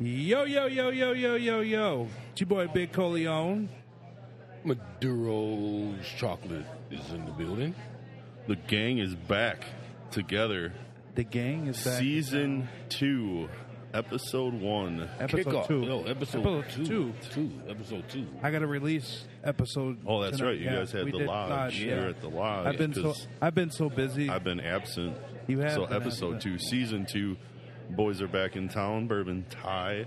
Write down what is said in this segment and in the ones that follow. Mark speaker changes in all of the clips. Speaker 1: yo, yo, yo, yo, yo, yo. It's your boy Big Coleone.
Speaker 2: Maduro's chocolate is in the building.
Speaker 3: The gang is back together.
Speaker 1: The gang is back.
Speaker 3: Season two, episode one.
Speaker 1: episode
Speaker 2: Kickoff.
Speaker 1: two.
Speaker 2: No, episode,
Speaker 1: Episode
Speaker 2: two.
Speaker 1: two.
Speaker 2: Episode two.
Speaker 1: I got to release episode.
Speaker 3: Oh, that's
Speaker 1: tonight.
Speaker 3: right. You
Speaker 1: Yeah,
Speaker 3: guys had
Speaker 1: we
Speaker 3: the
Speaker 1: did
Speaker 3: lodge. You
Speaker 1: yeah.
Speaker 3: were at the lodge
Speaker 1: I've been so
Speaker 3: 'cause
Speaker 1: I've been so busy.
Speaker 3: I've been absent.
Speaker 1: You have
Speaker 3: So
Speaker 1: been
Speaker 3: episode
Speaker 1: absent.
Speaker 3: two, season two. Boys are back in town. Bourbon Tie.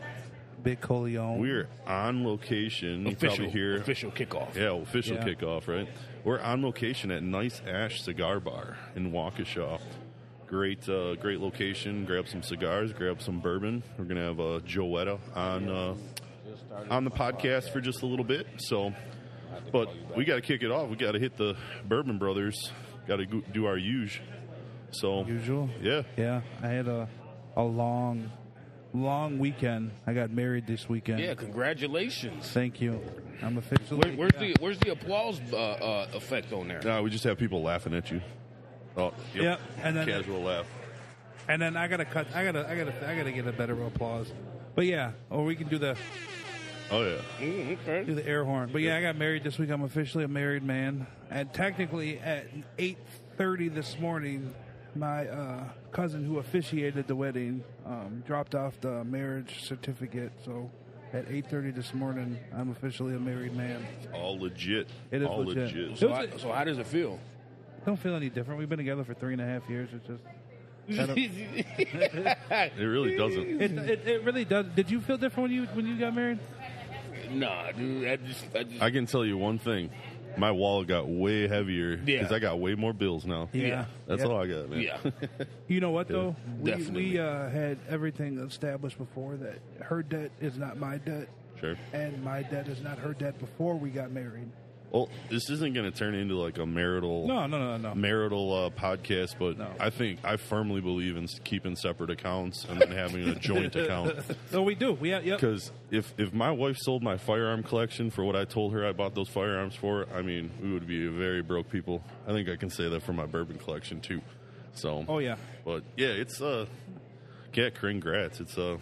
Speaker 1: Big Coleone.
Speaker 3: We're on location. You
Speaker 2: Official
Speaker 3: probably hear.
Speaker 2: Official kickoff.
Speaker 3: Yeah, official
Speaker 1: Yeah.
Speaker 3: kickoff, right? We're on location at Nice Ash Cigar Bar in Waukesha. Great, uh, great location. Grab some cigars, grab some bourbon. We're gonna have uh, Joetta on uh, on the podcast for just a little bit. So, but we got to kick it off. We got to hit the Bourbon Brothers. Got to do our huge. So,
Speaker 1: usual.
Speaker 3: yeah,
Speaker 1: Yeah, I had a a long, long weekend. I got married this weekend.
Speaker 2: Yeah, congratulations.
Speaker 1: Thank you. I'm officially.
Speaker 2: Where, where's the Where's the applause uh, uh, effect on there?
Speaker 3: Nah, we just have people laughing at you. Oh,
Speaker 1: Yep, and then-
Speaker 3: casual laugh.
Speaker 1: And then I gotta cut. I gotta. I gotta. I gotta get a better applause. But yeah, or we can do the
Speaker 3: Oh yeah,
Speaker 2: Mm, okay.
Speaker 1: do the air horn. But yeah, I got married this week. I'm officially a married man. And technically, at 8:30 this morning, my uh, cousin who officiated the wedding um, dropped off the marriage certificate. So at 8:30 this morning, I'm officially a married man.
Speaker 3: all legit.
Speaker 1: It is
Speaker 3: all
Speaker 1: legit.
Speaker 3: legit.
Speaker 2: So, I, so how does it feel?
Speaker 1: Don't feel any different. We've been together for three and a half years. It's just
Speaker 3: It really doesn't.
Speaker 1: it, it, it really does. Did you feel different when you when you got married?
Speaker 2: nah, dude. I just, I just
Speaker 3: I can tell you one thing. My wallet got way heavier
Speaker 2: Yeah.
Speaker 3: because I got way more bills now.
Speaker 2: Yeah.
Speaker 3: That's
Speaker 1: Yeah.
Speaker 3: all I got, man.
Speaker 2: yeah.
Speaker 1: You know what though? we
Speaker 2: Definitely.
Speaker 1: we uh, had everything established before that her debt is not my debt,
Speaker 3: Sure.
Speaker 1: and my debt is not her debt. Before we got married.
Speaker 3: Well, this isn't going to turn into like a marital
Speaker 1: No, no, no, no.
Speaker 3: marital uh, podcast, but
Speaker 1: No.
Speaker 3: I think I firmly believe in s- keeping separate accounts and then having a joint account.
Speaker 1: No, we do. We uh, yep.
Speaker 3: Because if if my wife sold my firearm collection for what I told her I bought those firearms for, I mean we would be very broke people. I think I can say that for my bourbon collection too. So,
Speaker 1: Oh yeah.
Speaker 3: but yeah, it's uh, yeah, congrats. It's uh,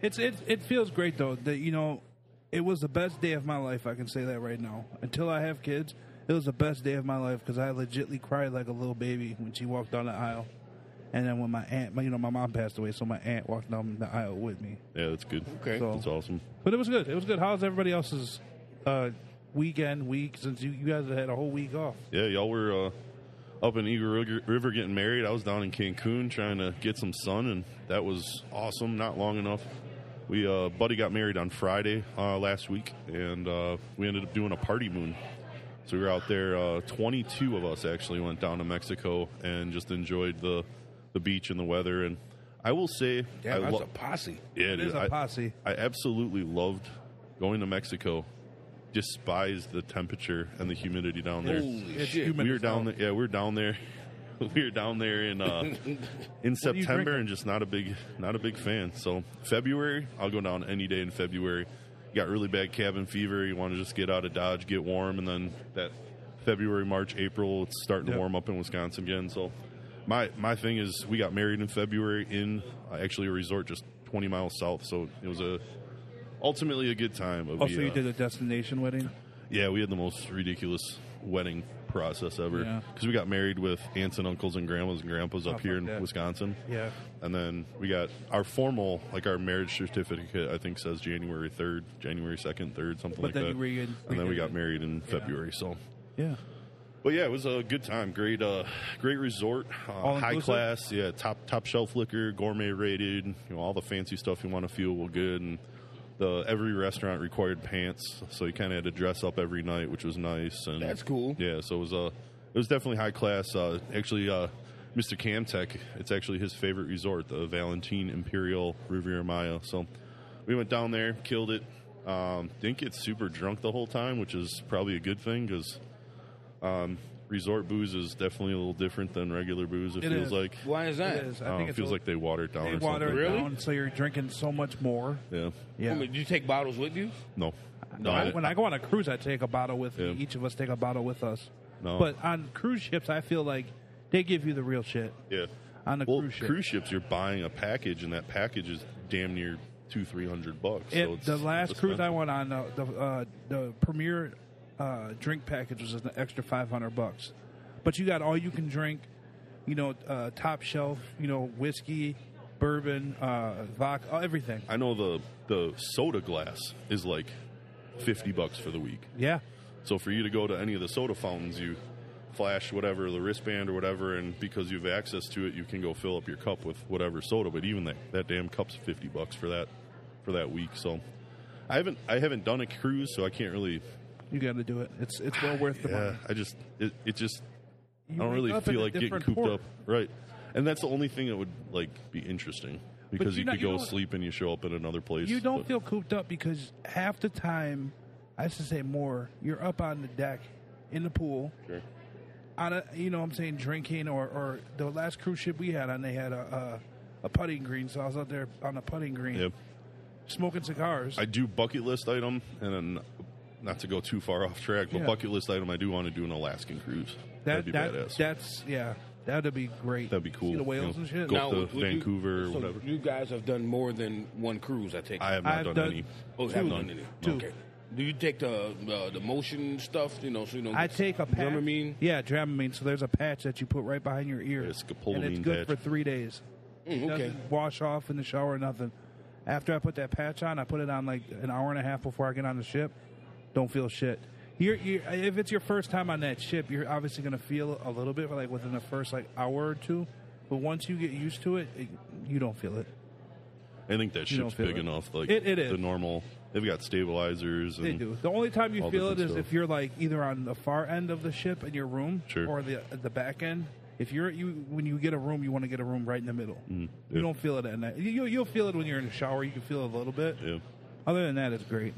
Speaker 1: It's it it feels great though that you know it was the best day of my life. I can say that right now. Until I have kids, it was the best day of my life because I legitly cried like a little baby when she walked down the aisle. And then when my aunt, my, you know, my mom passed away, so my aunt walked down the aisle with me.
Speaker 3: yeah, that's good.
Speaker 2: Okay.
Speaker 1: So-
Speaker 3: That's awesome.
Speaker 1: But it was good. It was good. How's everybody else's uh, weekend week since you, you guys had a whole week off?
Speaker 3: Yeah, y'all were uh, up in Eagle Rig- River getting married. I was down in Cancun trying to get some sun, and that was awesome. Not long enough. We uh, buddy got married on Friday uh, last week, and uh, we ended up doing a party moon. So we were out there. Uh, Twenty-two of us actually went down to Mexico and just enjoyed the the beach and the weather. And I will say, I
Speaker 2: Damn, that's
Speaker 3: lo-
Speaker 2: a posse.
Speaker 3: yeah,
Speaker 1: It is
Speaker 3: dude,
Speaker 1: a
Speaker 3: I-
Speaker 1: posse.
Speaker 3: I absolutely loved going to Mexico. Despised the temperature and the humidity down there.
Speaker 2: Holy
Speaker 1: It's
Speaker 2: shit.
Speaker 1: human.
Speaker 3: we were down there. Yeah, we were down there. we were down there in uh, in September,
Speaker 1: drinking?
Speaker 3: and just not a big not a big fan. So February, I'll go down any day in February. You got really bad cabin fever. You want to just get out of Dodge, get warm, and then that February, March, April, it's starting to
Speaker 1: Yep.
Speaker 3: warm up in Wisconsin again. So my my thing is, we got married in February in uh, actually a resort just 20 miles south. So it was a ultimately a good time. But
Speaker 1: Oh,
Speaker 3: we,
Speaker 1: so you
Speaker 3: uh,
Speaker 1: did a destination wedding?
Speaker 3: yeah, we had the most ridiculous wedding process ever
Speaker 1: Yeah.
Speaker 3: because we got married with aunts and uncles and grandmas and grandpas up
Speaker 1: Oh,
Speaker 3: here
Speaker 1: fuck
Speaker 3: in
Speaker 1: that.
Speaker 3: Wisconsin.
Speaker 1: Yeah.
Speaker 3: And then we got our formal, like our marriage certificate, I think says January 3rd, January 2nd, 3rd, something
Speaker 1: But
Speaker 3: like
Speaker 1: then
Speaker 3: that.
Speaker 1: you re-
Speaker 3: and then we
Speaker 1: redid
Speaker 3: got
Speaker 1: it.
Speaker 3: married in February. So,
Speaker 1: Yeah.
Speaker 3: but yeah, it was a good time. Great, uh, great resort, uh, high
Speaker 1: inclusive?
Speaker 3: class. Yeah, top top shelf liquor, gourmet rated. You know, all the fancy stuff you want to feel good, and the every restaurant required pants, so you kind of had to dress up every night, which was nice. And
Speaker 2: That's cool.
Speaker 3: Yeah, so it was uh, it was definitely high class. Uh, actually, uh, Mr. Camtech, it's actually his favorite resort, the Valentine Imperial Riviera Maya. So we went down there, killed it. Um, didn't get super drunk the whole time, which is probably a good thing because resort booze is definitely a little different than regular booze. It,
Speaker 1: It
Speaker 3: feels
Speaker 1: is.
Speaker 3: like
Speaker 2: Why is that?
Speaker 1: It is. I think
Speaker 3: I don't know,
Speaker 1: it's
Speaker 3: Oh, it feels
Speaker 1: a-
Speaker 3: like they water it down
Speaker 1: they
Speaker 3: or
Speaker 1: water
Speaker 3: something.
Speaker 1: it
Speaker 2: Really?
Speaker 1: down, so you're drinking so much more.
Speaker 3: Yeah.
Speaker 1: Yeah.
Speaker 2: I mean, do you take bottles with you?
Speaker 3: No.
Speaker 1: When
Speaker 3: No.
Speaker 1: I-
Speaker 3: I-
Speaker 1: when I go on a cruise, I take a bottle with me.
Speaker 3: Yeah.
Speaker 1: Each of us take a bottle with us.
Speaker 3: No.
Speaker 1: But on cruise ships, I feel like they give you the real shit.
Speaker 3: yeah.
Speaker 1: On a
Speaker 3: well,
Speaker 1: cruise ship.
Speaker 3: cruise ships, you're buying a package, and that package is damn near two, three hundred bucks.
Speaker 1: It-
Speaker 3: so it's
Speaker 1: the last cruise I
Speaker 3: expensive.
Speaker 1: went on, uh, the uh, the premier uh, drink package was an extra five hundred bucks, but you got all you can drink, you know, uh, top shelf, you know, whiskey, bourbon, uh, vodka, everything.
Speaker 3: I know the the soda glass is like fifty bucks for the week.
Speaker 1: Yeah,
Speaker 3: So for you to go to any of the soda fountains, you flash whatever the wristband or whatever, and because you have access to it, you can go fill up your cup with whatever soda. But even that, that damn cup's fifty bucks for that for that week. So I haven't I haven't done a cruise, so I can't really.
Speaker 1: you got to do it. It's it's well worth the
Speaker 3: Yeah,
Speaker 1: money.
Speaker 3: I just it, it just
Speaker 1: You
Speaker 3: I don't
Speaker 1: wake
Speaker 3: really
Speaker 1: up in
Speaker 3: feel
Speaker 1: a
Speaker 3: like getting
Speaker 1: different
Speaker 3: cooped
Speaker 1: port.
Speaker 3: up, right? And that's the only thing that would like be interesting because
Speaker 1: you
Speaker 3: you
Speaker 1: know-
Speaker 3: could
Speaker 1: you
Speaker 3: go
Speaker 1: don't-
Speaker 3: sleep and you show up in another place.
Speaker 1: You don't
Speaker 3: but-
Speaker 1: feel cooped up because half the time, I should say more, you're up on the deck in the pool.
Speaker 3: Sure.
Speaker 1: On a, you know what I'm saying, drinking or, or the last cruise ship we had on, they had a, a, a putting green. So I was out there on a putting green
Speaker 3: Yeah.
Speaker 1: smoking cigars.
Speaker 3: I do bucket list item, and then not to go too far off track, but
Speaker 1: Yeah.
Speaker 3: bucket list item I do want to do an Alaskan cruise.
Speaker 1: that,
Speaker 3: That'd be
Speaker 1: that,
Speaker 3: badass.
Speaker 1: That's, yeah, that'd be great.
Speaker 3: That'd be cool,
Speaker 1: See the
Speaker 3: you
Speaker 1: whales
Speaker 3: know,
Speaker 1: and shit.
Speaker 3: go-
Speaker 1: No,
Speaker 3: to
Speaker 2: would you-
Speaker 3: Vancouver or
Speaker 2: so
Speaker 3: whatever.
Speaker 2: You guys have done more than one cruise, I take. it.
Speaker 3: I have not
Speaker 1: I've
Speaker 3: done,
Speaker 1: done-
Speaker 3: any.
Speaker 2: Oh, you haven't
Speaker 1: Two.
Speaker 2: done any.
Speaker 1: Two.
Speaker 2: Okay. Do you take the uh, the motion stuff? You know, so you don't.
Speaker 1: I take a patch.
Speaker 2: Dramamine.
Speaker 1: Yeah, Dramamine. So there's a patch that you put right behind your ear.
Speaker 3: It's a
Speaker 1: and it's
Speaker 3: Capolamine
Speaker 1: good
Speaker 3: patch.
Speaker 1: for three days.
Speaker 2: Mm,
Speaker 1: It
Speaker 2: okay.
Speaker 1: doesn't wash off in the shower or nothing. After I put that patch on, I put it on like an hour and a half before I get on the ship. Don't feel shit. You're, you're, if it's your first time on that ship, you're obviously going to feel a little bit like within the first like hour or two. But once you get used to it, it you don't feel it.
Speaker 3: I think that
Speaker 1: You don't
Speaker 3: ship's
Speaker 1: feel
Speaker 3: big
Speaker 1: it.
Speaker 3: enough. Like
Speaker 1: It- it is.
Speaker 3: the normal. They've got stabilizers and
Speaker 1: They do. The only time you
Speaker 3: All
Speaker 1: feel it
Speaker 3: different
Speaker 1: is
Speaker 3: stuff.
Speaker 1: if you're like either on the far end of the ship in your room
Speaker 3: Sure.
Speaker 1: or the the back end. If you're you when you get a room, you want to get a room right in the middle.
Speaker 3: Mm, yeah.
Speaker 1: You don't feel it at night. You, you'll feel it when you're in the shower. You can feel it a little bit.
Speaker 3: yeah.
Speaker 1: Other than that, it's great.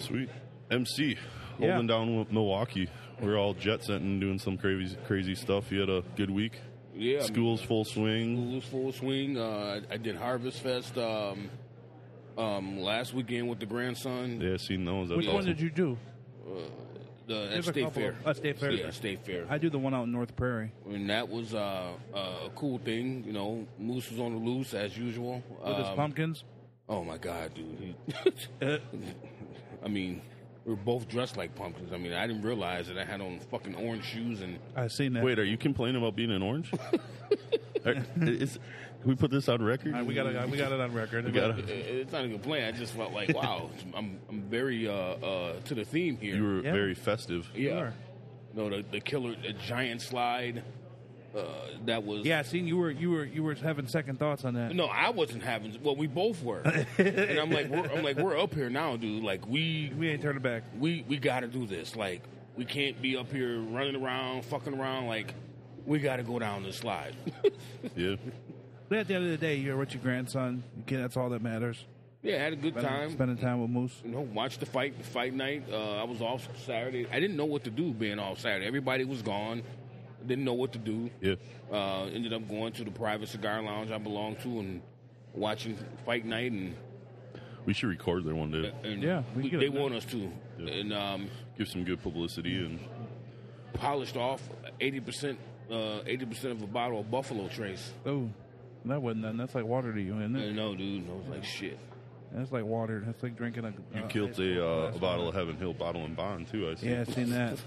Speaker 3: Sweet. MC
Speaker 1: Yeah.
Speaker 3: holding down with Milwaukee. We're all jet setting, doing some crazy crazy stuff. You had a good week.
Speaker 2: Yeah.
Speaker 3: School's full swing.
Speaker 2: School's full swing. Uh, I I did Harvest Fest um, um, last weekend with the grandson.
Speaker 3: Yeah, seen those. That's
Speaker 1: Which one
Speaker 3: awesome.
Speaker 1: did you do?
Speaker 2: The, at
Speaker 1: There's a
Speaker 2: State
Speaker 1: couple
Speaker 2: Fair.
Speaker 1: of- uh, State Fair.
Speaker 2: Yeah, State Fair.
Speaker 1: I do the one out in North Prairie.
Speaker 2: and that was uh, uh, a cool thing. You know, Moose was on the loose as usual.
Speaker 1: With his
Speaker 2: Um,
Speaker 1: pumpkins.
Speaker 2: Oh my God, dude! He- I mean, we were both dressed like pumpkins. I mean, I didn't realize that I had on fucking orange shoes and
Speaker 1: I seen that.
Speaker 3: Wait, are you complaining about being an orange? Are- is, we put this on record.
Speaker 1: All right, we got it. We got it on record.
Speaker 3: We got it.
Speaker 2: it- it's not a complaint. I just felt like, wow, I'm I'm very uh, uh, to the theme here.
Speaker 3: You were
Speaker 1: Yeah.
Speaker 3: very festive.
Speaker 1: You
Speaker 2: yeah.
Speaker 1: are.
Speaker 2: No, the the killer, the giant slide. Uh, that was
Speaker 1: Yeah, I seen you were you were you were having second thoughts on that.
Speaker 2: No, I wasn't having. Well, we both were, and I'm like, we're, I'm like, we're up here now, dude. Like we
Speaker 1: We ain't turning back.
Speaker 2: we we got to do this. Like we can't be up here running around, fucking around. Like we got to go down this slide.
Speaker 3: Yeah.
Speaker 1: But at the end of the day, you're with your grandson. Again, that's all that matters.
Speaker 2: yeah, I had a good time.
Speaker 1: Spending time with Moose.
Speaker 2: You know, watched the fight, the fight night. Uh, I was off Saturday. I didn't know what to do being off Saturday. Everybody was gone. Didn't know what to do.
Speaker 3: Yeah.
Speaker 2: Uh, ended up going to the private cigar lounge I belong to and watching fight night and.
Speaker 3: We should record there one day.
Speaker 2: and
Speaker 1: Yeah, we
Speaker 2: we
Speaker 1: get
Speaker 2: they
Speaker 1: it done.
Speaker 2: want us to. And um,
Speaker 3: Give some good publicity and
Speaker 2: polished off 80% uh, 80% of a bottle of buffalo trace
Speaker 1: Oh, that wasn't nothing. That's like water to you, isn't
Speaker 2: I
Speaker 1: it?
Speaker 2: know dude I was like shit
Speaker 1: That's like water. That's like drinking a.
Speaker 3: you
Speaker 1: uh,
Speaker 3: killed a, uh, a bottle of Heaven Hill bottle and bond too. I see.
Speaker 1: Yeah, I seen that.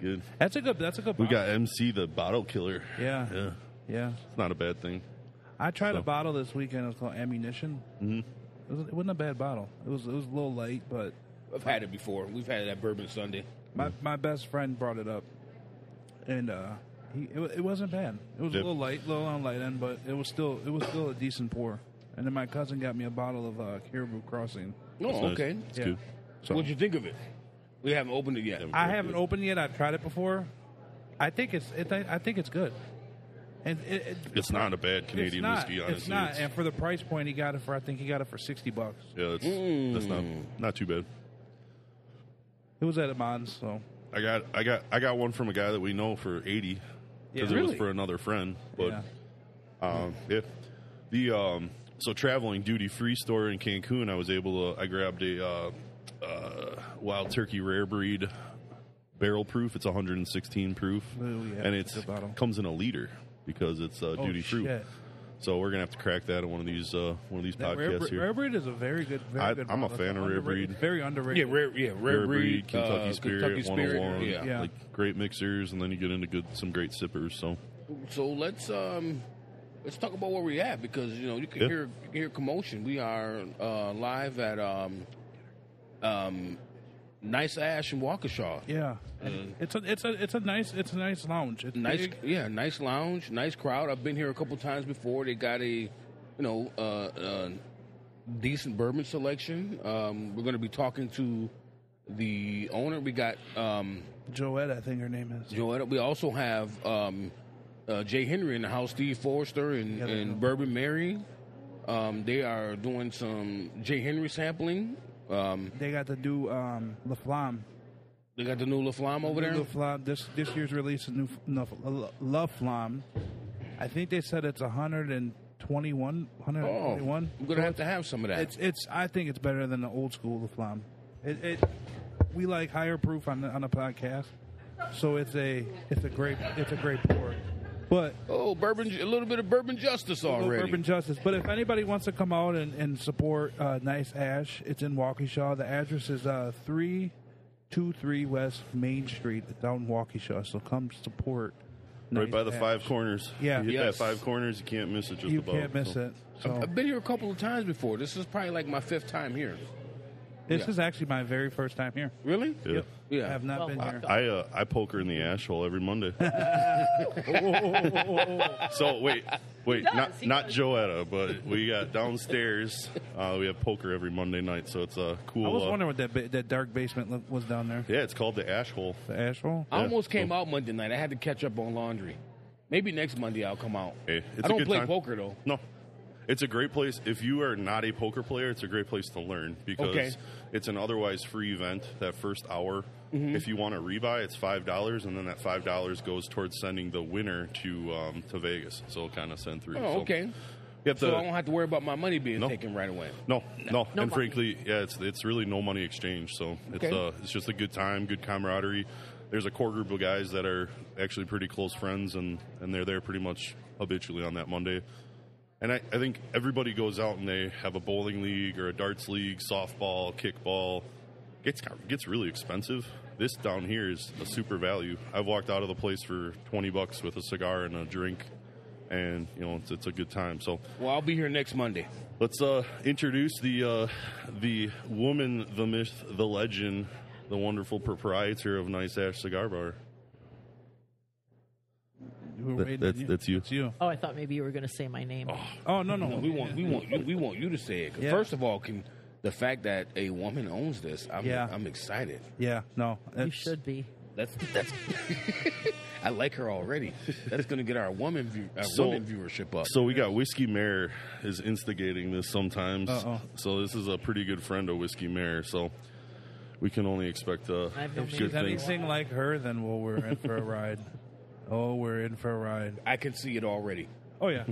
Speaker 3: Good.
Speaker 1: That's a good. That's a good.
Speaker 3: We
Speaker 1: bottle.
Speaker 3: got MC the bottle killer.
Speaker 1: Yeah.
Speaker 3: Yeah.
Speaker 1: Yeah,
Speaker 3: It's not a bad thing.
Speaker 1: I tried a
Speaker 3: So-
Speaker 1: bottle this weekend. It was called Ammunition. Mm-hmm. It, was, it wasn't a bad bottle. It was it was a little light, but
Speaker 2: I've had it before we've had it at Bourbon Sunday
Speaker 1: my
Speaker 3: Mm.
Speaker 1: my best friend brought it up, and uh, he it, wa- it wasn't bad. It was
Speaker 3: Yep.
Speaker 1: a little light, little on light end, but it was still it was still a decent pour. And then my cousin got me a bottle of uh, Caribou Crossing.
Speaker 2: no
Speaker 3: It's nice.
Speaker 2: Oh, okay
Speaker 3: It's
Speaker 1: Yeah.
Speaker 3: good.
Speaker 1: So
Speaker 2: what'd you think of it we haven't opened it yet
Speaker 3: Yeah.
Speaker 1: I
Speaker 3: Very
Speaker 1: haven't
Speaker 3: good.
Speaker 1: opened it yet. I've tried it before. I think it's it, I think it's good. And it, it,
Speaker 3: It's not a bad
Speaker 1: it's
Speaker 3: Canadian
Speaker 1: not,
Speaker 3: whiskey.
Speaker 1: it's
Speaker 3: Honestly.
Speaker 1: not. and for the price point, he got it for I think he got it for sixty bucks.
Speaker 3: yeah. That's, that's not
Speaker 2: Mm.
Speaker 3: not too bad.
Speaker 1: It was at a Mons, so
Speaker 3: I got I got I got one from a guy that we know for eighty because
Speaker 1: Yeah.
Speaker 3: it
Speaker 2: Really?
Speaker 3: was for another friend. But
Speaker 1: yeah.
Speaker 3: Um, yeah. The um, so traveling duty free store in Cancun, I was able to. I grabbed a uh, uh, wild turkey rare breed barrel proof. It's 116 proof,
Speaker 1: Ooh, Oh, yeah,
Speaker 3: and
Speaker 1: it's
Speaker 3: it's
Speaker 1: a good bottle.
Speaker 3: comes in a liter because it's uh,
Speaker 1: Oh,
Speaker 3: duty free.
Speaker 1: shit.
Speaker 3: So we're gonna have to crack that on one of these uh, one of these
Speaker 1: That rare,
Speaker 3: podcasts
Speaker 1: bre-
Speaker 3: here.
Speaker 1: rare breed is a very good. Very
Speaker 3: I-
Speaker 1: good
Speaker 3: I'm a
Speaker 1: product.
Speaker 3: fan of rare
Speaker 1: Underrated-
Speaker 3: breed.
Speaker 1: Very underrated.
Speaker 2: Yeah, rare, yeah, rare,
Speaker 3: Rare breed, Kentucky
Speaker 2: uh,
Speaker 3: Spirit,
Speaker 2: Kentucky Spirit,
Speaker 3: 101,
Speaker 2: yeah.
Speaker 1: Yeah.
Speaker 3: like great mixers, and then you get into good some great sippers. So
Speaker 2: So let's um, let's talk about where we at because you know you can
Speaker 3: Yeah.
Speaker 2: hear you can hear commotion. We are uh, live at um, um, Nice Ash in Waukesha.
Speaker 1: Yeah,
Speaker 3: Mm.
Speaker 1: it's a it's a it's a nice it's a nice lounge. It's
Speaker 2: Nice,
Speaker 1: big.
Speaker 2: yeah, nice lounge, nice crowd. I've been here a couple times before. They got a, you know, uh, uh, decent bourbon selection. Um, we're going to be talking to the owner. We got um,
Speaker 1: Joette, I think her name is.
Speaker 2: Joetta. We also have um, uh, Jay Henry in the house, Steve Forrester, and,
Speaker 1: Yeah, they know.
Speaker 2: and Bourbon Mary. Um, they are doing some Jay Henry sampling. Um,
Speaker 1: They got the new um, La Flamme.
Speaker 2: they got the new La Flamme over there.
Speaker 1: New La Flamme. This this year's release of new F- no, La- La Flamme. I think they said it's 121, 121.
Speaker 2: I'm going to Oh, have to have some of that.
Speaker 1: It's it's. I think it's better than the old school La Flamme. It, it we like higher proof on the on the podcast, so it's a it's a great it's a great pour. But
Speaker 2: oh, bourbon, a little bit of bourbon justice
Speaker 1: Little
Speaker 2: already.
Speaker 1: Urban Justice. But if anybody wants to come out and, and support uh, Nice Ash, it's in Waukesha. The address is uh, 323 West Main Street. It's out in Waukesha. So come support.
Speaker 3: right
Speaker 1: Nice
Speaker 3: by the
Speaker 1: Ash.
Speaker 3: five corners,
Speaker 1: Yeah.
Speaker 3: you hit
Speaker 2: Yes.
Speaker 3: that five corners, you can't miss it. Just
Speaker 1: You
Speaker 3: about,
Speaker 1: can't miss
Speaker 3: So-
Speaker 1: it.
Speaker 3: Oh.
Speaker 1: So
Speaker 2: I've been here a couple of times before. This is probably like my fifth time here.
Speaker 1: this
Speaker 2: yeah.
Speaker 1: is actually my very first time here.
Speaker 2: Really?
Speaker 3: Yeah.
Speaker 1: I have not been here.
Speaker 3: I uh, I poker in the asshole every Monday. so wait, wait,
Speaker 4: He does,
Speaker 3: not
Speaker 4: he
Speaker 3: not
Speaker 4: does.
Speaker 3: Joetta, but we got downstairs. Uh, we have poker every Monday night, so it's a uh, cool.
Speaker 1: I was
Speaker 3: uh,
Speaker 1: wondering what that ba- that dark basement look was down there.
Speaker 3: yeah, it's called the asshole.
Speaker 1: The asshole.
Speaker 3: Uh,
Speaker 2: I almost came out Monday night. I had to catch up on laundry. Maybe next Monday I'll come out.
Speaker 3: Hey, it's
Speaker 2: I
Speaker 3: a
Speaker 2: don't
Speaker 3: good
Speaker 2: play
Speaker 3: time.
Speaker 2: poker though.
Speaker 3: No, it's a great place. If you are not a poker player, it's a great place to learn because
Speaker 2: Okay.
Speaker 3: it's an otherwise free event. That first hour,
Speaker 2: Mm-hmm.
Speaker 3: if you want to rebuy, it's five dollars, and then that five dollars goes towards sending the winner to um, to Vegas. So kind of send three.
Speaker 2: Oh,
Speaker 3: So
Speaker 2: okay.
Speaker 3: You have
Speaker 2: So
Speaker 3: to-
Speaker 2: I don't have to worry about my money being
Speaker 3: No.
Speaker 2: taken right away.
Speaker 3: No, no,
Speaker 4: No
Speaker 3: and
Speaker 4: money.
Speaker 3: frankly, yeah, it's it's really no money exchange. So it's
Speaker 2: Okay.
Speaker 3: uh, it's just a good time, good camaraderie. There's a core group of guys that are actually pretty close friends, and and they're there pretty much habitually on that Monday. And I, I think everybody goes out and they have a bowling league or a darts league, softball, kickball. Gets gets really expensive. This down here is a super value. I've walked out of the place for twenty bucks with a cigar and a drink, and you know it's, it's a good time. So
Speaker 2: Well, I'll be here next Monday.
Speaker 3: Let's uh, introduce the uh, the woman, the myth, the legend, the wonderful proprietor of Nice Ash Cigar Bar.
Speaker 1: You were
Speaker 3: That-
Speaker 1: waiting,
Speaker 3: that's-
Speaker 1: didn't
Speaker 3: that's you.
Speaker 1: It's you.
Speaker 4: Oh, I thought maybe you were going to say my name.
Speaker 1: Oh no no.
Speaker 2: No, we want we want you we want you to say it. 'Cause
Speaker 1: Yeah.
Speaker 2: First of all, can the fact that a woman owns this, I'm
Speaker 1: Yeah.
Speaker 2: I'm excited.
Speaker 1: yeah no.
Speaker 4: you
Speaker 1: it's-
Speaker 4: should be.
Speaker 2: That's that's I like her already. That's gonna get our woman view our
Speaker 3: So-
Speaker 2: woman viewership up.
Speaker 3: So we got Whiskey Mare is instigating this sometimes.
Speaker 1: Uh-oh.
Speaker 3: So this is a pretty good friend of Whiskey Mare. So we can only expect uh,
Speaker 4: I have no
Speaker 3: good
Speaker 4: means.
Speaker 1: If
Speaker 3: things.
Speaker 1: anything like her, then well, we're in for a ride. Oh, we're in for a ride.
Speaker 2: I can see it already.
Speaker 1: Oh yeah.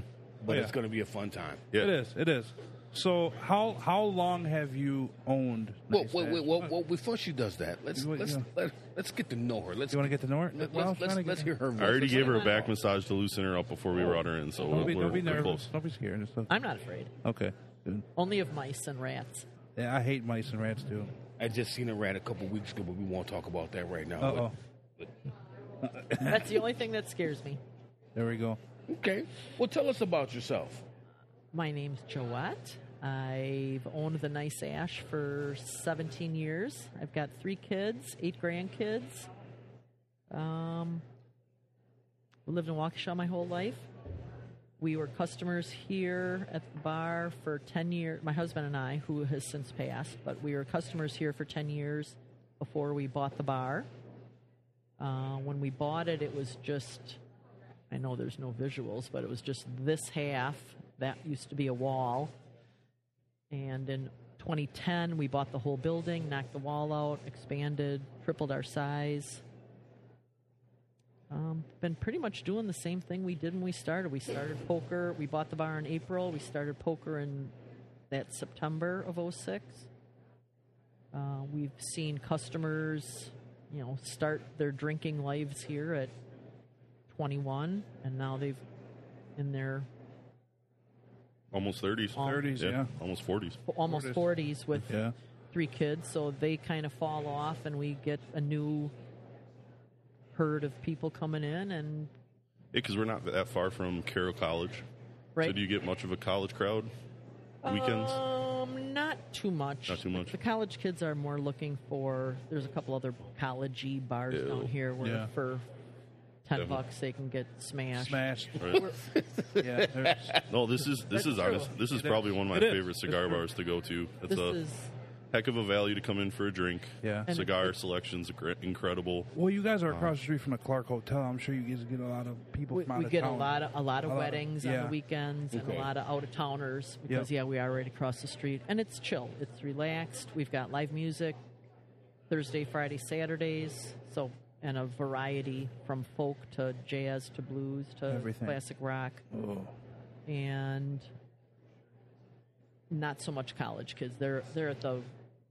Speaker 2: But
Speaker 1: oh, yeah.
Speaker 2: it's gonna be a fun time.
Speaker 3: Yeah.
Speaker 1: It is. It is. So how how long have you owned?
Speaker 2: Well,
Speaker 1: Nice
Speaker 2: wait,
Speaker 1: Ash?
Speaker 2: wait, well, well, before she does that, let's
Speaker 1: Wait,
Speaker 2: let's
Speaker 1: yeah.
Speaker 2: let, let's get to know her. Let's
Speaker 1: You wanna get to know her?
Speaker 2: Let,
Speaker 1: Well, I was
Speaker 2: us let's,
Speaker 1: trying to
Speaker 2: let's
Speaker 1: get-
Speaker 2: hear her.
Speaker 3: I
Speaker 2: Voice.
Speaker 3: already
Speaker 2: Let's
Speaker 3: gave her
Speaker 2: let
Speaker 3: a back massage to loosen her up before we brought her in. So
Speaker 1: Don't
Speaker 3: we're,
Speaker 1: be,
Speaker 3: we're,
Speaker 1: don't be
Speaker 3: we're
Speaker 1: nervous.
Speaker 3: close.
Speaker 1: Don't be scared. It's okay.
Speaker 4: I'm not afraid.
Speaker 1: okay. Good.
Speaker 4: Only of mice and rats.
Speaker 1: Yeah, I hate mice and rats too.
Speaker 2: I just seen a rat a couple weeks ago, but we won't talk about that right now.
Speaker 1: Uh oh.
Speaker 4: That's the only thing that scares me.
Speaker 1: There we go.
Speaker 2: But- okay. Well, tell us about yourself.
Speaker 4: My name's Joette. I've owned the Nice Ash for 17 years. I've got three kids, eight grandkids. Um, lived in Waukesha my whole life. We were customers here at the bar for 10 years. My husband and I, who has since passed, but we were customers here for 10 years before we bought the bar. Uh, when we bought it, it was just I know there's no visuals, but it was just this half that used to be a wall. And in 2010, we bought the whole building, knocked the wall out, expanded, tripled our size. Um, been pretty much doing the same thing we did when we started. We started poker. We bought the bar in April. We started poker in that September of 06. Uh, we've seen customers, you know, start their drinking lives here at 21 and now they've in their
Speaker 3: almost thirties.
Speaker 1: 30s, yeah.
Speaker 3: almost forties.
Speaker 4: almost
Speaker 1: Forties.
Speaker 4: 40s with
Speaker 1: Yeah.
Speaker 4: three kids, so they kind of fall off, and we get a new herd of people coming in, and
Speaker 3: because we're not that far from Carroll College.
Speaker 4: right.
Speaker 3: So do you get much of a college crowd? Weekends.
Speaker 4: Um, not too much.
Speaker 3: Not too much.
Speaker 4: The college kids are more looking for. There's a couple other collegey bars
Speaker 3: Ew.
Speaker 4: down here where
Speaker 1: Yeah.
Speaker 4: for ten
Speaker 3: Devil.
Speaker 4: bucks they can get smashed.
Speaker 1: Smashed.
Speaker 3: Right.
Speaker 1: yeah. there's-
Speaker 3: No, this is this is
Speaker 4: true.
Speaker 3: honest. This is
Speaker 1: It is.
Speaker 3: probably one of my
Speaker 1: It is.
Speaker 3: favorite
Speaker 1: It's
Speaker 3: cigar
Speaker 1: true.
Speaker 3: bars to go to. It's
Speaker 4: This
Speaker 3: a
Speaker 4: is
Speaker 3: heck of a value to come in for a drink.
Speaker 1: Yeah.
Speaker 4: And-
Speaker 3: Cigar selection's gr- incredible.
Speaker 1: Well, you guys are across the street from the Clark Hotel. I'm sure you guys get a lot of people
Speaker 4: we,
Speaker 1: from out
Speaker 4: we
Speaker 1: of
Speaker 4: get a
Speaker 1: town.
Speaker 4: lot of a lot of
Speaker 1: A lot of-
Speaker 4: weddings on
Speaker 1: yeah.
Speaker 4: the weekends and
Speaker 2: Okay.
Speaker 4: a lot of out of towners because
Speaker 1: Yep.
Speaker 4: yeah, we are right across the street and it's chill. It's relaxed. We've got live music Thursday, Friday, Saturdays. So and a variety from folk to jazz to blues to
Speaker 1: Everything.
Speaker 4: classic rock
Speaker 1: Oh.
Speaker 4: and not so much college kids. They're they're at the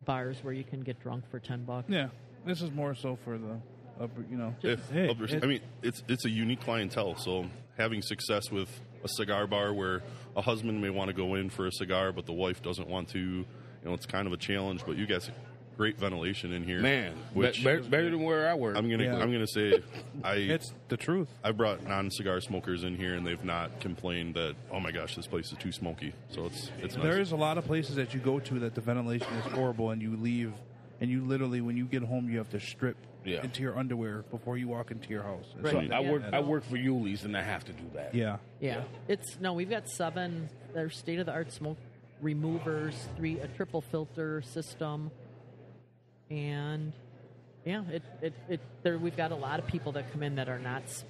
Speaker 4: bars where you can get drunk for ten bucks.
Speaker 1: Yeah. This is more so for the upper, you know.
Speaker 3: If,
Speaker 1: Hey,
Speaker 3: upper-
Speaker 1: it-
Speaker 3: I mean, it's it's a unique clientele. So having success with a cigar bar where a husband may want to go in for a cigar, but the wife doesn't want to. You know, it's kind of a challenge. But you guys, great ventilation in here,
Speaker 2: Man,
Speaker 3: Which
Speaker 2: be- be- better than where I work.
Speaker 3: I'm gonna
Speaker 1: Yeah.
Speaker 3: I'm gonna say I
Speaker 1: It's the truth.
Speaker 3: I brought non-cigar smokers in here, and they've not complained that oh my gosh, this place is too smoky. So it's it's nice.
Speaker 1: There is a lot of places that you go to that the ventilation is horrible, and you leave, and you literally, when you get home, you have to strip
Speaker 2: Yeah.
Speaker 1: into your underwear before you walk into your house. It's
Speaker 4: Right.
Speaker 2: So
Speaker 1: like-
Speaker 2: I
Speaker 4: Yeah.
Speaker 2: work. I work for Yulee's, and I have to do that.
Speaker 1: Yeah.
Speaker 4: Yeah. It's no, we've got seven they're state of the art smoke removers, three a triple filter system. And yeah, it, it, it there we've got a lot of people that come in that are not s-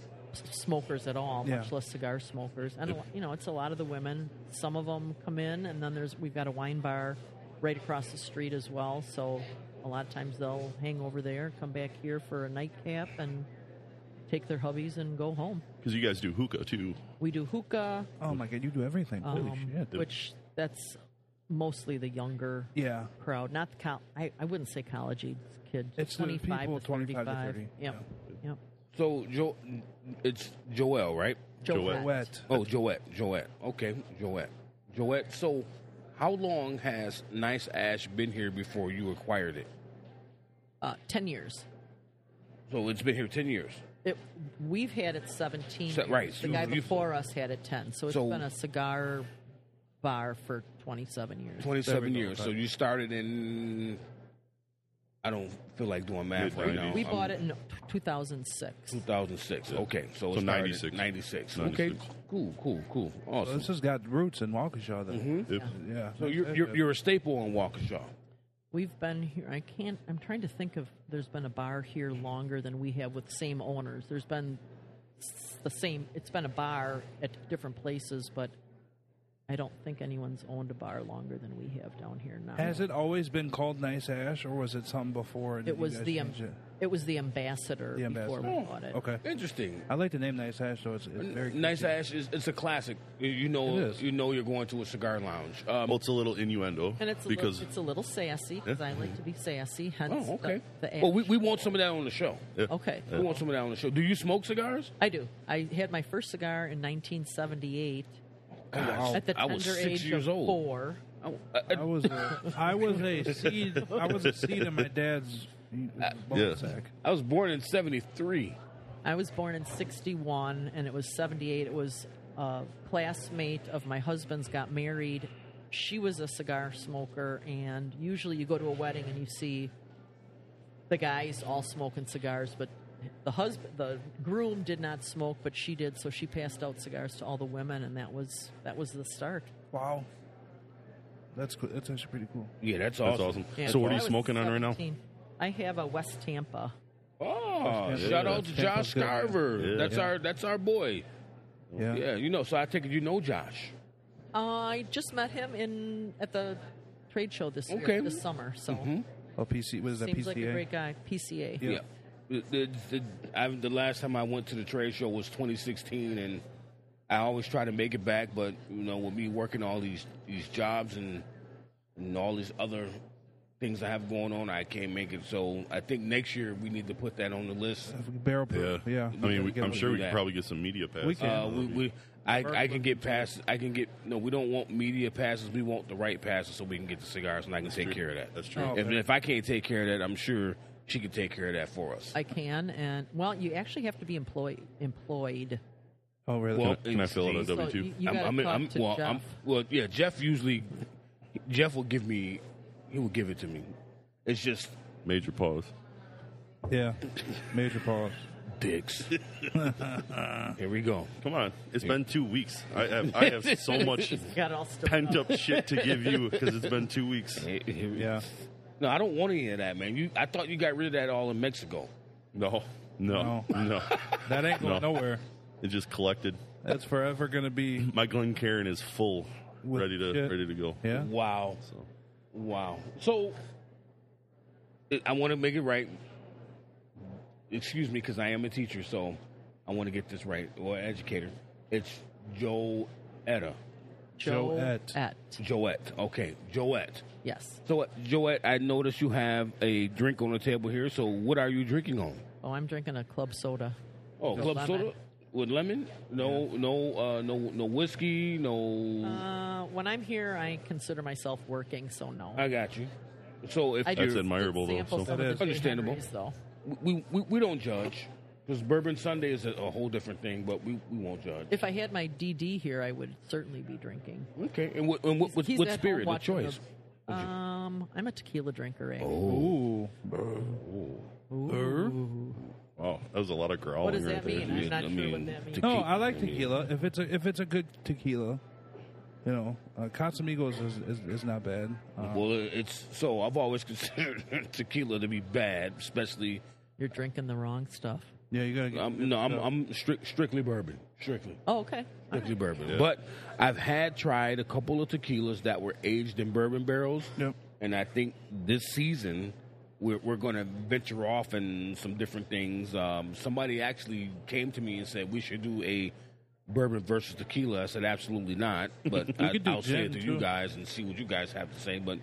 Speaker 4: smokers at all,
Speaker 1: Yeah.
Speaker 4: much less cigar smokers. And a lo- you know, it's a lot of the women. Some of them come in and then there's we've got a wine bar right across the street as well, so a lot of times they'll hang over there, come back here for a nightcap and take their hubbies and go home.
Speaker 3: because you guys do hookah too.
Speaker 4: We do hookah,
Speaker 1: Oh my god, you do everything. Holy
Speaker 4: um,
Speaker 1: shit. dude.
Speaker 4: which that's mostly the younger
Speaker 1: yeah.
Speaker 4: crowd, not the col- I, I wouldn't say college age kids.
Speaker 1: It's the
Speaker 4: 25
Speaker 1: people
Speaker 4: to
Speaker 1: 25 to
Speaker 4: 35.
Speaker 1: 30,
Speaker 4: Yep. Yep.
Speaker 2: So Joe, it's Joel, right?
Speaker 3: Joette.
Speaker 1: Wet.
Speaker 2: Oh, Joette, Joette. Okay, Joette, Joette. So, how long has Nice Ash been here before you acquired it?
Speaker 4: Uh, 10 years.
Speaker 2: So it's been here ten years.
Speaker 4: It, we've had it 17.
Speaker 2: So- right,
Speaker 4: The
Speaker 2: you-
Speaker 4: guy
Speaker 2: you've-
Speaker 4: before us had it 10. So it's
Speaker 2: So-
Speaker 4: been a cigar bar for 27 years.
Speaker 2: Twenty-seven
Speaker 1: go,
Speaker 2: years. So
Speaker 1: okay.
Speaker 2: you started in. I don't feel like doing math right now.
Speaker 4: we bought it in 2006.
Speaker 2: 2006. Okay, so,
Speaker 3: So
Speaker 2: it's 96.
Speaker 3: 96.
Speaker 2: 96.
Speaker 3: 96.
Speaker 2: Okay, cool, cool, cool.
Speaker 1: Well,
Speaker 2: Awesome.
Speaker 1: this has got roots in Waukesha, though.
Speaker 3: If-
Speaker 1: Yeah.
Speaker 2: so you're, you're you're a staple in Waukesha.
Speaker 4: We've been here. I can't. I'm trying to think of. There's been a bar here longer than we have with the same owners. There's been s- the same. It's been a bar at different places, but I don't think anyone's owned a bar longer than we have down here now.
Speaker 1: Has it always been called Nice Ash, or was it something before? and
Speaker 4: It
Speaker 1: you
Speaker 4: was
Speaker 1: guys
Speaker 4: the um,
Speaker 1: changed it?
Speaker 4: it was the ambassador,
Speaker 1: The
Speaker 4: before
Speaker 1: ambassador.
Speaker 4: we bought it.
Speaker 1: Okay.
Speaker 2: Interesting.
Speaker 1: I like the name Nice Ash, though. It's, it's very
Speaker 2: Nice
Speaker 1: catchy.
Speaker 2: Ash is it's a classic. You- You know,
Speaker 1: It is.
Speaker 2: you know, you're going to a cigar lounge. Um,
Speaker 3: well, it's a little innuendo
Speaker 4: And it's a
Speaker 3: because
Speaker 4: little, it's a little sassy because I like to be sassy. Hence
Speaker 2: oh, okay.
Speaker 4: the, the
Speaker 2: well, we,
Speaker 4: ash.
Speaker 2: we want some of that on the show.
Speaker 4: okay.
Speaker 2: We want some of that on the show. Do you smoke cigars?
Speaker 4: I do. I had my first cigar in 1978
Speaker 2: Gosh,
Speaker 4: at the
Speaker 2: I
Speaker 4: tender
Speaker 2: was six
Speaker 4: age
Speaker 2: years
Speaker 4: of
Speaker 2: old.
Speaker 4: four.
Speaker 2: I, I-
Speaker 1: I was a, I was a seed. I was a seed in my dad's
Speaker 3: Yeah.
Speaker 1: bone sack.
Speaker 2: I was born in '73.
Speaker 4: I was born in 61 and it was 78. It was a classmate of my husband's got married. She was a cigar smoker, and usually you go to a wedding and you see the guys all smoking cigars, but the husband, the groom did not smoke, but she did, so she passed out cigars to all the women, and that was that was the start.
Speaker 1: Wow, that's cool. That's actually pretty cool.
Speaker 2: Yeah, that's awesome.
Speaker 3: that's awesome.
Speaker 4: Yeah,
Speaker 3: so what
Speaker 4: I
Speaker 3: are you
Speaker 4: was
Speaker 3: smoking on right now?
Speaker 4: 17. I have a West Tampa.
Speaker 2: Oh,
Speaker 1: Yeah.
Speaker 2: shout out to
Speaker 1: Yeah.
Speaker 2: Josh
Speaker 1: Yeah.
Speaker 2: Carver.
Speaker 3: Yeah.
Speaker 2: That's
Speaker 1: Yeah.
Speaker 2: our that's our boy.
Speaker 1: Yeah.
Speaker 2: Yeah, you know. So I take it you know Josh.
Speaker 4: I just met him in at the trade show this
Speaker 2: Okay.
Speaker 4: year, this summer, so.
Speaker 3: Mm-hmm.
Speaker 1: Oh, PC. What is that?
Speaker 4: Seems
Speaker 1: PCA.
Speaker 4: like a great guy. PCA.
Speaker 1: Yeah.
Speaker 2: Yeah. The, the, the, I, the last time I went to the trade show was 2016, and I always try to make it back, but you know, with me working all these these jobs and and all these other things I have going on, I can't make it. So I think next year we need to put that on the list.
Speaker 1: Barrel proof. Yeah.
Speaker 3: I mean, we,
Speaker 1: Get
Speaker 3: I'm
Speaker 1: one.
Speaker 3: sure we
Speaker 2: that.
Speaker 3: could probably get some media pass.
Speaker 1: We can.
Speaker 2: Uh, we, we, I, I can get passes. I can get no. We don't want media passes. We want the right passes so we can get the cigars and I can take
Speaker 3: true.
Speaker 2: care of that.
Speaker 3: That's true.
Speaker 1: Oh.
Speaker 2: If, if I can't take care of that, I'm sure she can take care of that for us.
Speaker 4: I can, and well, you actually have to be employed. Employed.
Speaker 1: Oh, really?
Speaker 2: Well,
Speaker 3: Can I- can I fill it on
Speaker 2: So
Speaker 3: W two?
Speaker 4: you- you gotta talk to
Speaker 2: well,
Speaker 4: Jeff.
Speaker 2: well, yeah. Jeff usually, Jeff will give me, he will give it to me. It's just
Speaker 3: Major pause.
Speaker 1: yeah. Major pause.
Speaker 2: dicks. Here we go.
Speaker 3: Come on, it's been two weeks. I have I have so much
Speaker 4: Got it all still.
Speaker 3: pent up shit to give you because it's been two weeks.
Speaker 1: Yeah.
Speaker 2: No, I don't want any of that, man. You, I thought you got rid of that all in Mexico.
Speaker 3: No, no, no.
Speaker 1: That ain't going
Speaker 3: No.
Speaker 1: nowhere.
Speaker 3: It just collected.
Speaker 1: That's forever going to be.
Speaker 3: My Glencairn is full,
Speaker 1: With
Speaker 3: ready to
Speaker 1: shit.
Speaker 3: ready to go.
Speaker 1: Yeah.
Speaker 2: Wow.
Speaker 3: So
Speaker 2: Wow. So it- I want to make it right. Excuse me, because I am a teacher, so I want to get this right, or educator. It's Joetta.
Speaker 1: Joette.
Speaker 4: At.
Speaker 2: Joette. Okay, Joette.
Speaker 4: Yes.
Speaker 2: So, uh, Joette, I notice you have a drink on the table here. So, what are you drinking on?
Speaker 4: Oh, I'm drinking a club soda.
Speaker 2: Oh,
Speaker 4: With
Speaker 2: club
Speaker 4: lemon.
Speaker 2: soda with lemon. No, no, uh, no, no whiskey. No,
Speaker 4: Uh, when I'm here, I consider myself working, so no.
Speaker 2: I got you. So, if
Speaker 4: I
Speaker 2: you're,
Speaker 3: That's admirable,
Speaker 4: did
Speaker 3: though,
Speaker 4: sample
Speaker 3: so-
Speaker 4: some of
Speaker 1: That
Speaker 4: the
Speaker 1: is.
Speaker 4: Jay
Speaker 2: Understandable.
Speaker 4: Henrys, though.
Speaker 2: we, we we don't judge because bourbon Sunday is a, a whole different thing, but we, we won't judge.
Speaker 4: If I had my DD here, I would certainly be drinking.
Speaker 2: okay, and what and what, what,
Speaker 4: He's
Speaker 2: what
Speaker 4: at home
Speaker 2: spirit? What
Speaker 4: watching
Speaker 2: choice?
Speaker 4: the- um, I'm a tequila drinker. Eh?
Speaker 1: Ooh.
Speaker 4: Ooh.
Speaker 3: wow, that was a lot of growling
Speaker 4: What does
Speaker 3: right
Speaker 4: that
Speaker 3: there.
Speaker 4: mean? I'm not
Speaker 2: I
Speaker 4: sure what
Speaker 2: mean,
Speaker 4: that means.
Speaker 2: tequila.
Speaker 1: No, I like tequila. If it's a if it's a good tequila, you know, uh, Casamigos is, is is not bad. Uh,
Speaker 2: Well, it's so I've always considered tequila to be bad, especially
Speaker 4: You're drinking the wrong stuff.
Speaker 1: yeah, you gotta. Get
Speaker 2: um, no, I'm I'm strict, strictly bourbon, strictly.
Speaker 4: Oh, okay. All
Speaker 2: strictly
Speaker 4: right.
Speaker 2: bourbon. But I've had tried a couple of tequilas that were aged in bourbon barrels.
Speaker 1: Yep.
Speaker 2: And I think this season we're, we're going to venture off in some different things. Um, somebody actually came to me and said we should do a bourbon versus tequila. I said absolutely not, but I,
Speaker 1: could do
Speaker 2: I'll say it to
Speaker 1: gin,
Speaker 2: you
Speaker 1: too.
Speaker 2: guys and see what you guys have to say. But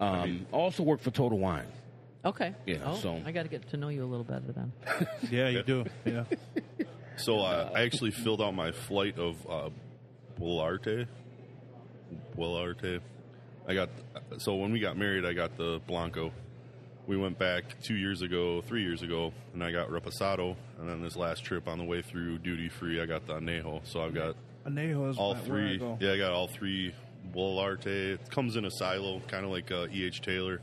Speaker 2: um, I also work for Total Wine.
Speaker 4: Okay.
Speaker 2: Yeah,
Speaker 4: Oh,
Speaker 2: so-
Speaker 4: I got to get to know you a little better then.
Speaker 1: yeah, you do. Yeah.
Speaker 3: So uh, I actually filled out my flight of uh, Bullarte. Bullarte. I got so when we got married, I got the Blanco. We went back two years ago, three years ago, and I got Reposado. And then this last trip on the way through duty free, I got the Anejo. So I've got
Speaker 1: Anejo is
Speaker 3: all
Speaker 1: where I
Speaker 3: three.
Speaker 1: go.
Speaker 3: Yeah, I got all three. Bullarte. It comes in a silo, kind of like uh, E.H. Taylor.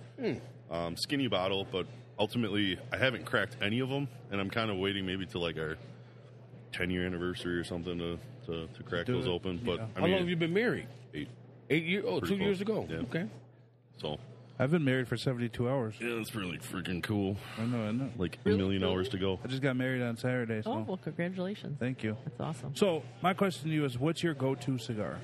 Speaker 3: Um, skinny bottle, but ultimately, I haven't cracked any of them, and I'm kind of waiting maybe till like our 10 year anniversary or something to, to, to crack
Speaker 1: Do
Speaker 3: those
Speaker 1: it.
Speaker 3: open. But
Speaker 1: Yeah.
Speaker 3: I
Speaker 2: How
Speaker 3: mean,
Speaker 2: long have you been married?
Speaker 3: eight.
Speaker 2: Eight years? Oh,
Speaker 3: Pretty
Speaker 2: two years ago.
Speaker 3: close. Yeah.
Speaker 2: Okay.
Speaker 3: So,
Speaker 1: I've been married for seventy two hours.
Speaker 3: yeah, that's really freaking cool.
Speaker 1: I know. I know.
Speaker 3: Like
Speaker 4: Really?
Speaker 3: a million
Speaker 4: Really?
Speaker 3: hours to go.
Speaker 1: I just got married on Saturday, so
Speaker 4: Oh, well, congratulations.
Speaker 1: thank you.
Speaker 4: That's awesome.
Speaker 1: So my question to you is, what's your go to cigar?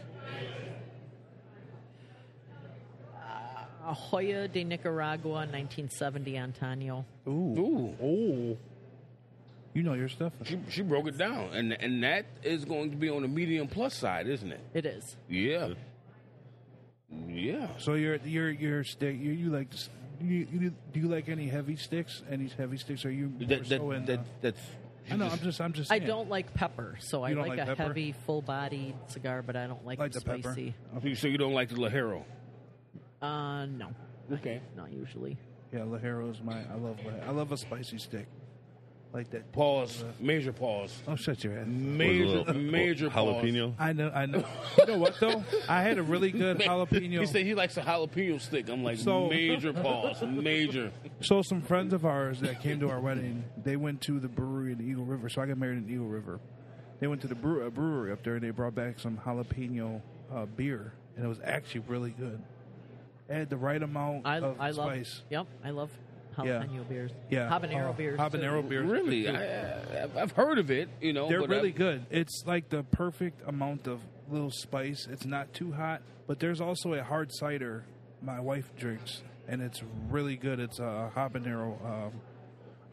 Speaker 4: A Hoya de Nicaragua, 1970 Antonio.
Speaker 1: Ooh,
Speaker 2: Ooh. Oh.
Speaker 1: you know your stuff.
Speaker 2: She, she broke it down, and and that is going to be on the medium plus side, isn't it?
Speaker 4: It is.
Speaker 2: Yeah, yeah.
Speaker 1: So you're you're you're stick. You, you like s- you, you do you like any heavy sticks? Any heavy sticks? Are you more
Speaker 2: That, that,
Speaker 1: so in?
Speaker 2: that,
Speaker 1: uh,
Speaker 2: that's.
Speaker 1: I know. I'm just I'm just.
Speaker 4: I
Speaker 1: saying.
Speaker 4: don't like pepper, so I
Speaker 1: You don't
Speaker 4: like,
Speaker 1: like
Speaker 4: a
Speaker 1: pepper?
Speaker 4: heavy, full-bodied cigar, but I don't like,
Speaker 1: like
Speaker 4: them
Speaker 1: the pepper.
Speaker 4: spicy.
Speaker 2: So you- So you don't like the Lajero?
Speaker 4: Uh, no,
Speaker 2: Okay.
Speaker 4: not usually.
Speaker 1: Yeah, Lajero is my. I love La- I love a spicy stick, like that.
Speaker 2: Pause. Major pause.
Speaker 1: Oh, shut your ass.
Speaker 3: With a
Speaker 2: Major
Speaker 3: little- uh,
Speaker 2: major pause.
Speaker 3: jalapeno.
Speaker 1: I know. I know. you know what though? I had a really good
Speaker 2: He
Speaker 1: jalapeno.
Speaker 2: said he likes a jalapeno stick. I'm like
Speaker 1: So-
Speaker 2: major pause. Major.
Speaker 1: So some friends of ours that came to our wedding, they went to the brewery in Eagle River. So I got married in Eagle River. They went to the brew, a brewery up there, and they brought back some jalapeno uh, beer, and it was actually really good. It had the right amount
Speaker 4: I,
Speaker 1: of
Speaker 4: I love.
Speaker 1: spice.
Speaker 4: Yep, I love
Speaker 1: Yeah.
Speaker 4: jalapeno beers.
Speaker 1: Yeah,
Speaker 4: habanero
Speaker 1: uh,
Speaker 4: beers.
Speaker 1: Habanero
Speaker 4: too.
Speaker 1: beers.
Speaker 2: Really, I, I, I've- I've heard of it. You know,
Speaker 1: They're
Speaker 2: but
Speaker 1: really
Speaker 2: I've-
Speaker 1: good. It's like the perfect amount of little spice. It's not too hot, but there's also a hard cider my wife drinks, and it's really good. It's a habanero um,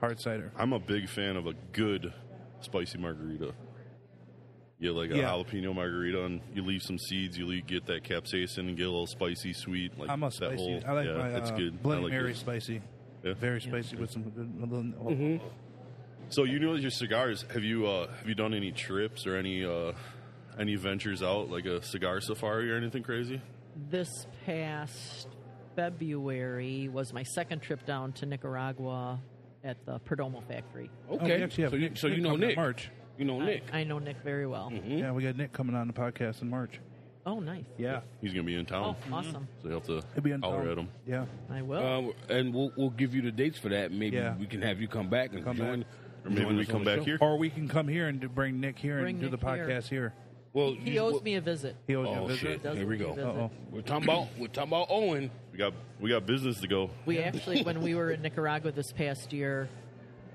Speaker 1: hard cider.
Speaker 3: I'm a big fan of a good spicy margarita. You get like a
Speaker 1: Yeah.
Speaker 3: jalapeno margarita, and you leave some seeds. You leave, get that capsaicin and get a little spicy, sweet. Like
Speaker 1: I'm a
Speaker 3: that
Speaker 1: spicy.
Speaker 3: whole-
Speaker 1: I like
Speaker 3: yeah,
Speaker 1: my
Speaker 3: it's
Speaker 1: uh,
Speaker 3: good. I
Speaker 1: Bloody
Speaker 3: like
Speaker 1: Mary
Speaker 3: it.
Speaker 1: spicy.
Speaker 3: Yeah.
Speaker 1: Very spicy with some good. A little, oh,
Speaker 2: Mm-hmm.
Speaker 3: So you know your cigars. Have you uh, have you done any trips or any uh, Any ventures out, like a cigar safari or anything crazy?
Speaker 4: This past February was my second trip down to Nicaragua at the Perdomo factory.
Speaker 1: we
Speaker 2: Okay,
Speaker 1: Oh, actually have
Speaker 2: so you,
Speaker 1: Nick-
Speaker 2: so you
Speaker 1: Nick
Speaker 2: know
Speaker 1: coming up
Speaker 2: Nick.
Speaker 1: March.
Speaker 2: You know Nick. Mm-hmm.
Speaker 4: I, I know Nick very well.
Speaker 1: Yeah, we got Nick coming on the podcast in March.
Speaker 4: Oh, nice.
Speaker 1: Yeah,
Speaker 3: He's gonna be in
Speaker 4: Oh,
Speaker 3: town,
Speaker 4: awesome.
Speaker 3: so you have to
Speaker 1: it'd be on
Speaker 3: holler
Speaker 1: film.
Speaker 3: at him.
Speaker 1: Yeah,
Speaker 4: I will.
Speaker 2: Uh, and we'll we'll give you the dates for that. Maybe
Speaker 1: Yeah.
Speaker 2: we can have you come back and
Speaker 1: Come
Speaker 2: join.
Speaker 1: back.
Speaker 3: Or maybe
Speaker 2: join
Speaker 3: we
Speaker 2: us on
Speaker 3: come
Speaker 2: the
Speaker 3: back
Speaker 2: show.
Speaker 3: here.
Speaker 1: or we can come here and do- bring Nick here
Speaker 4: Bring
Speaker 1: and do
Speaker 4: Nick
Speaker 1: the
Speaker 4: here.
Speaker 1: podcast here.
Speaker 2: Well,
Speaker 4: he
Speaker 2: you-
Speaker 4: owes
Speaker 2: well,
Speaker 4: me a visit.
Speaker 1: He owes you
Speaker 2: Oh,
Speaker 1: a visit.
Speaker 2: shit.
Speaker 4: Doesn't
Speaker 2: Here we
Speaker 4: he
Speaker 2: go.
Speaker 4: visit?
Speaker 1: Uh-oh.
Speaker 2: We're talking about we're talking about Owen.
Speaker 3: We got we got business to go.
Speaker 4: We actually, when we were in Nicaragua this past year,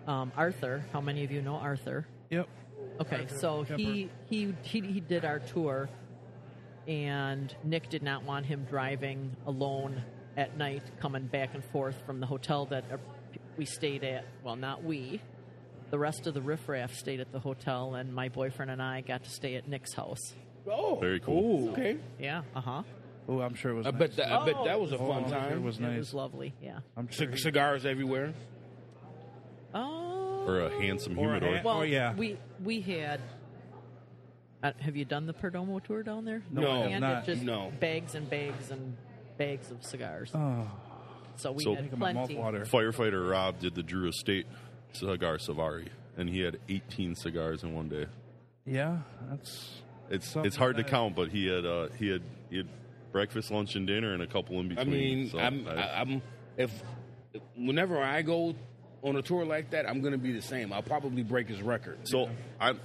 Speaker 4: um, Arthur, how many of you know Arthur?
Speaker 1: Yep.
Speaker 4: Okay,
Speaker 1: Arthur
Speaker 4: so
Speaker 1: Kemper.
Speaker 4: he, he he he did our tour, and Nick did not want him driving alone at night, coming back and forth from the hotel that uh, we stayed at. Well, not we. The rest of the riffraff stayed at the hotel, and my boyfriend and I got to stay at Nick's house.
Speaker 2: Oh,
Speaker 3: Very cool.
Speaker 2: Ooh, okay,
Speaker 4: Yeah, uh huh.
Speaker 1: Oh, I'm sure it was.
Speaker 2: I
Speaker 1: nice.
Speaker 2: bet that I bet
Speaker 4: Oh,
Speaker 2: that was a
Speaker 1: Oh,
Speaker 2: fun
Speaker 1: I'm sure It
Speaker 2: time.
Speaker 1: was
Speaker 4: It
Speaker 1: nice.
Speaker 4: was lovely. Yeah.
Speaker 1: I'm sure.
Speaker 2: Cig-
Speaker 1: he-
Speaker 2: cigars everywhere.
Speaker 4: Oh.
Speaker 3: Or a handsome
Speaker 1: Or a
Speaker 3: humidor.
Speaker 1: hat.
Speaker 4: Well,
Speaker 1: Oh, yeah.
Speaker 4: We we had. Uh, have you done the Perdomo tour down there?
Speaker 2: No, I have
Speaker 4: And it
Speaker 1: not.
Speaker 4: just
Speaker 2: No.
Speaker 4: bags and bags and bags of cigars.
Speaker 1: Oh,
Speaker 4: so we
Speaker 3: So-
Speaker 4: had
Speaker 1: making my mouth
Speaker 4: plenty.
Speaker 1: water.
Speaker 3: Firefighter Rob did the Drew Estate cigar savari, and he had 18 cigars in one day.
Speaker 1: Yeah, that's.
Speaker 3: It's
Speaker 1: Something
Speaker 3: it's hard
Speaker 1: like
Speaker 3: to
Speaker 1: that.
Speaker 3: count, but he had uh, he had he had breakfast, lunch, and dinner, and a couple in
Speaker 2: I
Speaker 3: between.
Speaker 2: mean,
Speaker 3: so
Speaker 2: I'm
Speaker 3: I-
Speaker 2: I, I'm if whenever I go on a tour like that, I'm gonna be the same. I'll probably break his record.
Speaker 3: so I'm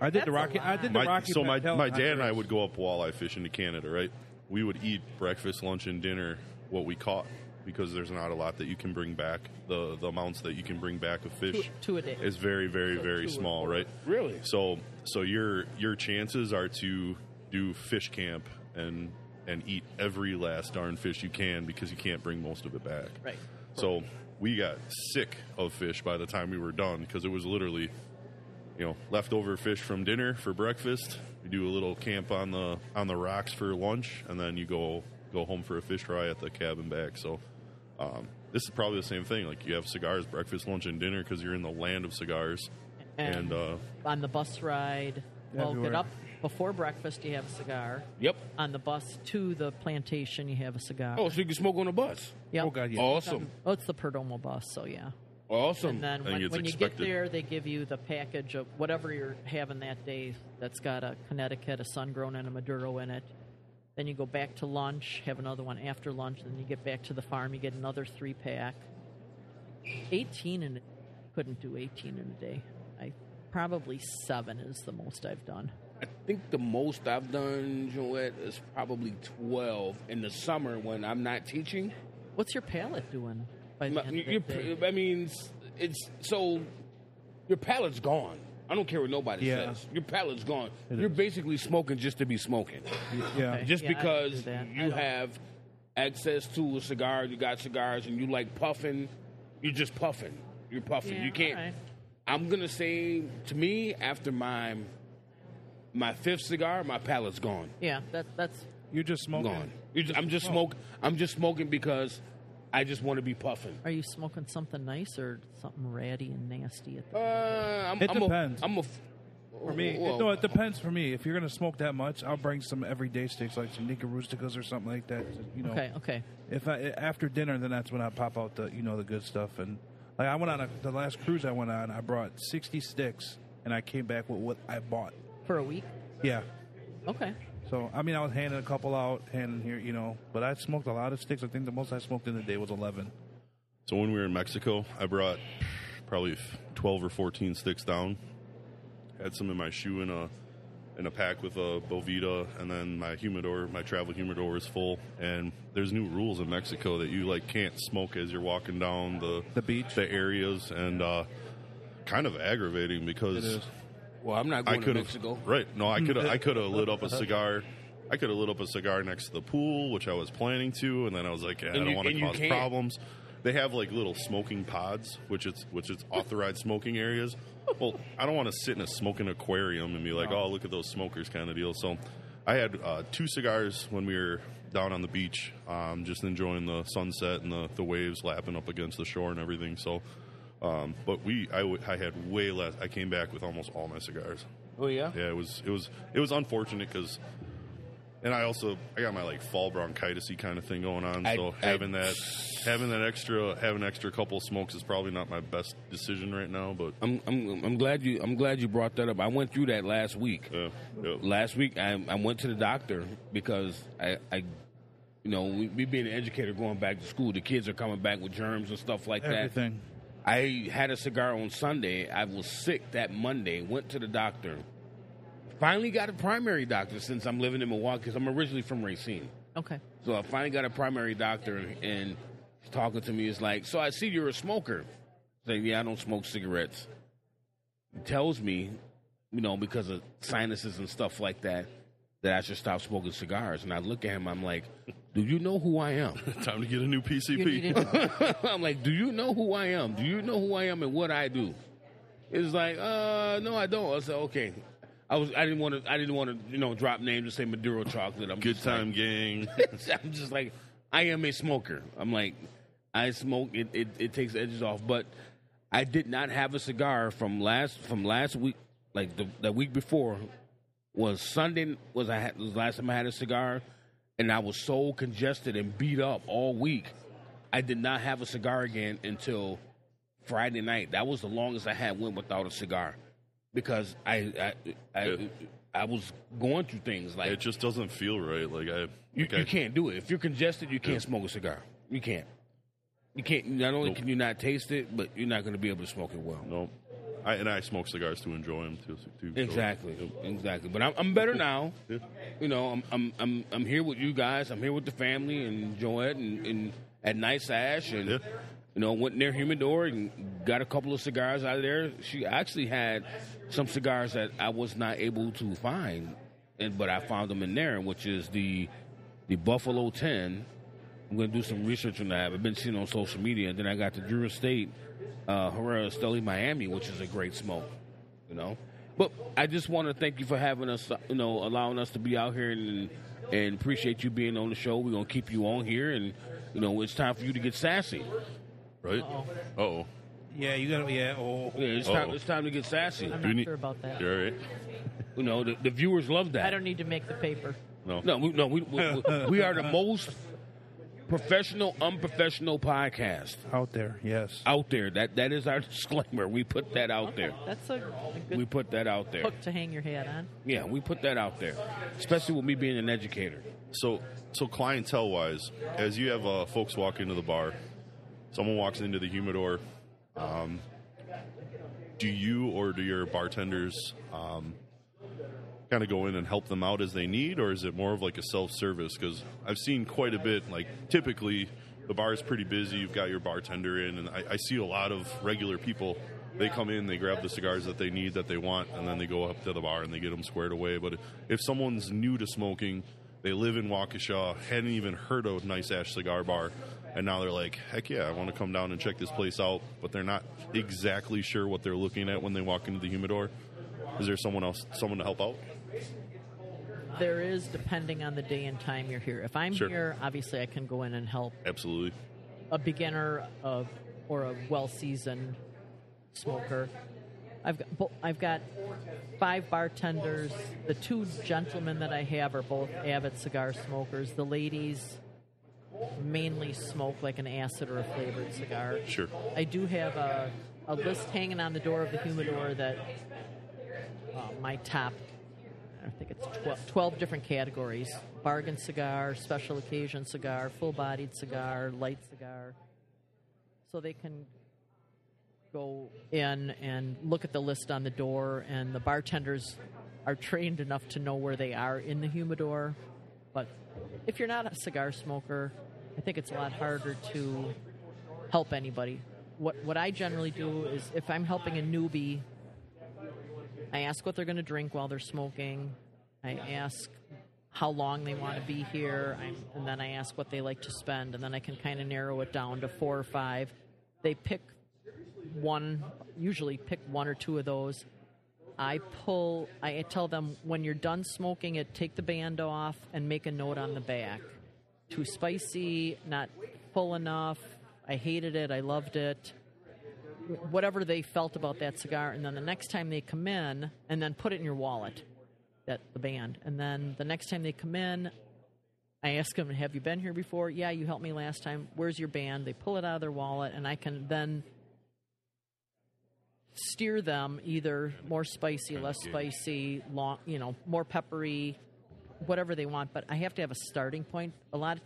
Speaker 1: I did
Speaker 4: That's
Speaker 1: the
Speaker 4: a
Speaker 1: Rocky. I did the
Speaker 3: my,
Speaker 1: Rocky.
Speaker 3: so my
Speaker 1: Patel
Speaker 3: my dad and I
Speaker 1: Honduras.
Speaker 3: would go up walleye fishing to Canada, right? We would eat breakfast, lunch, and dinner what we caught because there's not a lot that you can bring back. The the amounts that you can bring back of
Speaker 4: Two,
Speaker 3: fish
Speaker 4: two a day.
Speaker 3: is very, very,
Speaker 4: So
Speaker 3: very
Speaker 4: two or
Speaker 3: small,
Speaker 4: four.
Speaker 3: right?
Speaker 2: Really?
Speaker 3: So so your your chances are to do fish camp and and eat every last darn fish you can because you can't bring most of it back.
Speaker 4: Right.
Speaker 3: So we got sick of fish by the time we were done because it was literally, you know, leftover fish from dinner for breakfast. You do a little camp on the on the rocks for lunch, and then you go go home for a fish fry at the cabin back. So um, this is probably the same thing. Like you have cigars, breakfast, lunch, and dinner because you're in the land of cigars. And,
Speaker 4: And,
Speaker 3: uh,
Speaker 4: on the bus ride, well, get
Speaker 1: Everywhere.
Speaker 4: up before breakfast. You have a cigar.
Speaker 2: Yep.
Speaker 4: On the bus to the plantation, you have a cigar.
Speaker 2: Oh, so you can smoke on the bus.
Speaker 4: Yep.
Speaker 1: Oh God, yeah.
Speaker 2: Awesome.
Speaker 4: Oh, it's the Perdomo bus, so yeah.
Speaker 2: Awesome.
Speaker 4: And uh, then
Speaker 3: think
Speaker 4: when,
Speaker 3: it's
Speaker 4: when you get
Speaker 3: expected.
Speaker 4: there, they give you the package of whatever you're having that day that's got a Connecticut, a sun grown, and a Maduro in it. Then you go back to lunch, have another one after lunch, then you get back to the farm, you get another three pack. 18 and couldn't do 18 in a day. I probably seven is the most I've done.
Speaker 2: I think the most I've done, Joette, is probably twelve in the summer when I'm not teaching.
Speaker 4: What's your palate doing by the
Speaker 2: My-
Speaker 4: end of
Speaker 2: your-
Speaker 4: that day?
Speaker 2: I mean, it's, it's so your palate's gone. I don't care what nobody
Speaker 1: Yeah.
Speaker 2: says. Your palate's gone. You're basically smoking just to be smoking.
Speaker 1: Yeah.
Speaker 4: Okay.
Speaker 2: Just
Speaker 4: Yeah, I don't do
Speaker 2: because
Speaker 4: that. I
Speaker 2: you
Speaker 4: don't-
Speaker 2: have access to a cigar, you got cigars, and you like puffing, you're just puffing. You're puffing.
Speaker 4: Yeah,
Speaker 2: you can't.
Speaker 4: alright.
Speaker 2: I'm gonna say to me after my my fifth cigar, my palate's gone.
Speaker 4: Yeah, that, that's
Speaker 1: You're just smoking.
Speaker 2: Gone. You just, I'm just smoke. I'm just smoking because I just want to be puffing.
Speaker 4: Are you smoking something nice or something ratty and nasty at the
Speaker 2: Uh, I'm,
Speaker 1: It
Speaker 2: I'm
Speaker 1: depends.
Speaker 2: A, I'm a.
Speaker 1: For me,
Speaker 2: well,
Speaker 1: no, it depends. For me, if you're gonna smoke that much, I'll bring some everyday sticks, like some Nika Rusticas or something like that. You know,
Speaker 4: Okay, okay.
Speaker 1: if I, after dinner, then that's when I pop out the you know the good stuff. And like I went on a, the last cruise I went on, I brought 60 sticks, and I came back with what I bought.
Speaker 4: For a week?
Speaker 1: Yeah.
Speaker 4: Okay.
Speaker 1: So I mean, I was handing a couple out, handing here, you know. But I smoked a lot of sticks. I think the most I smoked in the day was 11.
Speaker 3: so when we were in Mexico, I brought probably f- 12 or 14 sticks down. Had some in my shoe in a in a pack with a Bovita, and then my humidor, my travel humidor was full. And there's new rules in Mexico that you like can't smoke as you're walking down the
Speaker 1: The beach.
Speaker 3: the areas, and uh, kind of aggravating because.
Speaker 1: It is.
Speaker 2: well, I'm not
Speaker 3: I
Speaker 2: going to
Speaker 3: could
Speaker 2: Mexico.
Speaker 3: have right. No, I could I could have lit up a cigar. I could have lit up a cigar next to the pool, which I was planning to, and then I was like, eh, I
Speaker 2: And
Speaker 3: don't
Speaker 2: you-
Speaker 3: want
Speaker 2: and
Speaker 3: to
Speaker 2: you
Speaker 3: cause
Speaker 2: can't.
Speaker 3: problems. They have like little smoking pods, which it's which it's authorized smoking areas. Well, I don't want to sit in a smoking aquarium and be like, oh, look at those smokers kind of deal. So, I had uh, two cigars when we were down on the beach, um, just enjoying the sunset and the, the waves lapping up against the shore and everything. So, um, but we I, w- I had way less. I came back with almost all my cigars.
Speaker 2: Oh yeah.
Speaker 3: Yeah, it was it was it was unfortunate because, and I also I got my like fall bronchitis kind of thing going on.
Speaker 2: I-
Speaker 3: so
Speaker 2: I-
Speaker 3: having that having that extra having an extra couple smokes is probably not my best decision right now. But
Speaker 2: I'm, I'm I'm glad you I'm glad you brought that up. I went through that last week.
Speaker 3: yeah, uh, yeah.
Speaker 2: Last week I, I went to the doctor because I I you know we, we being an educator going back to school, the kids are coming back with germs and stuff like that.
Speaker 1: Everything.
Speaker 2: I had a cigar on Sunday. I was sick that Monday. Went to the doctor. Finally got a primary doctor since I'm living in Milwaukee because I'm originally from Racine.
Speaker 4: Okay.
Speaker 2: So I finally got a primary doctor, and she's talking to me. It's like, so I see you're a smoker. I say, yeah, I don't smoke cigarettes. He tells me, you know, because of sinuses and stuff like that, that I should stop smoking cigars. And I look at him. I'm like, do you know who I am?
Speaker 3: Time to get a new PCP.
Speaker 4: You need to-
Speaker 2: I'm like, do you know who I am? Do you know who I am and what I do? It's like, uh, no, I don't. I said, okay. I was, I didn't want to, I didn't want to, you know, drop names and say Maduro chocolate. I'm
Speaker 3: Good
Speaker 2: just like-
Speaker 3: time, gang.
Speaker 2: I'm just like, I am a smoker. I'm like, I smoke. It, it it takes the edges off. But I did not have a cigar from last from last week. Like the the week before was Sunday. Was I had, was the last time I had a cigar, and I was so congested and beat up all week. I did not have a cigar again until Friday night. That was the longest I had went without a cigar because I I I,
Speaker 3: Yeah.
Speaker 2: I was going through things like
Speaker 3: It just doesn't feel right. Like I,
Speaker 2: you,
Speaker 3: like I-
Speaker 2: you can't do it. If you're congested, you can't smoke a cigar. You can't. You can't. Not only
Speaker 3: Nope.
Speaker 2: can you not taste it, but you're not going to be able to smoke it well.
Speaker 3: No, I and I smoke cigars to enjoy them too. too so-
Speaker 2: Exactly. Exactly. But I'm, I'm better now.
Speaker 3: Yeah.
Speaker 2: You know, I'm, I'm I'm I'm here with you guys. I'm here with the family and Joette and, and at Nice Ash and
Speaker 3: Yeah.
Speaker 2: you know went in their humidor and got a couple of cigars out of there. She actually had some cigars that I was not able to find, and but I found them in there, which is the the Buffalo Ten. I'm going to do some research on that. I've been seeing it on social media. And then I got the Drew Estate uh, Herrera Esteli Miami, which is a great smoke, you know. But I just want to thank you for having us, uh, you know, allowing us to be out here and and appreciate you being on the show. We're going to keep you on here, and you know, it's time for you to get sassy.
Speaker 3: Right? Oh,
Speaker 1: Yeah, you got to, yeah, oh.
Speaker 2: Yeah, it's time.
Speaker 3: Uh-oh.
Speaker 2: It's time to get sassy.
Speaker 4: I'm
Speaker 3: Do
Speaker 4: not
Speaker 3: you need-
Speaker 4: sure about that.
Speaker 3: you all right?
Speaker 2: You know, the, the viewers love that.
Speaker 4: I don't need to make the paper.
Speaker 3: No,
Speaker 2: No, we, no, we, we, we are the most professional, unprofessional podcast
Speaker 1: Out there, yes.
Speaker 2: out there. That that is our disclaimer. We put that out there.
Speaker 4: That's a, a good
Speaker 2: We put that out there.
Speaker 4: hook to hang your hat on.
Speaker 2: Yeah, we put that out there, especially with me being an educator.
Speaker 3: So, so clientele wise, as you have uh, folks walk into the bar, someone walks into the humidor. Um, do you or do your bartenders um, kind of go in and help them out as they need, or is it more of like a self service? Because I've seen quite a bit. Like typically, the bar is pretty busy. You've got your bartender in, and I, I see a lot of regular people. They come in, they grab the cigars that they need, that they want, and then they go up to the bar and they get them squared away. But if someone's new to smoking, they live in Waukesha, hadn't even heard of Nice Ash Cigar Bar, and now they're like, heck yeah, I want to come down and check this place out, but they're not exactly sure what they're looking at when they walk into the humidor. Is there someone else, someone to help out?
Speaker 4: There is depending on the day and time you're here. If I'm
Speaker 3: Sure.
Speaker 4: here, obviously I can go in and help
Speaker 3: Absolutely.
Speaker 4: a beginner of, or a well seasoned smoker. I've got, bo- I've got five bartenders. The two gentlemen that I have are both avid cigar smokers. The ladies mainly smoke like an acid or a flavored cigar.
Speaker 3: Sure.
Speaker 4: I do have a, a list hanging on the door of the humidor that uh, my top, I think it's 12, 12 different categories bargain cigar, special occasion cigar, full bodied cigar, light cigar. So they can go in and look at the list on the door, and the bartenders are trained enough to know where they are in the humidor. But if you're not a cigar smoker, I think it's a lot harder to help anybody. What what I generally do is if I'm helping a newbie, I ask what they're going to drink while they're smoking. I ask how long they want to be here, I'm, and then I ask what they like to spend, and then I can kind of narrow it down to four or five. They pick one, usually pick one or two of those. I pull. I tell them when you're done smoking it, take the band off and make a note on the back. Too spicy, not full enough. I hated it. I loved it. whatever they felt about that cigar, and then the next time they come in, and then put it in your wallet, that the band, and then the next time they come in, I ask them, "Have you been here before? Yeah, you helped me last time. Where's your band?" They pull it out of their wallet, and I can then steer them either more spicy, less spicy, long, you know, more peppery, whatever they want. But I have to have a starting point. A lot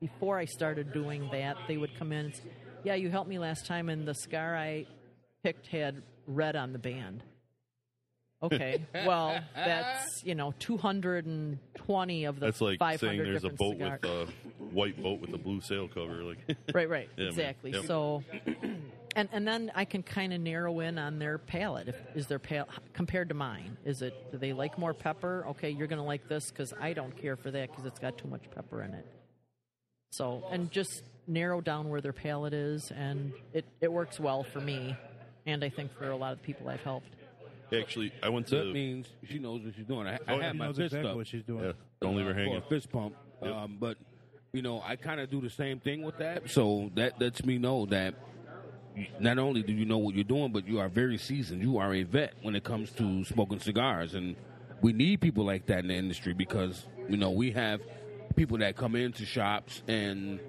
Speaker 4: before I started doing that, they would come in. And say, yeah, you helped me last time, and the cigar I picked had red on the band. Okay, well, that's you know, two hundred and twenty of the
Speaker 3: That's like
Speaker 4: 500
Speaker 3: saying there's a
Speaker 4: different
Speaker 3: boat
Speaker 4: cigar-
Speaker 3: with uh, a white boat with a blue sail cover. Like,
Speaker 4: Right, right.
Speaker 3: Yeah, man.
Speaker 4: exactly.
Speaker 3: Yep.
Speaker 4: So, and and then I can kind of narrow in on their palate. If, is their palate compared to mine? Is it do they like more pepper? Okay, you're going to like this because I don't care for that because it's got too much pepper in it. So, and just narrow down where their palate is, and it it works well for me, and I think for a lot of the people I've helped.
Speaker 3: actually, I went
Speaker 2: So that
Speaker 3: to.
Speaker 2: means she knows what she's doing. I,
Speaker 3: Oh,
Speaker 2: I
Speaker 3: yeah.
Speaker 2: had
Speaker 1: She
Speaker 2: my
Speaker 1: knows
Speaker 2: fist
Speaker 1: exactly
Speaker 2: up.
Speaker 1: what she's doing.
Speaker 3: Yeah, don't leave her
Speaker 2: uh, for
Speaker 3: hanging.
Speaker 2: a fist pump.
Speaker 3: Yep.
Speaker 2: Um, but you know, I kind of do the same thing with that. So that lets me know that not only do you know what you're doing, but you are very seasoned. You are a vet when it comes to smoking cigars, and we need people like that in the industry because you know we have people that come into shops and.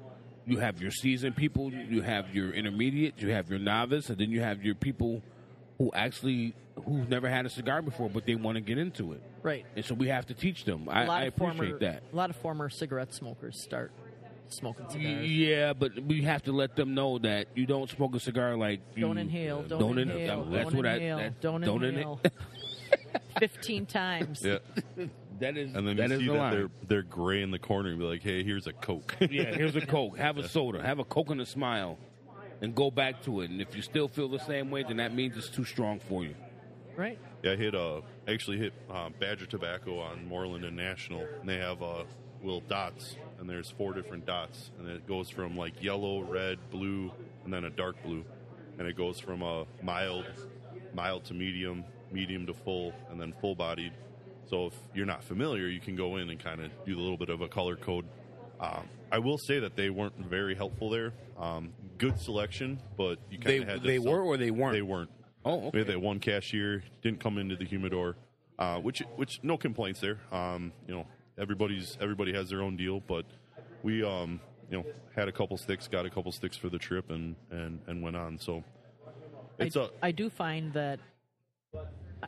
Speaker 2: You have your seasoned people, you have your intermediate, you have your novice, and then you have your people who actually who've never had a cigar before, but they want to get into it.
Speaker 4: Right.
Speaker 2: And so we have to teach them. I,
Speaker 4: A lot
Speaker 2: I
Speaker 4: of
Speaker 2: appreciate
Speaker 4: former,
Speaker 2: that.
Speaker 4: A lot of former cigarette smokers start smoking cigars.
Speaker 2: Yeah, but we have to let them know that you don't smoke a cigar like you-
Speaker 4: Don't inhale. Don't,
Speaker 2: in-
Speaker 4: inhale.
Speaker 2: uh, that's
Speaker 4: don't
Speaker 2: what
Speaker 4: inhale.
Speaker 2: I. That,
Speaker 4: don't,
Speaker 2: inha-
Speaker 4: inhale. Fifteen times.
Speaker 3: Yeah,
Speaker 2: That is.
Speaker 3: and then
Speaker 2: that
Speaker 3: you
Speaker 2: is
Speaker 3: see
Speaker 2: the
Speaker 3: that
Speaker 2: line.
Speaker 3: they're they're gray in the corner and be like, "Hey, here's a Coke."
Speaker 2: yeah, here's a Coke. Have a soda. Have a Coke and a smile. And go back to it. And if you still feel the same way, then that means it's too strong for you.
Speaker 4: Right.
Speaker 3: Yeah, I hit uh actually hit uh, Badger Tobacco on Moreland and National. And they have uh little dots, and there's four different dots, and it goes from like yellow, red, blue, and then a dark blue, and it goes from a mild, mild to medium, medium to full, and then full bodied. So if you're not familiar, you can go in and kind of do a little bit of a color code. Um, I will say that they weren't very helpful there. Um, good selection, but you
Speaker 2: They-
Speaker 3: kind of had to
Speaker 2: they
Speaker 3: sell-
Speaker 2: were or they weren't?
Speaker 3: They weren't.
Speaker 2: Oh,
Speaker 3: We
Speaker 2: okay.
Speaker 3: had that one cashier didn't come into the humidor, uh, which which no complaints there. Um, you know, everybody's everybody has their own deal, but we um, you know had a couple sticks, got a couple sticks for the trip, and and and went on. So it's
Speaker 4: I,
Speaker 3: a
Speaker 4: I do find that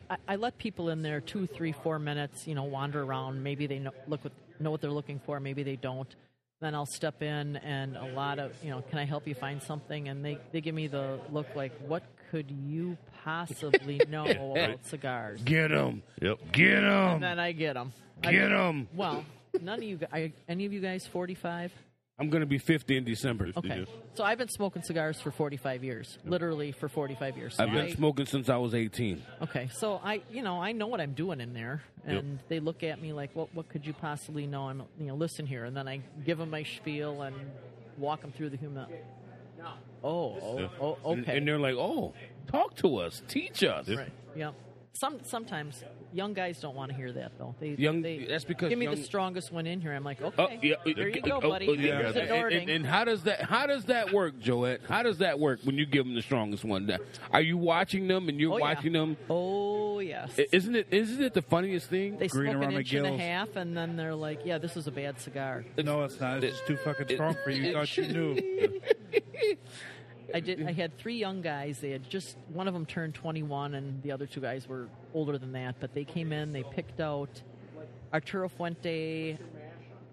Speaker 4: I, I let people in there two, three, four minutes. You know, wander around. Maybe they know, look what, know what they're looking for. Maybe they don't. Then I'll step in, and a lot of you know, can I help you find something? And they they give me the look like, what could you possibly know about cigars?
Speaker 2: Get them.
Speaker 3: yep.
Speaker 2: Get them.
Speaker 4: And then I get them.
Speaker 2: Get them.
Speaker 4: Well, none of you. gu- Are any of you guys forty five?
Speaker 2: I'm gonna be 50 in December.
Speaker 4: Okay.
Speaker 3: do.
Speaker 4: So I've been smoking cigars for 45 years, literally for 45 years. So
Speaker 2: I've been
Speaker 4: I-
Speaker 2: smoking since I was 18.
Speaker 4: Okay. So I, you know, I know what I'm doing in there, and they look at me like, "What? What could you possibly know?" I'm, you know, listen here, and then I give them my spiel and walk them through the human. Oh, oh, oh, okay.
Speaker 2: And, and they're like, "Oh, talk to us, teach us."
Speaker 4: right. Yep. Some sometimes young guys don't want to hear that though. They
Speaker 2: Young-
Speaker 4: They,
Speaker 2: that's because
Speaker 4: give me
Speaker 2: young-
Speaker 4: the strongest one in here. I'm like, okay,
Speaker 2: Oh, yeah,
Speaker 4: there you go,
Speaker 2: oh,
Speaker 4: buddy.
Speaker 2: oh, yeah.
Speaker 4: Here's
Speaker 2: And,
Speaker 4: an
Speaker 2: and-
Speaker 4: ordering.
Speaker 2: and how does that how does that work, Joette? How does that work when you give them the strongest one? Are you watching them and you're
Speaker 4: Oh, yeah.
Speaker 2: watching them?
Speaker 4: Oh yes.
Speaker 2: I- Isn't it isn't it the funniest thing?
Speaker 4: They
Speaker 1: Green
Speaker 4: smoke an
Speaker 1: around the
Speaker 4: inch and a
Speaker 1: gills.
Speaker 4: half, and then they're like, "Yeah, this is a bad cigar."
Speaker 1: No, it's not. It's just too fucking strong for you. You Thought you knew.
Speaker 4: I did. I had three young guys. They had just one of them turned 21, and the other two guys were older than that. But they came in. They picked out Arturo Fuente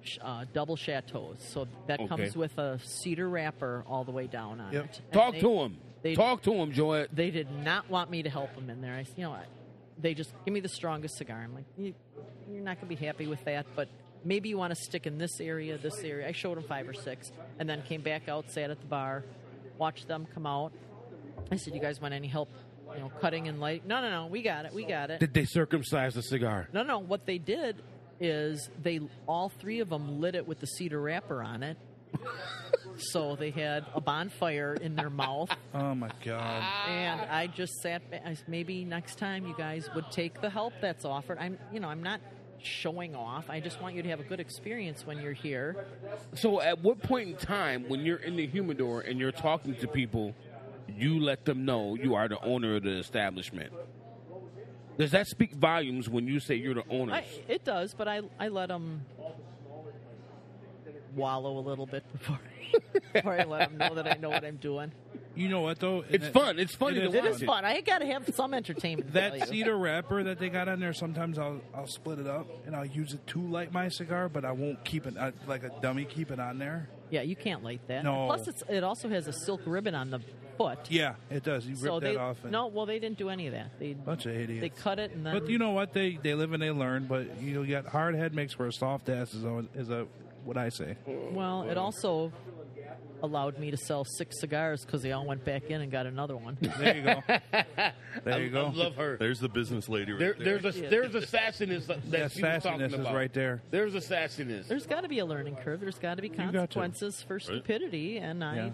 Speaker 4: sh- uh, double chateaus. So that
Speaker 2: Okay.
Speaker 4: comes with a cedar wrapper all the way down on
Speaker 1: Yep.
Speaker 4: it. And
Speaker 2: Talk
Speaker 4: they-
Speaker 2: to him.
Speaker 4: they-
Speaker 2: Talk to him, Joette.
Speaker 4: They did not want me to help them in there. I, s- you know, I, they just give me the strongest cigar. I'm like, you, you're not going to be happy with that, but maybe you want to stick in this area, this area. I showed them five or six, and then came back out, sat at the bar, watched them come out. I said, you guys want any help, you know, cutting and light? No, no, no, we got it, we got it.
Speaker 2: Did they circumcise the cigar?
Speaker 4: No, no, what they did is they all three of them lit it with the cedar wrapper on it. so they had a bonfire in their mouth.
Speaker 1: Oh my god.
Speaker 4: And
Speaker 1: Ah.
Speaker 4: I just sat back. I said, Maybe next time you guys would take the help that's offered. I'm, you know, I'm not showing off. I just want you to have a good experience when you're here.
Speaker 2: So at what point in time when you're in the humidor and you're talking to people, you let them know you are the owner of the establishment. Does that speak volumes when you say you're the owner?
Speaker 4: I, it does, but I I let them wallow a little bit before before I let them know that I know what I'm doing.
Speaker 1: You know what though?
Speaker 2: It's
Speaker 1: That-
Speaker 2: fun. It's funny
Speaker 1: It
Speaker 2: to
Speaker 1: is
Speaker 4: It
Speaker 2: watch
Speaker 4: is fun. I gotta have some entertainment.
Speaker 1: That
Speaker 4: value.
Speaker 1: cedar wrapper that they got on there, sometimes I'll I'll split it up and I'll use it to light my cigar, but I won't keep it I, like a dummy. Keep it on there.
Speaker 4: Yeah, you can't light that.
Speaker 1: No.
Speaker 4: Plus, it's, it also has a silk ribbon on the foot.
Speaker 1: Yeah, it does. You rip
Speaker 4: so
Speaker 1: that
Speaker 4: they
Speaker 1: off. And
Speaker 4: no, well, they didn't do any of that. They
Speaker 1: bunch of idiots.
Speaker 4: they cut it and then
Speaker 1: But you know what? They they live and they learn. But you got hard head makes for a soft ass is a, is a what I say.
Speaker 4: Well, it also allowed me to sell six cigars because they all went back in and got another one.
Speaker 1: There you go. There you
Speaker 2: I,
Speaker 1: go.
Speaker 2: I love her.
Speaker 3: There's the business lady right
Speaker 2: There,
Speaker 3: there.
Speaker 2: there's a there's a sassiness that
Speaker 1: The
Speaker 2: she was talking
Speaker 1: assassiness is
Speaker 2: about.
Speaker 1: right there.
Speaker 2: There's a sassiness.
Speaker 4: There's got to be a learning curve. There's got to be
Speaker 1: got to.
Speaker 4: consequences for stupidity, and I
Speaker 1: Yeah.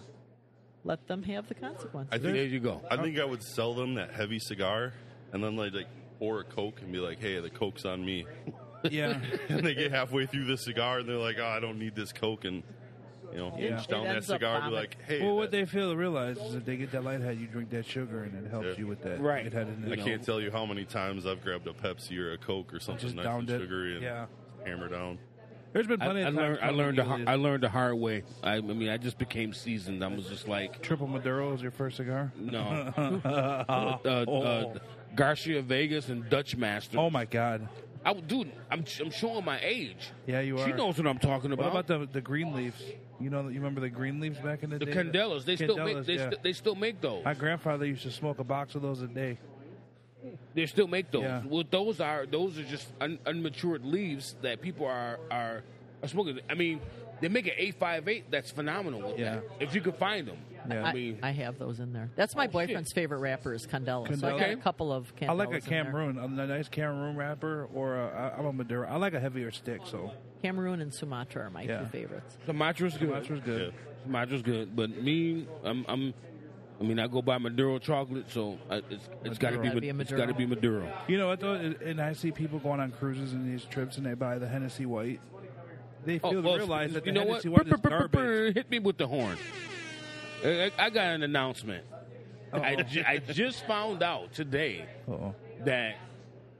Speaker 4: let them have the consequences.
Speaker 3: I
Speaker 2: there
Speaker 3: think
Speaker 2: you go.
Speaker 3: I think I would sell them that heavy cigar and then like like pour a coke and be like, "Hey, the coke's on me."
Speaker 1: Yeah.
Speaker 3: and they get halfway through the cigar and they're like, "Oh, I don't need this coke," and you know,
Speaker 1: Yeah.
Speaker 3: inch down
Speaker 4: It
Speaker 3: that
Speaker 4: ends up
Speaker 3: cigar and be
Speaker 4: vomit.
Speaker 3: like, "Hey,
Speaker 1: Well, what
Speaker 3: that-
Speaker 1: they fail to realize is if they get that light head, you drink that sugar, and it helps
Speaker 3: Yeah.
Speaker 1: you with that
Speaker 2: Right.
Speaker 1: light head. And
Speaker 3: I
Speaker 1: you know,
Speaker 3: can't tell you how many times I've grabbed a Pepsi or a coke or something
Speaker 1: Just
Speaker 3: nice and
Speaker 1: downed it.
Speaker 3: sugary and
Speaker 1: Yeah.
Speaker 3: hammer down.
Speaker 1: There's been
Speaker 2: I,
Speaker 1: plenty
Speaker 2: I
Speaker 1: of times.
Speaker 2: learned I learned the
Speaker 1: how.
Speaker 2: hard, I learned the hard way. I, I mean, I just became seasoned. I was just like,
Speaker 1: Triple Maduro is your first cigar.
Speaker 2: no. uh, uh, Garcia Vegas and Dutch Master.
Speaker 1: Oh my God!
Speaker 2: I, dude, I'm, I'm showing my age.
Speaker 1: Yeah, you
Speaker 2: She
Speaker 1: are.
Speaker 2: knows what I'm talking
Speaker 1: What
Speaker 2: about.
Speaker 1: about the the green leaves? You know, you remember the green leaves back in the,
Speaker 2: the
Speaker 1: day?
Speaker 2: Candelas? They still make
Speaker 1: Candelas,
Speaker 2: they,
Speaker 1: yeah.
Speaker 2: st- they still make those.
Speaker 1: My grandfather used to smoke a box of those a day.
Speaker 2: They still make those.
Speaker 1: Yeah.
Speaker 2: Well, those are those are just un, unmatured leaves that people are are, are smoking. I mean, they make an eight five eight. That's phenomenal. With
Speaker 1: Yeah.
Speaker 2: that. If you could find them.
Speaker 1: Yeah.
Speaker 2: I
Speaker 4: I,
Speaker 2: mean,
Speaker 4: I have those in there. That's my
Speaker 2: shit.
Speaker 4: boyfriend's favorite rapper is Candela. So I
Speaker 1: Candela.
Speaker 4: got
Speaker 2: Okay.
Speaker 4: a couple of Candelas.
Speaker 1: I like a
Speaker 4: in there.
Speaker 1: Cameroon, a nice Cameroon wrapper, or a, I- I'm a Maduro. I like a heavier stick, so
Speaker 4: Cameroon and Sumatra are my
Speaker 1: Yeah.
Speaker 4: two favorites.
Speaker 2: Sumatra's good.
Speaker 1: Matra's good.
Speaker 2: Madra's good, but me, I'm, I'm, I mean, I go by Maduro chocolate, so I, it's it's got to be,
Speaker 4: Gotta be a
Speaker 2: Ma- it's
Speaker 4: Maduro.
Speaker 2: got to be Maduro.
Speaker 1: You know what though? And and I see people going on cruises and these trips, and they buy the Hennessy White. They fail to realize that the
Speaker 2: Oh, you know what?
Speaker 1: Hennessy White is
Speaker 2: Brr, brr, brr,
Speaker 1: garbage.
Speaker 2: brr, Hit me with the horn. I, I- I got an announcement. I, ju- I just found out today
Speaker 1: Uh-oh.
Speaker 2: that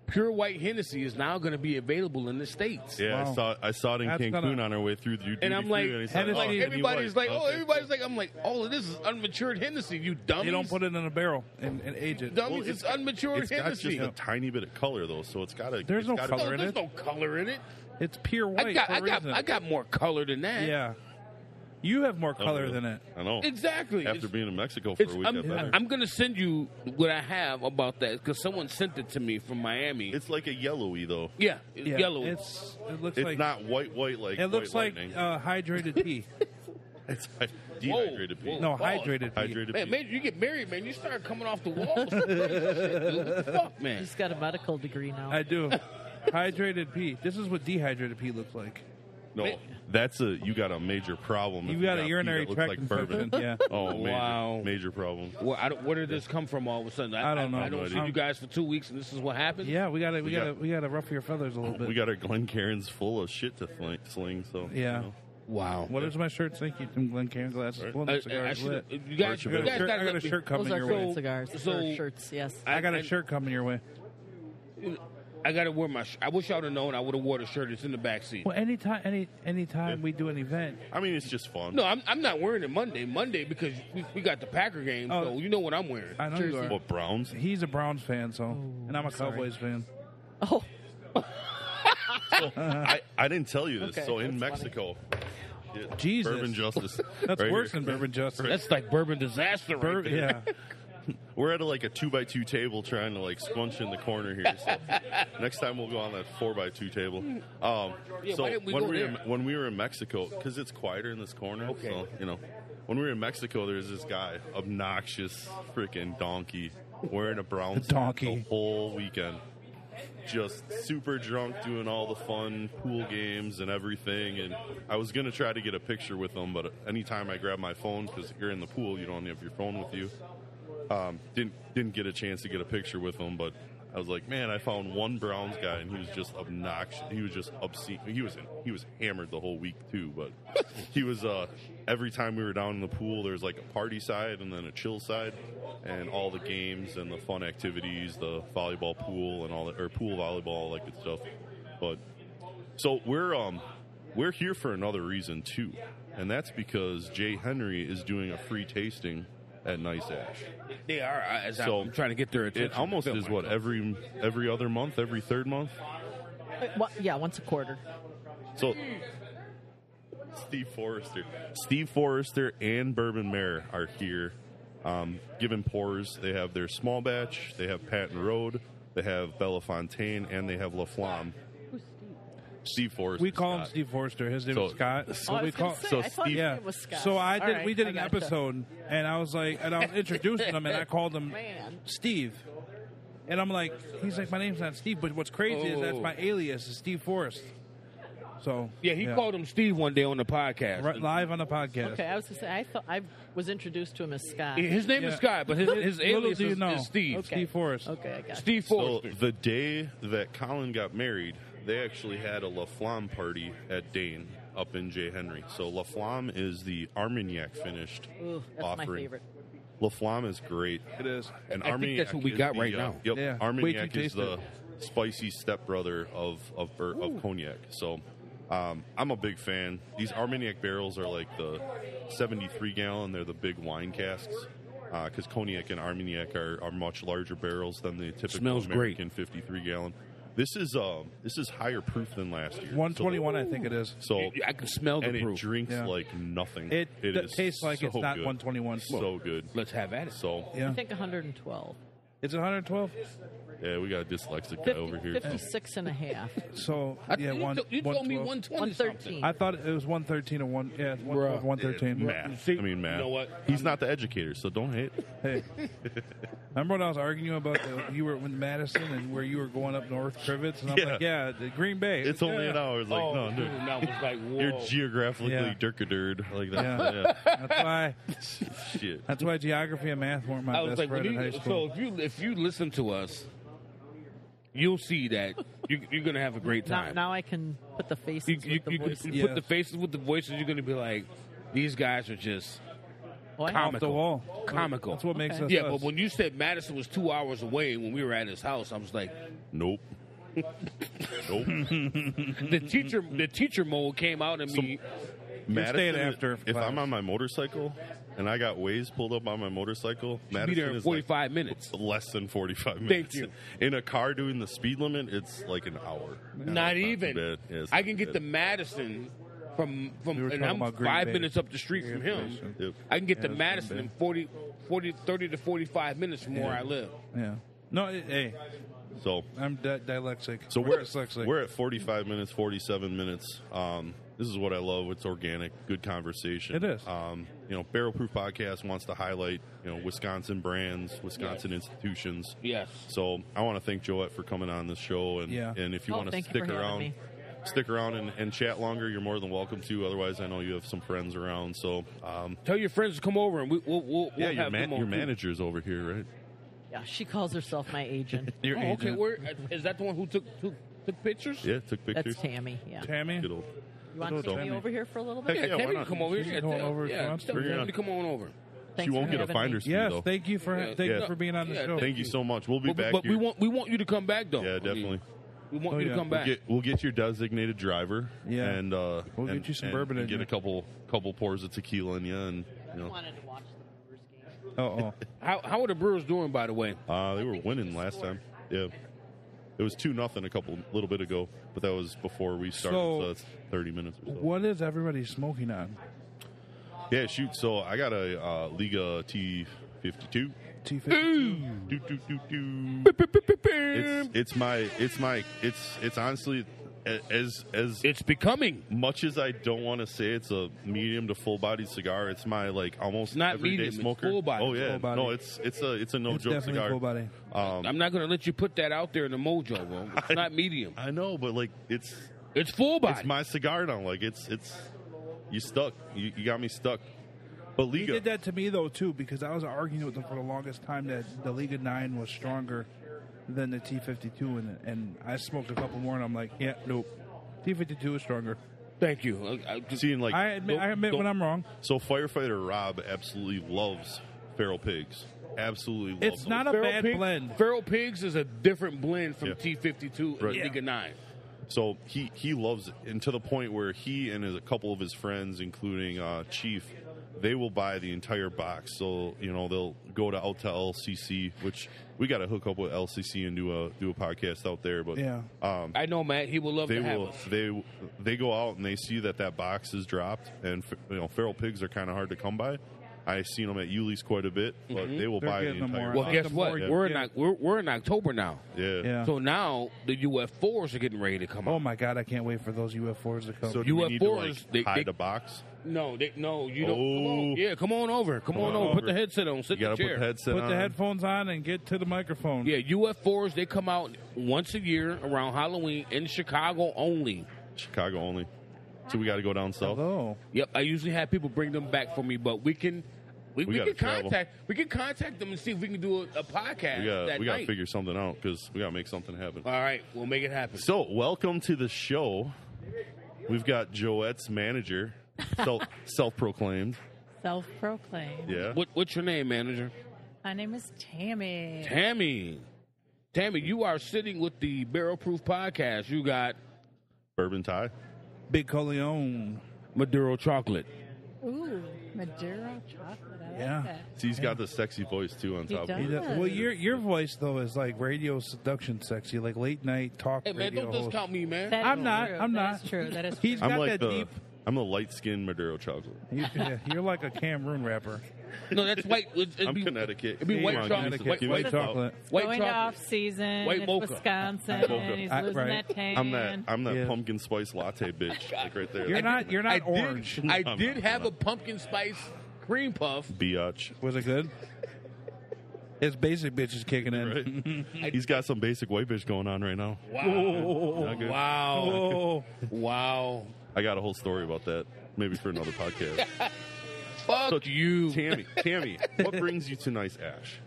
Speaker 2: pure white Hennessy is now going to be available in the states.
Speaker 3: Yeah,
Speaker 1: Wow.
Speaker 3: I saw I saw it in
Speaker 1: That's
Speaker 3: Cancun
Speaker 1: gonna-
Speaker 3: on our way through. The
Speaker 2: And I'm like,
Speaker 3: and
Speaker 1: Hennessy-
Speaker 2: like,
Speaker 1: Kenny
Speaker 2: everybody's like, oh,
Speaker 3: oh. everybody.
Speaker 2: everybody's like, I'm like, all of this is unmatured Hennessy, you dummies.
Speaker 1: They don't put it in a barrel and, and age it.
Speaker 2: dummies.
Speaker 3: Well,
Speaker 2: it's,
Speaker 3: it's-
Speaker 2: unmatured
Speaker 3: It's got
Speaker 2: Hennessy.
Speaker 3: just a tiny bit of color though, so it's got to.
Speaker 1: There's no
Speaker 2: no,
Speaker 1: color in
Speaker 2: there's
Speaker 1: it.
Speaker 2: no color in it.
Speaker 1: It's pure white.
Speaker 2: I got,
Speaker 1: for a
Speaker 2: I got,
Speaker 1: reason.
Speaker 2: I got more color than that. Oh,
Speaker 1: Yeah, you have more color than it.
Speaker 3: I know.
Speaker 2: exactly.
Speaker 3: After
Speaker 2: It's-
Speaker 3: being in Mexico for
Speaker 2: it's,
Speaker 3: a week, I
Speaker 2: I'm,
Speaker 3: better.
Speaker 2: I'm gonna send you what I have about that because someone sent it to me from Miami.
Speaker 3: it's like a yellowy though.
Speaker 2: yeah, it's
Speaker 1: Yeah,
Speaker 2: yellow.
Speaker 1: It's it looks
Speaker 3: It's
Speaker 1: like
Speaker 3: not white, white like.
Speaker 1: it looks
Speaker 3: white
Speaker 1: like
Speaker 3: lightning.
Speaker 1: uh, hydrated pee.
Speaker 3: it's like dehydrated
Speaker 2: whoa.
Speaker 3: pee.
Speaker 1: No,
Speaker 2: Oh,
Speaker 1: hydrated pee.
Speaker 3: Hydrated
Speaker 2: man,
Speaker 3: pee.
Speaker 2: man, you get married, man. You start coming off the walls. Shit, dude, what the fuck, man?
Speaker 4: He's got a medical degree now.
Speaker 1: I do. hydrated pee. This is what dehydrated pee looks like.
Speaker 3: No, that's a you got a major problem. if
Speaker 1: You got a
Speaker 3: pee
Speaker 1: urinary
Speaker 3: that looks
Speaker 1: tract
Speaker 3: like
Speaker 1: infection.
Speaker 3: bourbon.
Speaker 1: Yeah.
Speaker 3: Oh, major,
Speaker 2: Wow.
Speaker 3: major problem.
Speaker 2: Well, I don't, where did this come from all of a sudden?
Speaker 1: I don't know,
Speaker 2: I, don't
Speaker 3: buddy.
Speaker 2: see you guys for two weeks, and this is what happened.
Speaker 1: Yeah, we got to we
Speaker 3: We
Speaker 1: got to
Speaker 3: got-
Speaker 1: we got to rough your feathers a little bit.
Speaker 3: We got our Glencairns full of shit to fling, sling. So
Speaker 1: Yeah.
Speaker 3: You know.
Speaker 2: Wow.
Speaker 1: What does my shirt think? You some Glencairn glasses.
Speaker 3: Right.
Speaker 1: Well,
Speaker 2: I,
Speaker 1: the
Speaker 2: I- I
Speaker 1: cigar's
Speaker 2: should.
Speaker 1: lit.
Speaker 2: You guys,
Speaker 3: I
Speaker 2: you
Speaker 3: got a
Speaker 1: shirt-
Speaker 2: guys gotta
Speaker 1: I got
Speaker 2: let
Speaker 1: a
Speaker 2: me-
Speaker 1: shirt
Speaker 4: Those
Speaker 1: coming
Speaker 4: are
Speaker 1: your
Speaker 4: great
Speaker 1: way.
Speaker 4: cigars.
Speaker 2: So-
Speaker 4: or shirts, yes.
Speaker 1: I got a
Speaker 2: and-
Speaker 1: shirt coming your way.
Speaker 2: I gotta wear my. Sh- I wish I would have known. I would have wore the shirt. It's in the back seat.
Speaker 1: Well, anytime any anytime we do an event,
Speaker 3: I mean, it's just fun.
Speaker 2: No, I'm, I'm not wearing it Monday. Monday because we, we got the Packer game,
Speaker 1: Oh.
Speaker 2: so you know what I'm wearing.
Speaker 1: I know you are.
Speaker 3: What Browns?
Speaker 1: He's a Browns fan, so and I'm a Cowboys fan.
Speaker 4: oh,
Speaker 3: I, I didn't tell you this.
Speaker 4: Okay,
Speaker 3: so in
Speaker 4: that's
Speaker 3: Mexico, yeah,
Speaker 1: Jesus.
Speaker 3: bourbon justice.
Speaker 1: That's
Speaker 3: right
Speaker 1: worse
Speaker 3: here.
Speaker 1: than Bourbon Justice.
Speaker 2: That's like bourbon disaster. Right
Speaker 1: Bur-
Speaker 2: there.
Speaker 1: yeah,
Speaker 3: We're at a, like a two by two table trying to like squunch in the corner here. So next time we'll go on that four by two table. Um,
Speaker 2: Yeah,
Speaker 3: so
Speaker 2: why didn't we
Speaker 3: when
Speaker 2: go
Speaker 3: we were,
Speaker 2: there?
Speaker 3: when we were in Mexico, because it's quieter in this corner.
Speaker 2: Okay.
Speaker 3: So you know, when we were in Mexico, there's this guy, obnoxious freaking donkey, wearing a brown
Speaker 1: The donkey.
Speaker 3: the whole weekend. Just super drunk, doing all the fun pool games and everything. And I was gonna try to get a picture with him, but anytime I grab my phone, because you're in the pool, you don't have your phone with you. Um, didn't didn't get a chance to get a picture with him, but I was like, man, I found one Browns guy, and he was just obnoxious. He was just obscene. He was he was hammered the whole week too, but he was. uh Every time we were down in the pool, there was like a party side and then a chill side, and all the games and the fun activities, the volleyball pool and all that, or pool volleyball, like good stuff. But so we're um we're here for another reason too, and that's because Jay Henry is doing a free tasting at Nice Ash.
Speaker 2: They are. I- As
Speaker 3: So,
Speaker 2: I'm trying to get their attention.
Speaker 3: It almost is what every every other month, every third month.
Speaker 4: Uh, well, yeah, once a quarter.
Speaker 3: So Steve Forrester, Steve Forrester, and Bourbon Mare are here, um, giving pours. They have their small batch, they have Patton Road, they have Bella Fontaine, and they have La Flamme. Steve Forrester.
Speaker 1: We call him
Speaker 3: Scott.
Speaker 1: Steve Forrester. His name
Speaker 3: So-
Speaker 1: is Scott.
Speaker 4: Oh,
Speaker 1: So
Speaker 4: I
Speaker 1: we
Speaker 4: was gonna
Speaker 1: call
Speaker 4: say,
Speaker 3: so
Speaker 4: I thought his
Speaker 1: yeah.
Speaker 4: name was Scott.
Speaker 1: So I
Speaker 4: All
Speaker 1: did.
Speaker 4: right,
Speaker 1: we did
Speaker 4: I
Speaker 1: an
Speaker 4: gotcha.
Speaker 1: episode, and I was like, and I was introducing him, and I called him
Speaker 4: Man.
Speaker 1: Steve. And I'm like, he's like, my name's not Steve, but what's crazy is that's
Speaker 2: Oh.
Speaker 1: my alias, is Steve Forrest. So
Speaker 2: Yeah, he called him Steve one day on the podcast.
Speaker 1: right, live on the podcast.
Speaker 4: Okay, I was gonna say I thought I was introduced to him as Scott.
Speaker 2: His name
Speaker 1: Yeah.
Speaker 2: is Scott, but his, his
Speaker 1: Little
Speaker 2: alias
Speaker 1: do you
Speaker 2: is,
Speaker 1: know.
Speaker 2: is Steve.
Speaker 4: Okay.
Speaker 1: Steve Forrest.
Speaker 4: Okay, I got.
Speaker 2: Steve
Speaker 3: So
Speaker 2: Forrester.
Speaker 3: the day that Colin got married, they actually had a La Flamme party at Dane up in J. Henry. So La Flamme is the Armagnac finished
Speaker 4: it. Ooh, that's
Speaker 3: offering.
Speaker 4: my favorite.
Speaker 3: La Flamme is great.
Speaker 1: It is.
Speaker 3: And
Speaker 2: I think
Speaker 3: Armagnac
Speaker 2: that's what we
Speaker 3: is
Speaker 2: got
Speaker 3: the,
Speaker 2: right
Speaker 3: uh,
Speaker 2: now.
Speaker 3: Yep,
Speaker 1: Yeah. Wait
Speaker 3: Armagnac
Speaker 1: till you
Speaker 3: is
Speaker 1: taste
Speaker 3: the spicy stepbrother of of, bur- of cognac. So um, I'm a big fan. These Armagnac barrels are like the 73 gallon. They're the big wine casks because cognac and Armagnac are, are much larger barrels than the typical
Speaker 2: Smells great.
Speaker 3: American 53 gallon. This is uh, this is higher proof than last year.
Speaker 1: 121, I think it is.
Speaker 3: So, so
Speaker 2: You- I can smell the
Speaker 3: and it
Speaker 2: proof.
Speaker 3: drinks
Speaker 1: Yeah.
Speaker 3: like nothing.
Speaker 1: It,
Speaker 3: it
Speaker 1: th-
Speaker 3: is
Speaker 1: tastes like
Speaker 3: so
Speaker 1: it's not
Speaker 3: good.
Speaker 1: 121.
Speaker 3: So good.
Speaker 2: Let's have at it.
Speaker 3: So
Speaker 1: yeah.
Speaker 4: I think 112.
Speaker 1: It's 112.
Speaker 3: yeah, we got a dyslexic guy
Speaker 4: 50,
Speaker 3: over here.
Speaker 4: 56 and a half.
Speaker 1: So
Speaker 2: I,
Speaker 1: yeah,
Speaker 2: you
Speaker 1: one,
Speaker 2: told- you told me
Speaker 1: 112.
Speaker 2: 120 something.
Speaker 4: 113.
Speaker 1: I thought it was 113 or one. Yeah, it's 112,
Speaker 2: Bruh.
Speaker 1: 113.
Speaker 3: math.
Speaker 2: See,
Speaker 3: I mean, math.
Speaker 2: you know what?
Speaker 3: He's not the educator, so don't hate.
Speaker 1: Hey, remember when I was arguing about the, you were in Madison and where you were going up north Crivets, and I'm
Speaker 3: Yeah.
Speaker 1: like, yeah, the Green Bay.
Speaker 3: It's
Speaker 1: yeah.
Speaker 3: only an hour. It's like,
Speaker 2: oh,
Speaker 3: no,
Speaker 2: dude,
Speaker 3: dude.
Speaker 2: that was like, whoa.
Speaker 3: You're geographically
Speaker 1: Yeah.
Speaker 3: dirk-a-dird like
Speaker 1: Yeah.
Speaker 3: that.
Speaker 1: That's why.
Speaker 3: Yeah. Shit.
Speaker 1: That's why geography and math weren't my
Speaker 2: I was
Speaker 1: best
Speaker 2: like,
Speaker 1: friend
Speaker 2: when
Speaker 1: in
Speaker 2: you,
Speaker 1: high
Speaker 2: so
Speaker 1: school.
Speaker 2: if you if you listen to us, you'll see that you, you're gonna have a great
Speaker 4: now,
Speaker 2: time.
Speaker 4: now I can put the faces
Speaker 2: you, you,
Speaker 4: with the
Speaker 2: you
Speaker 4: voices.
Speaker 2: can
Speaker 1: Yeah.
Speaker 2: put the faces with the voices. You're gonna be like, these guys are just
Speaker 4: Oh, I-
Speaker 1: Off the
Speaker 2: comical.
Speaker 1: wall.
Speaker 2: Comical.
Speaker 1: That's what makes
Speaker 4: Okay.
Speaker 1: us.
Speaker 2: yeah,
Speaker 1: us.
Speaker 2: but when you said Madison was two hours away when we were at his house, I was like,
Speaker 3: Nope. nope. Mm-hmm.
Speaker 2: the teacher the teacher mode came out in me.
Speaker 3: Madison,
Speaker 1: after
Speaker 3: If
Speaker 1: class.
Speaker 3: I'm on my motorcycle and I got Waze pulled up on my motorcycle,
Speaker 2: be
Speaker 3: Madison
Speaker 2: there in
Speaker 3: is
Speaker 2: 45
Speaker 3: like
Speaker 2: minutes.
Speaker 3: Less than 45 minutes.
Speaker 2: you.
Speaker 3: In a car doing the speed limit, it's like an hour. Yeah,
Speaker 2: not
Speaker 3: it's too
Speaker 2: even.
Speaker 3: bad. Yeah, it's
Speaker 2: I
Speaker 3: not
Speaker 2: can
Speaker 3: too
Speaker 2: get
Speaker 3: bad.
Speaker 2: to Madison from
Speaker 1: We were
Speaker 2: from and
Speaker 1: talking
Speaker 2: I'm
Speaker 1: about Green
Speaker 2: five
Speaker 1: Bay.
Speaker 2: minutes up the street from him.
Speaker 1: Information.
Speaker 3: Yep.
Speaker 2: I can get
Speaker 1: Yeah,
Speaker 2: to
Speaker 1: that's
Speaker 2: Madison
Speaker 1: Green
Speaker 2: in 40, 40, 30 to forty five minutes from where
Speaker 1: Yeah.
Speaker 2: I live.
Speaker 1: yeah. No, it- hey,
Speaker 3: So
Speaker 1: I'm di- dyslexic.
Speaker 3: So
Speaker 1: Or
Speaker 3: we're
Speaker 1: dyslexic.
Speaker 3: we're at 45 minutes, 47 minutes. Um, this is what I love. It's organic, good conversation.
Speaker 1: It is.
Speaker 3: Um, you know, Barrel Proof Podcast wants to highlight you know Wisconsin brands, Wisconsin institutions.
Speaker 2: Yes.
Speaker 3: So I want to thank Joette for coming on this show, and
Speaker 1: Yeah.
Speaker 3: and if you
Speaker 4: Oh,
Speaker 3: want to
Speaker 4: thank you
Speaker 3: stick
Speaker 4: for having
Speaker 3: around,
Speaker 4: me.
Speaker 3: stick around and, and chat longer, you're more than welcome to. Otherwise, I know you have some friends around. So um,
Speaker 2: Tell your friends to come over and we, we'll, we'll,
Speaker 3: yeah,
Speaker 2: we'll
Speaker 3: your
Speaker 2: have
Speaker 3: man,
Speaker 2: them on
Speaker 3: your
Speaker 2: too.
Speaker 3: manager's over here, right?
Speaker 4: yeah, she calls herself my agent.
Speaker 1: Your
Speaker 2: Oh, okay,
Speaker 1: agent.
Speaker 2: where is that the one who took took, took pictures?
Speaker 3: Yeah, took
Speaker 4: That's
Speaker 3: pictures.
Speaker 4: Tammy. Yeah.
Speaker 1: Tammy.
Speaker 3: Good old-
Speaker 4: You want
Speaker 1: Good old
Speaker 4: Tammy
Speaker 1: Tammy.
Speaker 4: over here for a little
Speaker 3: Heck
Speaker 4: bit?
Speaker 2: Oh, Yeah,
Speaker 3: Yeah, why
Speaker 2: Tammy,
Speaker 3: not?
Speaker 2: come over.
Speaker 1: She
Speaker 2: Yeah,
Speaker 1: can come
Speaker 2: tell-
Speaker 1: over if she
Speaker 2: yeah,
Speaker 1: wants
Speaker 2: tell
Speaker 3: to.
Speaker 2: Tammy
Speaker 3: Yeah.
Speaker 2: to come on over.
Speaker 4: Thanks
Speaker 3: She won't
Speaker 4: for
Speaker 3: get a
Speaker 4: having
Speaker 3: finder's
Speaker 4: me.
Speaker 3: fee
Speaker 1: Yes,
Speaker 3: though.
Speaker 1: thank you for
Speaker 2: Yeah.
Speaker 1: thank
Speaker 3: Yeah.
Speaker 1: you for being on the
Speaker 2: Yeah,
Speaker 1: show.
Speaker 3: Thank you so much. We'll be
Speaker 2: but
Speaker 3: back.
Speaker 2: but we
Speaker 3: here.
Speaker 2: want we want you to come back though. I
Speaker 3: Yeah,
Speaker 2: mean,
Speaker 3: definitely.
Speaker 2: We want
Speaker 1: Oh,
Speaker 2: you to
Speaker 1: yeah.
Speaker 2: come
Speaker 1: We'll
Speaker 2: back.
Speaker 3: Get, we'll get your designated driver.
Speaker 1: Yeah.
Speaker 3: and uh,
Speaker 1: We'll
Speaker 3: and-
Speaker 1: get you some
Speaker 3: and
Speaker 1: bourbon in
Speaker 3: Get
Speaker 1: you.
Speaker 3: a couple couple pours of tequila in you, and you
Speaker 4: I
Speaker 3: know,
Speaker 4: wanted to watch the Brewers
Speaker 1: Oh,
Speaker 4: game.
Speaker 1: oh.
Speaker 2: how how are the Brewers doing by the way?
Speaker 3: uh, they were winning last time. Yeah, it was two nothing a couple little bit ago, but that was before we started. So,
Speaker 1: So-
Speaker 3: that's thirty minutes. Or so.
Speaker 1: what is everybody smoking on?
Speaker 3: Yeah, shoot. So I got a uh, Liga T fifty two.
Speaker 1: T fifty.
Speaker 3: Do, do, do, do. It's it's my it's my it's it's honestly a- as as
Speaker 2: It's becoming
Speaker 3: much as I don't want to say it's a medium to full bodied cigar, it's my like almost
Speaker 2: Not
Speaker 3: everyday
Speaker 2: medium, it's
Speaker 3: smoker.
Speaker 2: full-bodied.
Speaker 3: Oh yeah,
Speaker 1: Full-bodied.
Speaker 3: no, it's it's a it's a no
Speaker 1: It's
Speaker 3: joke
Speaker 1: definitely
Speaker 3: cigar.
Speaker 1: full body.
Speaker 3: Um,
Speaker 2: I'm not going to let you put that out there in the mojo, bro. It's not medium.
Speaker 3: I know, but like it's
Speaker 2: It's full body.
Speaker 3: it's my cigar now. Like it's it's you stuck. You, you got me stuck. But
Speaker 1: He
Speaker 3: Liga,
Speaker 1: did that to me though too because I was arguing with them for the longest time that the Liga Nine was stronger than the T52, and and I smoked a couple more, and I'm like, yeah, nope. T52 is stronger.
Speaker 2: Thank you. I, I just,
Speaker 3: Seeing like
Speaker 1: I admit, I
Speaker 3: don't-
Speaker 1: admit when
Speaker 3: don't-
Speaker 1: I'm wrong.
Speaker 3: So firefighter Rob absolutely loves feral pigs. Absolutely loves
Speaker 1: It's
Speaker 3: them.
Speaker 1: not a
Speaker 2: Feral
Speaker 1: bad
Speaker 2: Pig-
Speaker 1: blend.
Speaker 2: Feral Pigs is a different blend from
Speaker 3: Yeah.
Speaker 2: T52
Speaker 3: Right.
Speaker 2: and Liga 9.
Speaker 3: So he he loves it, and to the point where he and his, a couple of his friends, including uh, Chief, they will buy the entire box. So you know they'll go to out to LCC, which we got to hook up with LCC and do a do a podcast out there. But
Speaker 1: Yeah.
Speaker 3: um,
Speaker 2: I know, Matt. He would love
Speaker 3: they
Speaker 2: to have
Speaker 3: will
Speaker 2: us.
Speaker 3: they they go out and they see that that box is dropped, and f- you know feral pigs are kind of hard to come by. I've seen them at Yuli's quite a bit, but they will
Speaker 1: They're
Speaker 3: buy the
Speaker 1: getting them more.
Speaker 3: entire. box.
Speaker 2: Mm-hmm. Well,
Speaker 1: Like
Speaker 2: guess
Speaker 1: the
Speaker 2: what?
Speaker 1: more-
Speaker 2: We're,
Speaker 1: yeah.
Speaker 2: in, Oc- we're, we're in October now.
Speaker 3: yeah.
Speaker 1: Yeah.
Speaker 2: So now the UF4s are getting ready to come
Speaker 1: Oh
Speaker 2: out.
Speaker 1: my god, I can't wait for those UFOs to come.
Speaker 3: So do we need to
Speaker 2: UFOs,
Speaker 3: like
Speaker 2: they-
Speaker 3: hide
Speaker 2: they-
Speaker 3: a box?
Speaker 2: No, they, no, you don't. Come
Speaker 3: Oh.
Speaker 2: on. Yeah, come on over. Come, on,
Speaker 3: on
Speaker 2: over. Put
Speaker 3: over.
Speaker 2: the headset on. Sit
Speaker 3: You
Speaker 2: in the
Speaker 3: got to
Speaker 2: chair.
Speaker 3: put the headset
Speaker 1: Put
Speaker 3: on.
Speaker 1: the headphones on and get to the microphone.
Speaker 2: um, Yeah, UF4s, they come out once a year around Halloween in Chicago only.
Speaker 3: Chicago only. So we got to go down south.
Speaker 1: Hello.
Speaker 2: Yep, I usually have people bring them back for me, but we can we,
Speaker 3: We
Speaker 2: we,
Speaker 3: gotta
Speaker 2: can
Speaker 3: travel.
Speaker 2: contact we can contact them and see if we can do a, a podcast
Speaker 3: We got
Speaker 2: that
Speaker 3: we got to
Speaker 2: night.
Speaker 3: figure something out because we got to make something happen.
Speaker 2: All right, we'll make it happen.
Speaker 3: So welcome to the show. We've got Joette's manager, self self proclaimed.
Speaker 4: Self-proclaimed.
Speaker 3: Yeah.
Speaker 2: What, what's your name, manager?
Speaker 4: My name is Tammy.
Speaker 2: Tammy. Tammy, you are sitting with the Barrel Proof Podcast. You got
Speaker 3: Bourbon tie.
Speaker 1: Big Coleon.
Speaker 2: Maduro Chocolate.
Speaker 4: Ooh, Maduro chocolate. I
Speaker 1: Yeah.
Speaker 4: like that.
Speaker 3: See, he's got the sexy voice too on
Speaker 4: He
Speaker 3: top. of
Speaker 4: does.
Speaker 1: He
Speaker 3: it.
Speaker 1: does- Well, your your voice though is like radio seduction sexy, like late night talk
Speaker 2: Hey, man,
Speaker 1: radio
Speaker 2: don't
Speaker 1: host.
Speaker 2: discount me, man.
Speaker 4: That
Speaker 1: I'm
Speaker 4: is
Speaker 1: not,
Speaker 4: True.
Speaker 1: I'm
Speaker 4: That
Speaker 1: not.
Speaker 4: is true. That is true.
Speaker 1: He's
Speaker 3: I'm
Speaker 1: got
Speaker 3: like
Speaker 1: that
Speaker 3: the
Speaker 1: deep.
Speaker 3: I'm the light skinned Maduro chocolate.
Speaker 1: You, yeah, you're like a Cameroon rapper.
Speaker 2: No, that's white. It'd, it'd
Speaker 3: I'm
Speaker 2: be,
Speaker 3: Connecticut.
Speaker 2: It'd be
Speaker 3: Come
Speaker 2: white
Speaker 3: on, give me
Speaker 2: chocolate.
Speaker 3: some-
Speaker 2: White,
Speaker 3: give me
Speaker 2: white,
Speaker 3: some
Speaker 1: chocolate.
Speaker 2: white
Speaker 4: Going to
Speaker 2: chocolate.
Speaker 4: off season.
Speaker 2: White
Speaker 4: it's
Speaker 2: mocha.
Speaker 4: Wisconsin.
Speaker 3: Mocha.
Speaker 4: He's
Speaker 1: I-
Speaker 4: losing
Speaker 1: right.
Speaker 4: that tan.
Speaker 3: I'm that I'm that
Speaker 1: Yeah.
Speaker 3: pumpkin spice latte bitch. Like right there.
Speaker 1: You're not. You're not
Speaker 2: I did-
Speaker 1: orange.
Speaker 2: I
Speaker 3: No, I'm
Speaker 2: did
Speaker 3: not,
Speaker 2: have
Speaker 3: I'm
Speaker 2: a pumpkin spice cream puff.
Speaker 3: biatch.
Speaker 1: Was it good? His basic bitch is kicking in.
Speaker 3: Right? he's got some basic white bitch going on right now.
Speaker 2: Wow.
Speaker 3: Not good.
Speaker 2: Wow.
Speaker 1: Oh,
Speaker 2: Wow.
Speaker 3: I got a whole story about that. Maybe for another podcast.
Speaker 2: Fuck you.
Speaker 3: Tammy, Tammy, what brings you to Nice Ash?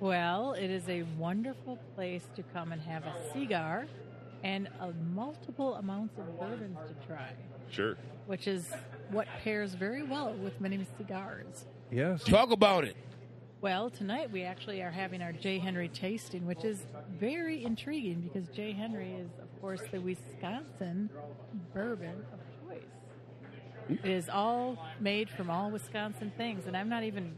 Speaker 4: Well, it is a wonderful place to come and have a cigar and a multiple amounts of bourbons to try,
Speaker 3: Sure.
Speaker 4: which is what pairs very well with many cigars.
Speaker 1: yes.
Speaker 2: Talk about it.
Speaker 4: Well, tonight we actually are having our J. Henry tasting, which is very intriguing because J. Henry is, of course, the Wisconsin bourbon of choice. It is all made from all Wisconsin things, and I'm not even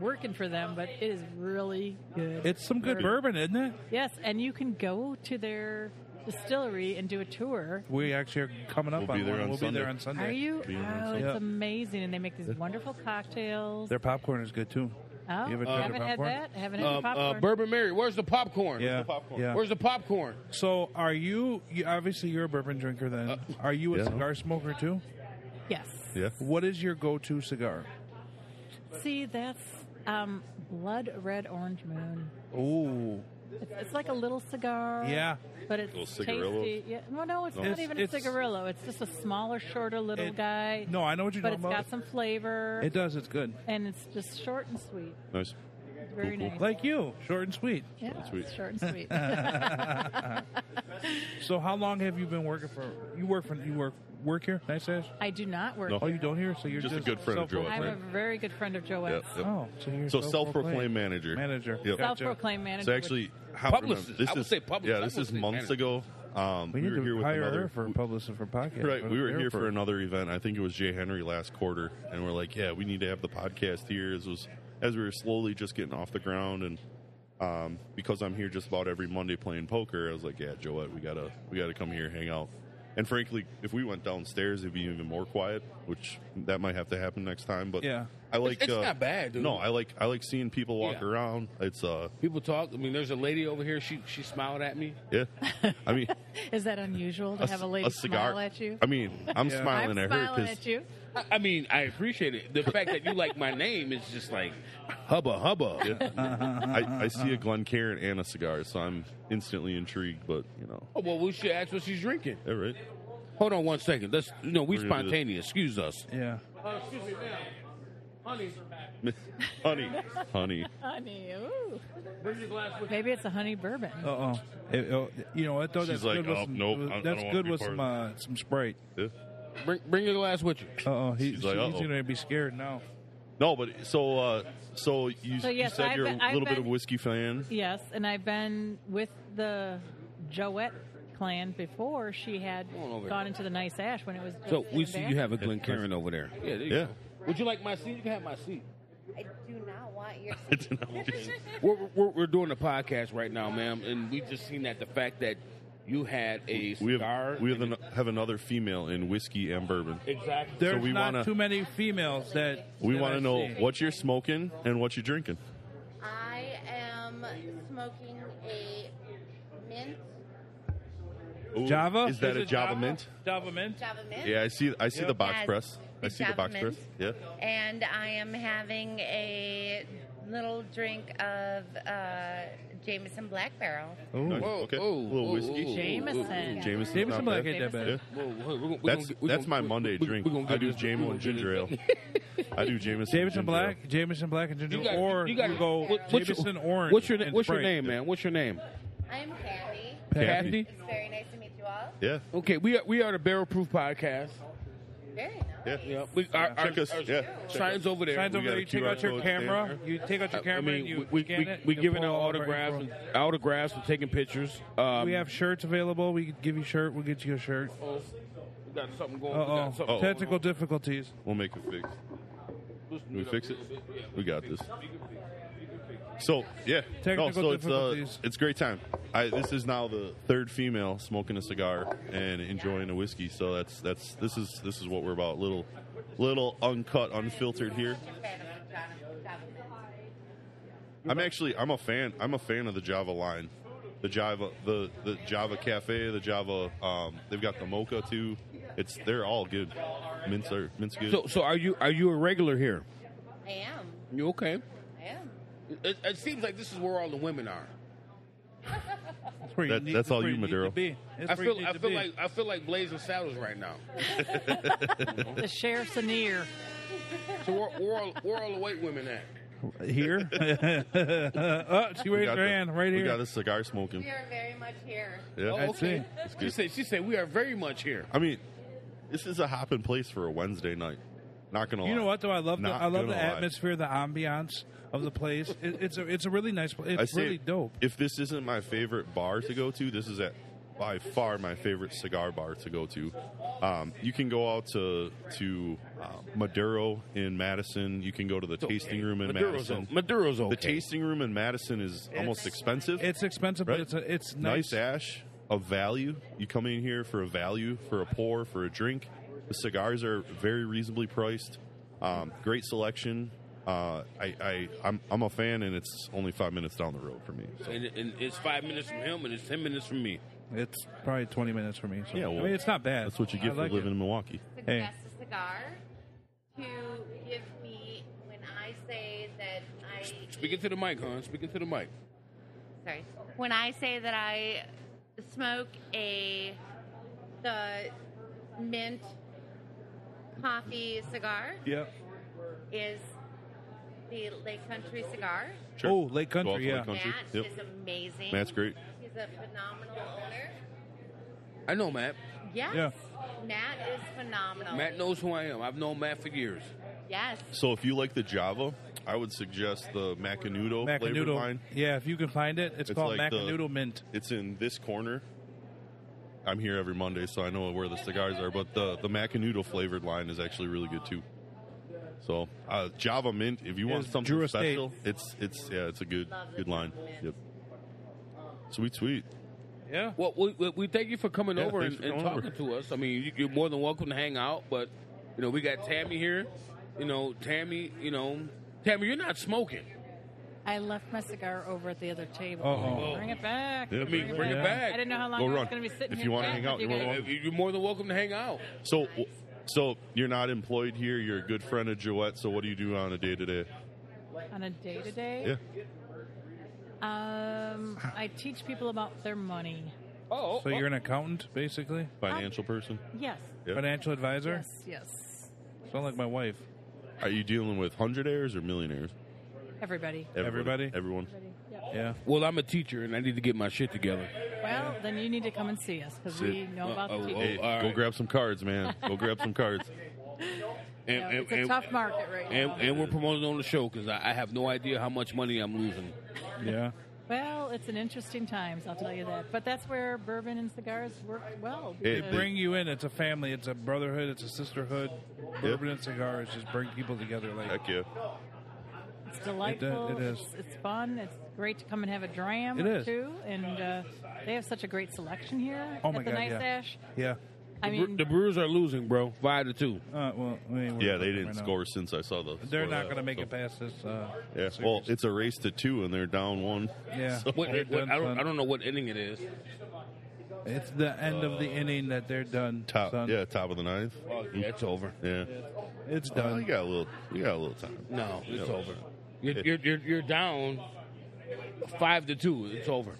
Speaker 4: working for them, but it is really good.
Speaker 1: It's some good bourbon, isn't it?
Speaker 4: yes, and you can go to their distillery and do a tour.
Speaker 1: We actually are coming up
Speaker 3: We'll
Speaker 1: on
Speaker 3: be there
Speaker 1: one.
Speaker 3: on
Speaker 1: we'll be there
Speaker 3: Sunday.
Speaker 1: on Sunday.
Speaker 4: Are you?
Speaker 3: Being on
Speaker 4: Oh, it's
Speaker 1: site.
Speaker 4: amazing, and they make these wonderful cocktails.
Speaker 1: Their popcorn is good too.
Speaker 4: oh,
Speaker 1: you ever
Speaker 4: I
Speaker 1: tried
Speaker 4: haven't
Speaker 1: their
Speaker 4: had
Speaker 1: popcorn?
Speaker 4: that. I haven't had the
Speaker 2: Um, uh,
Speaker 4: popcorn.
Speaker 2: Bourbon Mary, where's the popcorn?
Speaker 1: Yeah.
Speaker 2: Where's the popcorn?
Speaker 1: Yeah.
Speaker 2: Where's the popcorn?
Speaker 1: So, are you, you? Obviously, you're a bourbon drinker. Then, are you a
Speaker 3: Uh, yeah.
Speaker 1: cigar smoker too?
Speaker 4: yes.
Speaker 3: Yeah.
Speaker 1: What is your go-to cigar?
Speaker 4: See, that's um, blood red orange moon.
Speaker 1: Ooh,
Speaker 4: It's, it's like a little cigar.
Speaker 1: yeah.
Speaker 4: but it's
Speaker 3: Little cigarillo?
Speaker 4: tasty. Yeah, well, no, it's
Speaker 3: No.
Speaker 4: not
Speaker 1: It's-
Speaker 4: even
Speaker 1: it's-
Speaker 4: a cigarillo. It's just a smaller, shorter, little
Speaker 1: It-
Speaker 4: guy.
Speaker 1: No, I know what you're
Speaker 4: but
Speaker 1: talking
Speaker 4: it's
Speaker 1: about.
Speaker 4: got some flavor,
Speaker 1: it does. It's good.
Speaker 4: and it's just short and sweet.
Speaker 3: Nice.
Speaker 4: It's very
Speaker 3: Cool, cool.
Speaker 4: nice.
Speaker 1: Like you, short and sweet.
Speaker 4: yeah,
Speaker 3: and sweet.
Speaker 4: it's short and sweet.
Speaker 1: So, how long have you been working for? You work for you work work here, nice ass.
Speaker 4: I do not work.
Speaker 3: No.
Speaker 1: Oh, you don't here, so you're
Speaker 3: Just
Speaker 1: just,
Speaker 3: a good friend of
Speaker 1: self-proclaimed-
Speaker 4: I'm a
Speaker 3: Right.
Speaker 4: very good friend of Joette's.
Speaker 3: Yep, yep.
Speaker 1: Oh, so you're
Speaker 3: So self-proclaimed manager.
Speaker 1: manager.
Speaker 3: Yep.
Speaker 1: Gotcha.
Speaker 4: Self-proclaimed manager.
Speaker 3: So
Speaker 4: which-
Speaker 3: actually, how
Speaker 2: Publicist.
Speaker 3: remember- this
Speaker 2: I would
Speaker 3: is,
Speaker 2: say publicist.
Speaker 3: Yeah,
Speaker 2: I
Speaker 3: this
Speaker 2: would
Speaker 3: is
Speaker 2: say
Speaker 3: months
Speaker 2: manager.
Speaker 3: ago. Um,
Speaker 1: We
Speaker 3: we,
Speaker 1: need
Speaker 3: were
Speaker 1: to
Speaker 3: here with
Speaker 1: hire
Speaker 3: another.
Speaker 1: her for a publicist for podcast.
Speaker 3: right, we were here for
Speaker 1: another.
Speaker 3: another event. I think it was Jay Henry last quarter, and we're like, yeah, we need to have the podcast here. This was as we were slowly just getting off the ground, and um, because I'm here just about every Monday playing poker, I was like, yeah, Joette, we gotta we gotta come here, hang out. And frankly, if we went downstairs, it'd be even more quiet, which that might have to happen next time. But
Speaker 1: Yeah.
Speaker 3: I like
Speaker 2: it's
Speaker 3: uh,
Speaker 2: not bad, dude.
Speaker 3: No, I like I like seeing people walk
Speaker 2: Yeah.
Speaker 3: around. It's uh,
Speaker 2: People talk. I mean, there's a lady over here. She she smiled at me.
Speaker 3: yeah. I mean,
Speaker 4: is that unusual to have a
Speaker 3: c-
Speaker 4: lady smile at you?
Speaker 3: I mean, I'm
Speaker 1: Yeah.
Speaker 4: I'm
Speaker 3: smiling at her
Speaker 4: smiling
Speaker 3: because
Speaker 4: at you.
Speaker 2: I, I mean, I appreciate it. The fact that you like my name is just like hubba hubba.
Speaker 3: I, I see a Glencairn and a cigar, so I'm instantly intrigued. But you know,
Speaker 2: Oh, well, we should ask what she's drinking.
Speaker 3: all right.
Speaker 2: Hold on one second. Let's no, we
Speaker 3: We're gonna do
Speaker 2: spontaneous. Uh,
Speaker 3: this.
Speaker 2: Excuse us.
Speaker 1: Yeah.
Speaker 2: excuse me, ma'am. Honey,
Speaker 3: honey, honey.
Speaker 5: Honey, ooh.
Speaker 2: bring your glass with
Speaker 5: Maybe it's a honey bourbon.
Speaker 1: Uh oh. You know what though?
Speaker 3: She's
Speaker 1: that's
Speaker 3: like,
Speaker 1: good with
Speaker 3: "Oh,
Speaker 1: some,
Speaker 3: nope, I- I don't
Speaker 1: that's
Speaker 3: wanna
Speaker 1: good
Speaker 3: be
Speaker 1: with
Speaker 3: part
Speaker 1: some
Speaker 3: of
Speaker 1: uh, some Sprite.
Speaker 3: Yeah.
Speaker 2: you. Bring, bring your glass with you.
Speaker 1: Uh oh. He,
Speaker 3: She's like,
Speaker 1: she-
Speaker 3: "Uh-oh."
Speaker 1: he's gonna be scared now.
Speaker 3: No, but so uh, so you,
Speaker 5: So,
Speaker 3: you
Speaker 5: yes,
Speaker 3: said
Speaker 5: I've
Speaker 3: you're
Speaker 5: been-
Speaker 3: a
Speaker 5: I've
Speaker 3: little bit
Speaker 5: been-
Speaker 3: of whiskey fan.
Speaker 5: Yes, and I've been with the Joette clan before she had
Speaker 2: Come on over
Speaker 5: gone
Speaker 2: here.
Speaker 5: into the nice ash when it was.
Speaker 2: So
Speaker 5: just
Speaker 2: we
Speaker 5: sitting
Speaker 2: see
Speaker 5: there.
Speaker 2: you have a Glencairn over there. Yeah, there you
Speaker 3: Yeah.
Speaker 2: go. Would you like my seat? You can have my seat.
Speaker 6: I do not want your
Speaker 3: I don't know.
Speaker 2: We're, we're, we're doing a podcast right now, ma'am, and we just seen that the fact that you had a
Speaker 3: we
Speaker 2: cigar.
Speaker 3: have we have, an, have another female in whiskey and bourbon.
Speaker 2: exactly.
Speaker 1: There's
Speaker 3: we
Speaker 1: not
Speaker 3: wanna-
Speaker 1: too many females that
Speaker 3: We
Speaker 1: that
Speaker 3: want
Speaker 1: I
Speaker 3: to know
Speaker 1: see.
Speaker 3: what you're smoking and what you're drinking.
Speaker 6: I am smoking a mint
Speaker 3: Ooh,
Speaker 1: Java
Speaker 3: is that a
Speaker 1: it
Speaker 3: Java mint?
Speaker 1: Java mint.
Speaker 6: Java mint.
Speaker 3: Yeah, I see. I see the box
Speaker 6: Yes,
Speaker 3: press. I
Speaker 6: the
Speaker 3: see the
Speaker 6: Java
Speaker 3: box
Speaker 6: mint.
Speaker 3: press. Yeah.
Speaker 6: And I am having a little drink of uh, Jameson Black Barrel.
Speaker 3: Oh, nice.
Speaker 2: Whoa,
Speaker 3: okay.
Speaker 2: whoa,
Speaker 3: a little
Speaker 2: whoa,
Speaker 3: whiskey.
Speaker 2: whoa, whoa,
Speaker 5: Jameson.
Speaker 2: whoa, whoa.
Speaker 3: Jameson's
Speaker 1: Jameson
Speaker 3: not
Speaker 1: Black
Speaker 3: bad.
Speaker 1: ain't that bad.
Speaker 3: Yeah.
Speaker 2: Whoa, whoa, we're gonna- we're
Speaker 3: That's
Speaker 2: gonna- we're
Speaker 3: that's
Speaker 2: gonna-
Speaker 3: my
Speaker 2: we're-
Speaker 3: Monday
Speaker 2: we're
Speaker 3: drink.
Speaker 2: gonna
Speaker 3: I
Speaker 2: get
Speaker 3: do
Speaker 2: this-
Speaker 3: Jameson
Speaker 2: we're
Speaker 3: and
Speaker 2: gonna
Speaker 3: ginger
Speaker 2: get
Speaker 3: ale.
Speaker 2: this-
Speaker 3: I do Jameson.
Speaker 1: Jameson
Speaker 3: and ginger ale.
Speaker 1: Black, Jameson Black and Ginger,
Speaker 2: You got-
Speaker 1: or
Speaker 2: you got-
Speaker 1: you go
Speaker 6: what's
Speaker 2: What's your-
Speaker 1: Jameson Orange.
Speaker 2: What's your, na-
Speaker 1: and
Speaker 2: what's your
Speaker 1: Sprite.
Speaker 2: name, man? What's your name?
Speaker 6: I'm Kathy.
Speaker 3: Kathy.
Speaker 2: Kathy?
Speaker 6: It's very nice to meet you all.
Speaker 3: Yeah.
Speaker 2: Okay, we are, we are the Barrel Proof Podcast.
Speaker 6: Very nice.
Speaker 3: Yeah.
Speaker 2: Yeah, we, our, our,
Speaker 3: Check us.
Speaker 2: our
Speaker 3: Yeah.
Speaker 2: signs over there.
Speaker 1: Signs
Speaker 3: We
Speaker 1: over
Speaker 3: got
Speaker 1: there.
Speaker 3: a
Speaker 1: You take out
Speaker 3: QR
Speaker 1: your
Speaker 3: code
Speaker 1: camera. You take out your camera.
Speaker 2: I mean,
Speaker 1: and you
Speaker 2: we
Speaker 1: scan
Speaker 2: we,
Speaker 1: it
Speaker 2: we
Speaker 1: and
Speaker 2: giving
Speaker 1: pull
Speaker 2: out
Speaker 1: all of our
Speaker 2: autographs,
Speaker 1: info.
Speaker 2: and, autographs, and taking pictures. Um,
Speaker 1: We have shirts available. We could give you a shirt. We'll get you a shirt.
Speaker 2: we got something going.
Speaker 1: Uh
Speaker 2: Oh, we got
Speaker 1: oh.
Speaker 2: something going
Speaker 1: Technical
Speaker 2: on.
Speaker 1: difficulties.
Speaker 3: We'll make it big.
Speaker 2: Loosen
Speaker 3: we
Speaker 2: up
Speaker 3: fix
Speaker 2: a
Speaker 3: it?
Speaker 2: little bit. Yeah,
Speaker 3: We got
Speaker 2: can fix
Speaker 3: this.
Speaker 2: it. We can fix it. We can fix it.
Speaker 3: So yeah,
Speaker 1: Technical
Speaker 3: no, so it's uh,
Speaker 1: difficulties.
Speaker 3: it's great time. I, this is now the third female smoking a cigar and enjoying a whiskey. So that's that's this is this is what we're about. Little little uncut, unfiltered here.
Speaker 6: Such a fan of Java- Java mint.
Speaker 3: I'm actually I'm a fan. I'm a fan of the Java line, the Java the the Java Cafe, the Java. Um, they've got the Mocha too. It's they're all good. Mints are mints good.
Speaker 2: So, so are you are you a regular here?
Speaker 6: I am.
Speaker 2: You okay?
Speaker 6: I am.
Speaker 2: It, it seems like this is where all the women are.
Speaker 1: That's where you
Speaker 3: That-
Speaker 1: need.
Speaker 3: that's all
Speaker 1: where
Speaker 3: you,
Speaker 1: need to
Speaker 3: Maduro.
Speaker 1: be. That's
Speaker 2: I
Speaker 1: where you
Speaker 2: feel
Speaker 1: need
Speaker 2: I
Speaker 1: to
Speaker 2: feel
Speaker 1: be.
Speaker 2: like I feel like blazing saddles right now.
Speaker 5: The sheriff's a near.
Speaker 2: So where where all, where all the white women at?
Speaker 1: here. oh, she
Speaker 3: We
Speaker 1: raised
Speaker 3: got
Speaker 1: her
Speaker 3: the-
Speaker 1: hand right
Speaker 3: We got
Speaker 1: here.
Speaker 3: the cigar smoking.
Speaker 6: We are very much here.
Speaker 3: Yeah.
Speaker 2: Oh, okay.
Speaker 1: it.
Speaker 2: She said she said we are very much here.
Speaker 3: I mean, this is a hopping place for a Wednesday night. Not gonna lie.
Speaker 1: You know what though? I love the
Speaker 3: Not
Speaker 1: I love
Speaker 3: gonna
Speaker 1: the
Speaker 3: lie.
Speaker 1: atmosphere, the ambiance of the place. It, it's a it's a really nice place.
Speaker 3: I
Speaker 1: It's
Speaker 3: say,
Speaker 1: really dope.
Speaker 3: If this isn't my favorite bar to go to, this is at by far my favorite cigar bar to go to. Um, you can go out to to uh, Maduro in Madison. You can go to the tasting room in
Speaker 2: Maduro's
Speaker 3: Madison.
Speaker 2: o- Maduro's okay.
Speaker 3: The tasting room in Madison is almost expensive.
Speaker 1: It's expensive,
Speaker 3: Right.
Speaker 1: but it's a, it's nice.
Speaker 3: nice ash of value. You come in here for a value, for a pour, for a drink. The cigars are very reasonably priced. Um, great selection. Uh, I, I I'm I'm a fan, and it's only five minutes down the road for me. So.
Speaker 2: and, and it's five minutes from him and it's ten minutes from me.
Speaker 1: It's probably twenty minutes for me. So.
Speaker 3: Yeah, well,
Speaker 1: I mean it's not bad.
Speaker 3: That's what you
Speaker 1: I
Speaker 3: get for
Speaker 1: like
Speaker 3: living
Speaker 1: it.
Speaker 3: in Milwaukee.
Speaker 1: Hey.
Speaker 6: suggest a cigar to give me when I say that I
Speaker 2: Speaking to the mic, hon. Speaking to the mic.
Speaker 6: sorry when I say that I smoke a the mint coffee cigar
Speaker 1: Yep.
Speaker 6: is the Lake Country cigar.
Speaker 3: Sure.
Speaker 1: Oh, Lake
Speaker 3: Go out to
Speaker 1: Country, yeah.
Speaker 3: Country.
Speaker 6: Matt
Speaker 3: Yep.
Speaker 6: is amazing.
Speaker 3: Matt's great.
Speaker 6: He's a phenomenal owner.
Speaker 2: I know Matt.
Speaker 6: Yes.
Speaker 1: Yeah.
Speaker 6: Matt is phenomenal.
Speaker 2: Matt knows who I am. I've known Matt for years.
Speaker 6: Yes.
Speaker 3: So if you like the Java, I would suggest the Macanudo, flavored
Speaker 1: Macanudo.
Speaker 3: line.
Speaker 1: Yeah, if you can find it, it's,
Speaker 3: It's
Speaker 1: called
Speaker 3: like the-
Speaker 1: Macanudo Mint.
Speaker 3: It's in this corner. I'm here every Monday, so I know where the cigars are. But the the Macanudo flavored line is actually really good too. So uh, Java Mint, if you want
Speaker 1: Is
Speaker 3: something
Speaker 1: Drew Estate.
Speaker 3: special, it's it's yeah, it's a good
Speaker 6: Love the
Speaker 3: good line.
Speaker 6: Java Mint.
Speaker 3: Yep. Sweet, sweet.
Speaker 1: Yeah.
Speaker 2: Well, we, we, we thank you for coming
Speaker 3: Yeah,
Speaker 2: over
Speaker 3: thanks
Speaker 2: and,
Speaker 3: for
Speaker 2: and
Speaker 3: coming
Speaker 2: talking to us. I mean, you, you're more than welcome to hang out, but you know, we got Tammy here. You know, Tammy. You know, Tammy, you're not smoking.
Speaker 5: I left my cigar over at the other table.
Speaker 1: Uh-oh.
Speaker 5: Bring it back.
Speaker 3: Yeah,
Speaker 2: mean, bring it back.
Speaker 5: I didn't know how long
Speaker 3: Go
Speaker 5: I was
Speaker 3: run.
Speaker 5: going to be sitting
Speaker 3: If
Speaker 5: here
Speaker 3: you wanna
Speaker 5: chatting
Speaker 3: hang out,
Speaker 5: with you
Speaker 3: you wanna
Speaker 5: guys.
Speaker 2: You- You're more than welcome to hang out.
Speaker 3: So so you're not employed here. You're a good friend of Joette. So what do you do on a day to day?
Speaker 5: on a day to day.
Speaker 3: Yeah.
Speaker 5: Um, I teach people about their money.
Speaker 2: Oh,
Speaker 1: So you're an accountant, basically,
Speaker 3: Financial person.
Speaker 5: Yes.
Speaker 3: Yeah.
Speaker 1: financial advisor.
Speaker 5: Yes. Yes.
Speaker 1: Sound like my wife.
Speaker 3: Are you dealing with hundredaires or millionaires?
Speaker 5: Everybody.
Speaker 1: Everybody?
Speaker 3: Everyone.
Speaker 2: Oh,
Speaker 5: Everybody. Yep.
Speaker 1: Yeah.
Speaker 2: Well, I'm a teacher and I need to get my shit together.
Speaker 5: Well, then you need to come and see us because
Speaker 3: Sit.
Speaker 5: we know about
Speaker 2: Uh-oh.
Speaker 5: the teachers.
Speaker 3: Hey,
Speaker 2: all right.
Speaker 3: go grab some cards, man. Go grab some cards.
Speaker 2: And,
Speaker 5: Yeah,
Speaker 2: and-
Speaker 5: it's a
Speaker 2: and-
Speaker 5: tough market right
Speaker 2: and,
Speaker 5: now.
Speaker 2: and we're promoting on the show because I, I have no idea how much money I'm losing.
Speaker 1: Yeah.
Speaker 5: well, it's an interesting times, I'll tell you that. But that's where bourbon and cigars work well.
Speaker 3: Hey,
Speaker 5: because-
Speaker 1: Bring you in. It's a family. It's a brotherhood. It's a sisterhood. Bourbon and cigars just bring people together. Like
Speaker 3: Heck yeah.
Speaker 5: It's delightful.
Speaker 1: it is.
Speaker 5: It's, it's fun. It's great to come and have a dram
Speaker 1: It
Speaker 5: or
Speaker 1: is.
Speaker 5: two. And uh, they have such a great selection here
Speaker 1: Oh
Speaker 5: at
Speaker 1: my
Speaker 5: the
Speaker 1: God,
Speaker 5: Nice
Speaker 1: yeah.
Speaker 5: Ash.
Speaker 1: yeah.
Speaker 5: I
Speaker 2: The Bre-
Speaker 5: mean,
Speaker 2: the Brewers are losing, bro. Five to two.
Speaker 1: Uh, well, I mean, we're
Speaker 3: Yeah, they
Speaker 1: right
Speaker 3: didn't
Speaker 1: now.
Speaker 3: score since I saw the.
Speaker 1: They're
Speaker 3: score
Speaker 1: not
Speaker 3: that,
Speaker 1: going to make
Speaker 3: so.
Speaker 1: it past this. Uh,
Speaker 3: Yeah.
Speaker 1: series.
Speaker 3: Well, it's a race to two, and they're down one.
Speaker 1: Yeah.
Speaker 3: So-
Speaker 2: What,
Speaker 1: They're
Speaker 2: what-
Speaker 1: done,
Speaker 2: I don't.
Speaker 1: son.
Speaker 2: I don't know what inning it is.
Speaker 1: It's the end of the inning that they're done.
Speaker 3: Uh, Top.
Speaker 1: son.
Speaker 3: Yeah, top of the ninth.
Speaker 2: Oh, yeah, it's over.
Speaker 3: Yeah.
Speaker 1: It's
Speaker 3: Uh, you
Speaker 1: done.
Speaker 3: got a little. You got a little time.
Speaker 2: No,
Speaker 3: You
Speaker 2: it's
Speaker 3: know.
Speaker 2: over. You're, you're, you're, you're down five to two. It's over.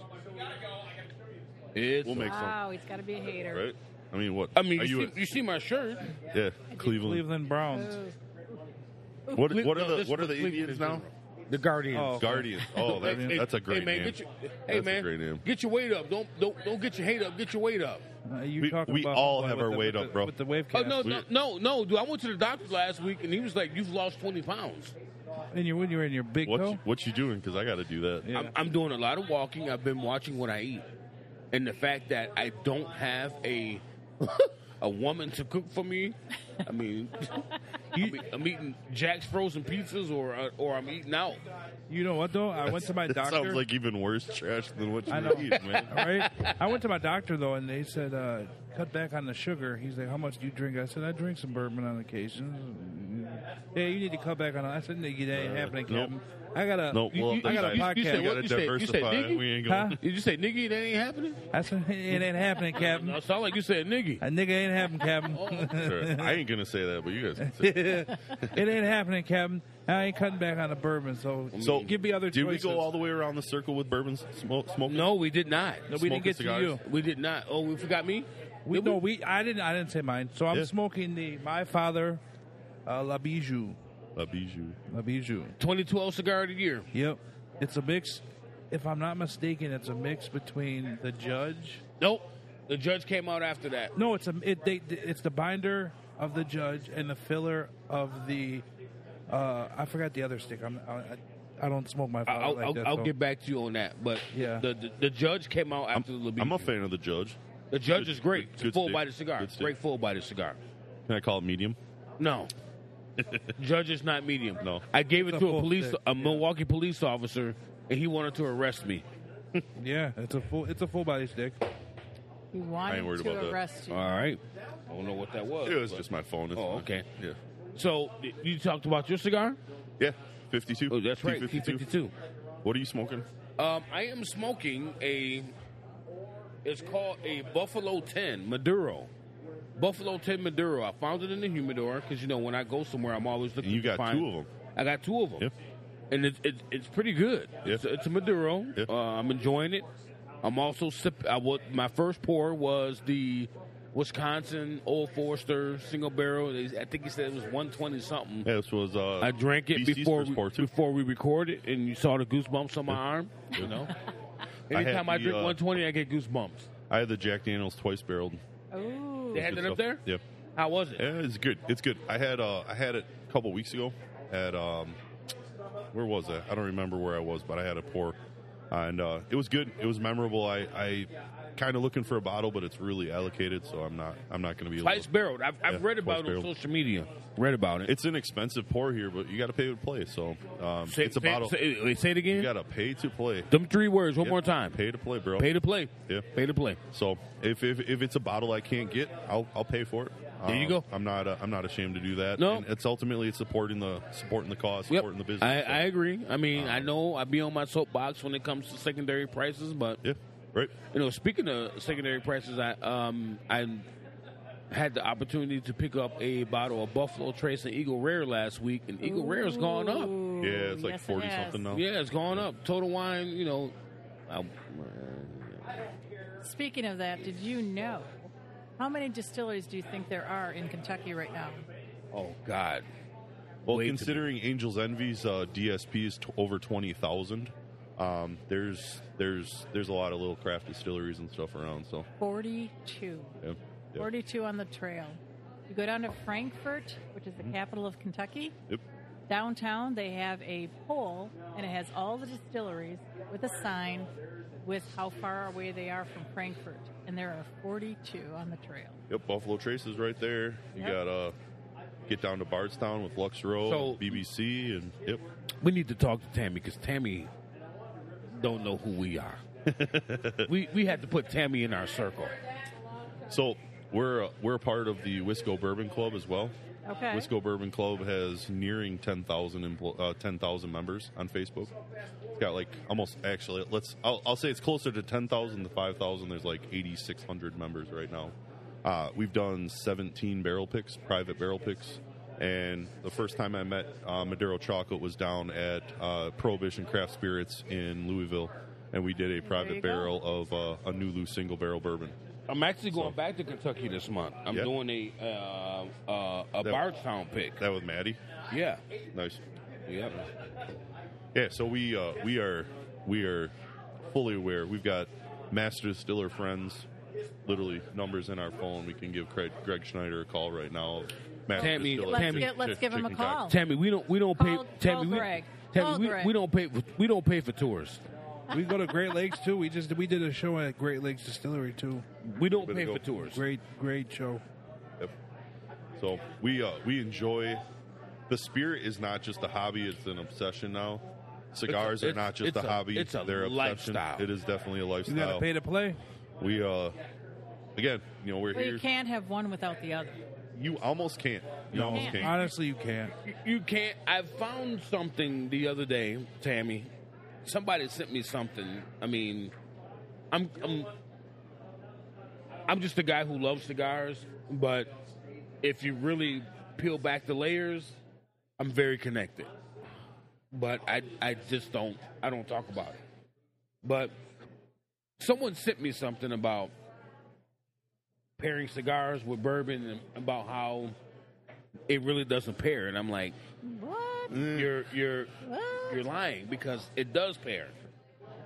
Speaker 2: It's
Speaker 3: We'll make some.
Speaker 5: wow, he's got to be a hater.
Speaker 3: Right. I mean, what?
Speaker 2: I mean,
Speaker 3: are
Speaker 2: you,
Speaker 3: you?
Speaker 2: see, you see my shirt.
Speaker 3: a- yeah, Cleveland.
Speaker 1: Cleveland Browns.
Speaker 5: Ooh.
Speaker 3: What?
Speaker 2: Cle-
Speaker 3: What
Speaker 2: no,
Speaker 3: are the?
Speaker 2: this
Speaker 3: What are
Speaker 2: is
Speaker 3: the
Speaker 2: Cleveland
Speaker 3: Indians
Speaker 2: is
Speaker 3: now?
Speaker 2: different. The Guardians.
Speaker 1: Oh.
Speaker 3: Guardians. Oh, that,
Speaker 2: Hey,
Speaker 3: that's a
Speaker 2: hey,
Speaker 3: great
Speaker 2: hey, man,
Speaker 3: name.
Speaker 2: Get your, hey
Speaker 3: That's a
Speaker 2: man,
Speaker 3: great name.
Speaker 2: get your weight up. Don't don't don't get your hate up. Get your weight up.
Speaker 1: Uh, you
Speaker 3: We-
Speaker 1: talking
Speaker 3: we
Speaker 1: about
Speaker 3: all
Speaker 1: football
Speaker 3: have
Speaker 1: with
Speaker 3: our
Speaker 1: the-
Speaker 3: weight
Speaker 1: with
Speaker 3: up,
Speaker 1: the-
Speaker 3: bro.
Speaker 1: With the wave
Speaker 2: Oh
Speaker 1: cast.
Speaker 2: no, no, no, no, dude! I went to the doctor last week, and he was like, "You've lost twenty pounds."
Speaker 1: And you're when you're in your big
Speaker 3: What?
Speaker 1: toe.
Speaker 3: You, what you doing? Because I got to do that.
Speaker 1: Yeah.
Speaker 2: I'm, I'm doing a lot of walking. I've been watching what I eat, and the fact that I don't have a a woman to cook for me. I mean, I'm, e- I'm eating Jack's frozen pizzas, or uh, or I'm eating out.
Speaker 1: You know what though? I went to my
Speaker 3: That
Speaker 1: doctor.
Speaker 3: sounds like even worse trash than what you
Speaker 1: I know.
Speaker 3: eat, man.
Speaker 1: right? I went to my doctor though, and they said uh, cut back on the sugar. He's like, "How much do you drink?" I said, "I drink some bourbon on occasion." Yeah, you need to cut back on. it." I said, "Nigga, that ain't
Speaker 3: Uh,
Speaker 1: happening,
Speaker 3: nope.
Speaker 1: Captain. I got a,
Speaker 3: No,
Speaker 2: You-
Speaker 3: well,
Speaker 2: you-
Speaker 1: I
Speaker 3: I
Speaker 1: got a
Speaker 3: gotta,
Speaker 1: podcast.
Speaker 2: you said
Speaker 3: gotta
Speaker 2: what? You said- you said
Speaker 3: diversify.
Speaker 2: nigga?
Speaker 3: we ain't going.
Speaker 1: Huh?
Speaker 2: Did you say nigga? That ain't happening.
Speaker 1: I said, it ain't happening, Captain.
Speaker 2: I sound like you said nigga.
Speaker 1: A nigga ain't happening,
Speaker 3: Oh.
Speaker 1: Captain.
Speaker 3: Sure. I ain't gonna say that, but you guys. Can say it.
Speaker 1: it ain't happening, Captain. I ain't cutting back on the bourbon. So,
Speaker 3: So
Speaker 1: give me other
Speaker 3: Did
Speaker 1: choices.
Speaker 3: we go all the way around the circle with bourbon smoke? smoke?
Speaker 2: No, we did not.
Speaker 1: No, we didn't
Speaker 3: smoking
Speaker 1: get
Speaker 3: cigars?
Speaker 1: to you.
Speaker 2: We did not. Oh, we forgot me.
Speaker 1: We
Speaker 2: Did
Speaker 1: no, we. I didn't. I didn't say mine. So I'm
Speaker 3: Yeah.
Speaker 1: smoking the my father, uh, La Bijou.
Speaker 3: A bijou.
Speaker 1: La Bijou.
Speaker 2: 2012 cigar of the year.
Speaker 1: Yep. It's a mix. If I'm not mistaken, it's a mix between the judge.
Speaker 2: Nope. The judge came out after that.
Speaker 1: No, it's a it, they, it's the binder of the judge and the filler of the. Uh, I forgot the other stick. I'm, I, I Oh, I don't smoke my.
Speaker 2: I-
Speaker 1: father
Speaker 2: I'll,
Speaker 1: like
Speaker 2: I'll,
Speaker 1: that,
Speaker 2: I'll
Speaker 1: so-
Speaker 2: get back to you on that. But
Speaker 1: Yeah.
Speaker 2: the, the the judge came out after the Labib.
Speaker 3: I'm a fan of the judge.
Speaker 2: The judge
Speaker 3: Good-
Speaker 2: is great.
Speaker 3: good-
Speaker 2: It's a
Speaker 3: good
Speaker 2: full
Speaker 3: stick.
Speaker 2: bite of cigar.
Speaker 3: Good stick.
Speaker 2: Great full bite of cigar.
Speaker 3: Can I call it medium?
Speaker 2: No. judge is not medium.
Speaker 3: No.
Speaker 2: I gave it
Speaker 1: It's a
Speaker 2: to a
Speaker 1: full
Speaker 2: police
Speaker 1: stick,
Speaker 2: a Milwaukee police officer and he wanted to arrest me.
Speaker 1: Yeah, it's a full. It's a full body stick.
Speaker 5: He
Speaker 3: ain't
Speaker 5: wanted
Speaker 3: worried
Speaker 5: to
Speaker 3: about that.
Speaker 5: arrest
Speaker 2: All
Speaker 5: you.
Speaker 2: right. I don't know what that was.
Speaker 3: It was
Speaker 2: but-
Speaker 3: just my phone. It's
Speaker 2: Oh,
Speaker 3: fine.
Speaker 2: okay.
Speaker 3: Yeah.
Speaker 2: So y- you talked about your cigar?
Speaker 3: Yeah. 52.
Speaker 2: Oh, that's right. T
Speaker 3: 52.
Speaker 2: fifty two.
Speaker 3: What are you smoking?
Speaker 2: Um, I am smoking a. It's called a Buffalo Ten Maduro. Buffalo Ten Maduro. I found it in the humidor because you know when I go somewhere, I'm always looking.
Speaker 3: And you
Speaker 2: to
Speaker 3: got
Speaker 2: find-
Speaker 3: two of 'em.
Speaker 2: I got two of them.
Speaker 3: Yep.
Speaker 2: And it's it's it's pretty good. It's, it's a Maduro.
Speaker 3: Yeah.
Speaker 2: Uh, I'm enjoying it. I'm also sip. I wa- my first pour was the Wisconsin Old Forester single barrel. They- I think he said it was 120 something.
Speaker 3: Yeah, this was. Uh,
Speaker 2: I drank it
Speaker 3: BC's
Speaker 2: before
Speaker 3: first
Speaker 2: we,
Speaker 3: pour, too.
Speaker 2: before we recorded, and you saw the goosebumps on my arm. You know,
Speaker 3: I had
Speaker 2: anytime I,
Speaker 3: the,
Speaker 2: drink
Speaker 3: uh,
Speaker 2: 120, I get goosebumps.
Speaker 3: I had the Jack Daniels twice barreled.
Speaker 1: Uh,
Speaker 5: Oh,
Speaker 2: They had
Speaker 3: Good
Speaker 2: that up
Speaker 3: stuff.
Speaker 2: there.
Speaker 3: Yeah.
Speaker 2: How was it?
Speaker 3: Yeah, it's good. It's good. I had uh, I had it a couple weeks ago at um, where was I? I don't remember where I was, but I had a pour, and uh, it was good. It was memorable. I, I kind of looking for a bottle, but it's really allocated, so I'm not I'm not going to be able
Speaker 2: Twice
Speaker 3: to-
Speaker 2: barreled. I've, I've
Speaker 3: Yeah,
Speaker 2: read about
Speaker 3: twice
Speaker 2: it on
Speaker 3: barreled.
Speaker 2: social media. Read about it.
Speaker 3: It's an expensive pour here, but you got to pay to play. So um,
Speaker 2: Say-
Speaker 3: it's a
Speaker 2: say-
Speaker 3: bottle.
Speaker 2: Say, wait, say it
Speaker 3: you
Speaker 2: again.
Speaker 3: got to pay to play.
Speaker 2: Them three words one
Speaker 3: Yep.
Speaker 2: more time. Pay,
Speaker 3: Pay to play, bro.
Speaker 2: to play.
Speaker 3: Yeah.
Speaker 2: Pay to play.
Speaker 3: So if, if if it's a bottle I can't get, I'll I'll pay for it.
Speaker 2: There you go.
Speaker 3: I'm not uh, I'm not ashamed to do that.
Speaker 2: No.
Speaker 3: And it's ultimately it's supporting the supporting the cause,
Speaker 2: Yep.
Speaker 3: supporting the business.
Speaker 2: I,
Speaker 3: So, Um,
Speaker 2: I agree. I mean, I know I be on my soapbox when it comes to secondary prices, but
Speaker 3: yeah, right.
Speaker 2: You know, speaking of secondary prices, I um I had the opportunity to pick up a bottle of Buffalo Trace and Eagle Rare last week, and Eagle Rare has gone up.
Speaker 5: Ooh,
Speaker 3: Yeah, it's like
Speaker 5: yes, it
Speaker 3: forty
Speaker 5: has.
Speaker 3: something now.
Speaker 2: Yeah, it's gone up. Total Wine, you know, um, I,
Speaker 5: Speaking of that, did you know how many distilleries do you think there are in Kentucky right now?
Speaker 2: oh God,
Speaker 3: Well,
Speaker 2: way to
Speaker 3: considering Angels Envy's uh, DSP is t- over twenty thousand, um, there's there's there's a lot of little craft distilleries and stuff around. So,
Speaker 5: 42.
Speaker 3: yeah, yeah.
Speaker 5: 42 on the trail. You go down to Frankfort, which is the capital of Kentucky.
Speaker 3: Yep.
Speaker 5: Downtown, they have a pole, and it has all the distilleries with a sign with how far away they are from Frankfort. And there are 42 on the trail.
Speaker 3: Yep, Buffalo Trace is right there. You
Speaker 5: Yep.
Speaker 3: got uh, get down to Bardstown with Lux Row,
Speaker 2: So-
Speaker 3: BBC, and yep.
Speaker 2: We need to talk to Tammy because Tammy don't know who we are. we we had to put Tammy in our circle.
Speaker 3: So we're uh, we're part of the Wisco Bourbon Club as well.
Speaker 5: Okay.
Speaker 3: Wisco Bourbon Club has nearing 10,000 empl- uh, 10,000 members on Facebook. It's got like almost actually let's I'll, I'll say it's closer to 10,000 to 5,000. There's like 8,600 members right now. Uh, we've done 17 barrel picks, private barrel picks, and the first time I met uh, Maduro Chocolate was down at uh, Prohibition Craft Spirits in Louisville, and we did a
Speaker 5: you
Speaker 3: private
Speaker 5: go.
Speaker 3: barrel of uh, a Nulu single barrel bourbon.
Speaker 2: I'm actually going back to Kentucky this month. I'm
Speaker 3: Yeah.
Speaker 2: doing a uh, uh, a
Speaker 3: That-
Speaker 2: Bardstown pick.
Speaker 3: That with Maddie,
Speaker 2: Yeah,
Speaker 3: nice.
Speaker 2: yeah.
Speaker 3: Yeah, so we uh, we are we are fully aware. We've got master distiller friends, literally numbers in our phone. We can give Greg, Greg Schneider a call right now. Master
Speaker 2: Tammy-
Speaker 3: distiller
Speaker 2: Let's
Speaker 3: Chick-
Speaker 2: get-
Speaker 5: let's
Speaker 3: Chick-
Speaker 5: give him a
Speaker 3: Chicken Cock.
Speaker 5: call.
Speaker 2: Tammy, we don't we don't pay.
Speaker 5: Call-
Speaker 2: Tammy,
Speaker 5: call
Speaker 2: we,
Speaker 5: Greg.
Speaker 2: Tammy,
Speaker 5: Call
Speaker 2: we,
Speaker 5: Greg.
Speaker 2: we don't pay for, we don't pay for tours.
Speaker 1: We go to Great Lakes too. We just we did a show at Great Lakes Distillery too.
Speaker 2: We don't
Speaker 3: Way to
Speaker 2: pay
Speaker 3: go.
Speaker 2: for tours.
Speaker 1: Great great show.
Speaker 3: Yep. So we uh, we enjoy. The spirit is not just a hobby; it's an obsession now. Cigars
Speaker 2: It's-
Speaker 3: are not just
Speaker 2: it's
Speaker 3: a,
Speaker 2: a-
Speaker 3: hobby;
Speaker 2: it's a
Speaker 3: they're obsession.
Speaker 2: lifestyle.
Speaker 3: It is definitely a
Speaker 1: You
Speaker 3: lifestyle.
Speaker 1: got to pay to play.
Speaker 3: we uh, again, you know, we're
Speaker 5: Well,
Speaker 3: here.
Speaker 5: you can't have one without the other.
Speaker 3: You almost can't. You
Speaker 1: No,
Speaker 3: almost can't.
Speaker 1: honestly, you can't.
Speaker 2: You- You can't. I found something the other day, Tammy. Somebody sent me something. I mean, I'm I'm I'm just a guy who loves cigars, but if you really peel back the layers, I'm very connected. But I I just don't I don't talk about it. But someone sent me something about pairing cigars with bourbon and about how it really doesn't pair and i'm like
Speaker 5: What?
Speaker 2: you're you're
Speaker 5: What?
Speaker 2: Mm. you're lying because it does pair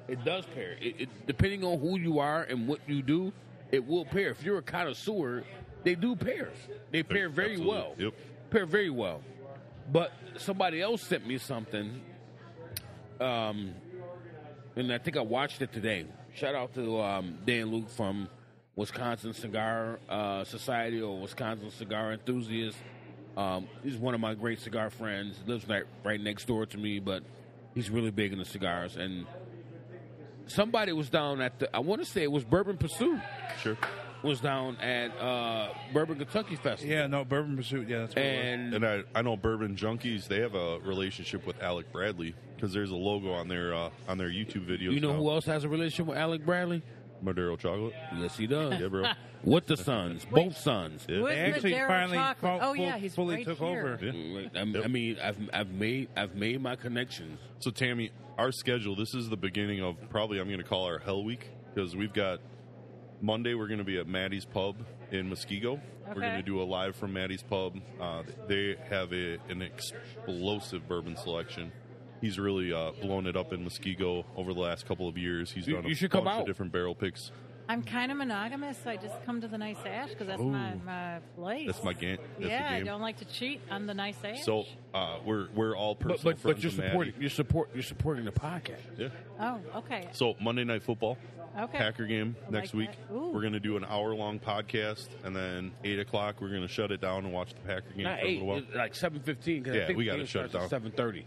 Speaker 2: it does pair it, it, depending on who you are and what you do it will pair if you're a connoisseur they do pair they pair very
Speaker 3: Absolutely.
Speaker 2: well
Speaker 3: Yep.
Speaker 2: pair very well but somebody else sent me something um and i think i watched it today shout out to um, dan luke from wisconsin cigar uh, society or wisconsin cigar enthusiast um, he's one of my great cigar friends lives right, right next door to me but he's really big into cigars and somebody was down at the i want to say it was bourbon pursuit
Speaker 3: Sure.
Speaker 2: was down at uh, bourbon kentucky festival
Speaker 1: Yeah, no Bourbon Pursuit. Yeah, that's what it was.
Speaker 2: and
Speaker 3: And I, I know Bourbon Junkies. They have a relationship with Alec Bradley because there's a logo on their uh, on their YouTube videos.
Speaker 2: You know
Speaker 3: now.
Speaker 2: who else has a relationship with Alec Bradley?
Speaker 3: Maduro Chocolate.
Speaker 2: Yes, he does.
Speaker 3: Yeah, bro.
Speaker 2: With the sons, both sons.
Speaker 3: Yeah.
Speaker 5: Where's
Speaker 1: They actually
Speaker 5: Madero
Speaker 1: finally
Speaker 5: chocolate?
Speaker 1: fu-
Speaker 5: oh, yeah,
Speaker 1: fu-
Speaker 5: he's
Speaker 1: fully
Speaker 5: right
Speaker 1: took
Speaker 5: here.
Speaker 1: over.
Speaker 3: Yeah.
Speaker 2: Like, I'm- Mm, I mean, I've I've made I've made my connections.
Speaker 3: So Tammy, our schedule. This is the beginning of probably I'm going to call our Hell Week because we've got Monday. We're going to be at Maddie's Pub in Muskego. We're
Speaker 5: Okay.
Speaker 3: going to do a live from Maddie's Pub. Uh, they have a, an explosive bourbon selection. He's really uh, blown it up in Muskego over the last couple of years. He's
Speaker 2: You-
Speaker 3: done a
Speaker 2: you should
Speaker 3: bunch
Speaker 2: come out.
Speaker 3: of different barrel picks.
Speaker 5: I'm kind of monogamous, so I just come to the nice ash because that's my, my place.
Speaker 3: That's my ga- that's the
Speaker 5: yeah, I
Speaker 3: game.
Speaker 5: don't like to cheat on the nice ash.
Speaker 3: So uh, we're we're all personal
Speaker 2: But but, but
Speaker 3: friends.
Speaker 2: you're
Speaker 3: of Maddie.
Speaker 2: supporting you're support you're supporting the podcast.
Speaker 3: Yeah.
Speaker 5: oh, okay.
Speaker 3: So Monday night football,
Speaker 5: Okay.
Speaker 3: Packer game
Speaker 5: I
Speaker 3: next
Speaker 5: like
Speaker 3: week.
Speaker 5: that. Ooh.
Speaker 3: We're going to do an hour long podcast, and then eight o'clock we're going to shut it down and watch the Packer game
Speaker 2: Not
Speaker 3: for a
Speaker 2: eight, uh,
Speaker 3: little while.
Speaker 2: it's like seven fifteen.
Speaker 3: Yeah, we gotta shut it down.
Speaker 2: Seven thirty.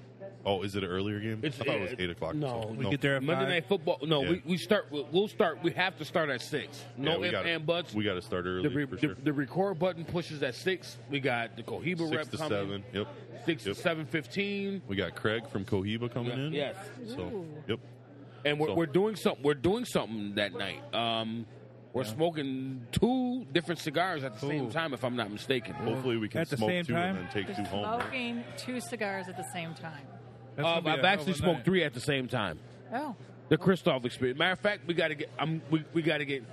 Speaker 3: Oh, is it an earlier game? I thought it was eight o'clock.
Speaker 2: No,
Speaker 3: so,
Speaker 1: We get there at
Speaker 2: Monday
Speaker 1: five.
Speaker 2: night football. No,
Speaker 3: Yeah.
Speaker 2: we, we start. We'll we'll start. We have to start at six.
Speaker 3: Yeah,
Speaker 2: No
Speaker 3: we
Speaker 2: ifs
Speaker 3: gotta-
Speaker 2: and buts.
Speaker 3: We got to start early
Speaker 2: the, re-
Speaker 3: for
Speaker 2: the,
Speaker 3: sure.
Speaker 2: the record button pushes at six. We got the Cohiba
Speaker 3: Six
Speaker 2: rep
Speaker 3: to
Speaker 2: coming.
Speaker 3: seven. Yep.
Speaker 2: Six
Speaker 3: Yep.
Speaker 2: to seven fifteen.
Speaker 3: We got Craig from Cohiba coming in.
Speaker 2: Yes.
Speaker 3: So
Speaker 5: Ooh.
Speaker 3: yep.
Speaker 2: And we're,
Speaker 3: So-
Speaker 2: we're doing something. We're doing something that night. Um, we're smoking two different cigars at the same
Speaker 1: Ooh.
Speaker 2: time, if I'm not mistaken.
Speaker 3: Hopefully we can
Speaker 1: At the
Speaker 3: smoke
Speaker 1: same
Speaker 3: two
Speaker 1: time?
Speaker 3: and then take
Speaker 5: You're
Speaker 3: two home. right?
Speaker 5: smoking two cigars at the same time.
Speaker 1: That's
Speaker 2: Uh,
Speaker 1: gonna be
Speaker 2: I've
Speaker 1: a hell
Speaker 2: actually
Speaker 1: of a
Speaker 2: smoked
Speaker 1: night.
Speaker 2: three at the same time.
Speaker 5: Oh,
Speaker 2: The Christoph experience. Matter of fact, we got to get. I'm. We, we got to get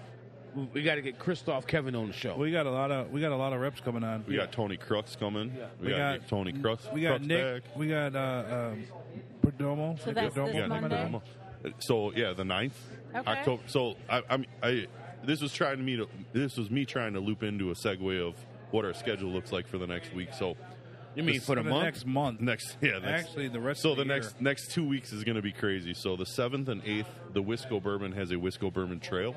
Speaker 2: we got to get Christoph Kevin on the show.
Speaker 1: We got a lot of we got a lot of reps coming on.
Speaker 3: We got Tony Crux coming. We,
Speaker 1: We
Speaker 3: got,
Speaker 1: got-
Speaker 3: Nick Tony Crux.
Speaker 1: We got
Speaker 3: Crux
Speaker 1: Nick.
Speaker 3: back.
Speaker 1: We got uh, um, Perdomo.
Speaker 5: So that's
Speaker 3: We
Speaker 5: this
Speaker 3: got Nick
Speaker 5: Monday?
Speaker 3: Perdomo. Uh, So yeah, the 9th,
Speaker 5: Okay.
Speaker 3: October. So I, I'm I. This was trying to me to. This was me trying to loop into a segue of what our schedule looks like for the next week. So
Speaker 2: you mean
Speaker 3: this-
Speaker 2: for the,
Speaker 1: for the
Speaker 2: month?
Speaker 1: next month.
Speaker 3: next yeah next,
Speaker 1: Actually, the rest.
Speaker 3: So
Speaker 1: of
Speaker 3: the,
Speaker 1: the, year.
Speaker 3: next next two weeks is going to be crazy. So the seventh and eighth, the Wisco Bourbon has a Wisco Bourbon Trail.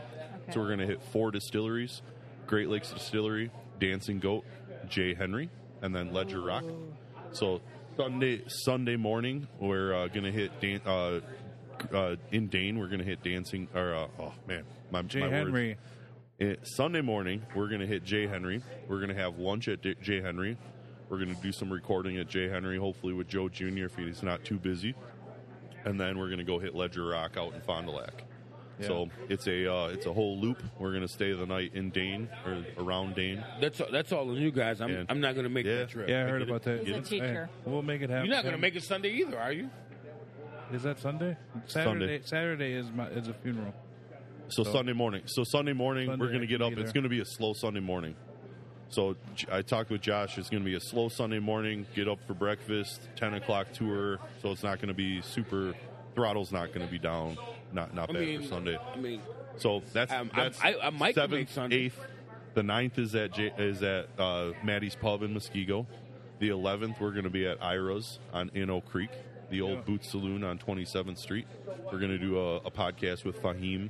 Speaker 3: So we're going to hit four distilleries: Great Lakes Distillery, Dancing Goat, J. Henry, and then Ledger Rock. So Sunday Sunday morning, we're uh, going to hit Dan- uh, uh, in Dane. We're going to hit Dancing or uh, oh man, my
Speaker 1: Jay
Speaker 3: my words.
Speaker 1: Henry.
Speaker 3: Uh, Sunday morning, we're going to hit Jay Henry. We're going to have lunch at D- Jay Henry. We're going to do some recording at Jay Henry, hopefully with Joe Jr. if he's not too busy. And then we're going to go hit Ledger Rock out in Fond du Lac. So it's a uh, it's a whole loop. We're going to stay the night in Dane or around Dane.
Speaker 2: That's that's all on you guys. I'm
Speaker 3: Yeah.
Speaker 2: I'm not gonna make
Speaker 3: Yeah.
Speaker 2: that trip.
Speaker 1: Yeah, I heard
Speaker 3: get it.
Speaker 1: about that.
Speaker 5: He's a
Speaker 1: Hey,
Speaker 5: teacher.
Speaker 1: we'll make it happen.
Speaker 2: You're not gonna make it Sunday either, are you?
Speaker 1: Is that Sunday? Saturday. Saturday is my is a funeral.
Speaker 3: So, Sunday morning. So Sunday morning,
Speaker 1: Sunday
Speaker 3: we're going
Speaker 1: I
Speaker 3: to get
Speaker 1: can
Speaker 3: up.
Speaker 1: be
Speaker 3: It's
Speaker 1: there.
Speaker 3: going to be a slow Sunday morning. So J- I talked with Josh. It's going to be a slow Sunday morning. Get up for breakfast, ten o'clock tour. So it's not going to be super. Throttle's not going to be down. Not not
Speaker 2: I
Speaker 3: bad
Speaker 2: mean,
Speaker 3: for Sunday.
Speaker 2: I mean,
Speaker 3: So that's
Speaker 2: Um, I-
Speaker 3: that's
Speaker 2: I- I might make
Speaker 3: seventh,
Speaker 2: Sunday.
Speaker 3: eighth. The 9th is at J- is at uh, Maddie's Pub in Muskego. The eleventh we're going to be at Ira's on in Oak Creek, the old
Speaker 1: Yeah.
Speaker 3: Boot Saloon on Twenty Seventh Street. We're going to do a, a podcast with Fahim.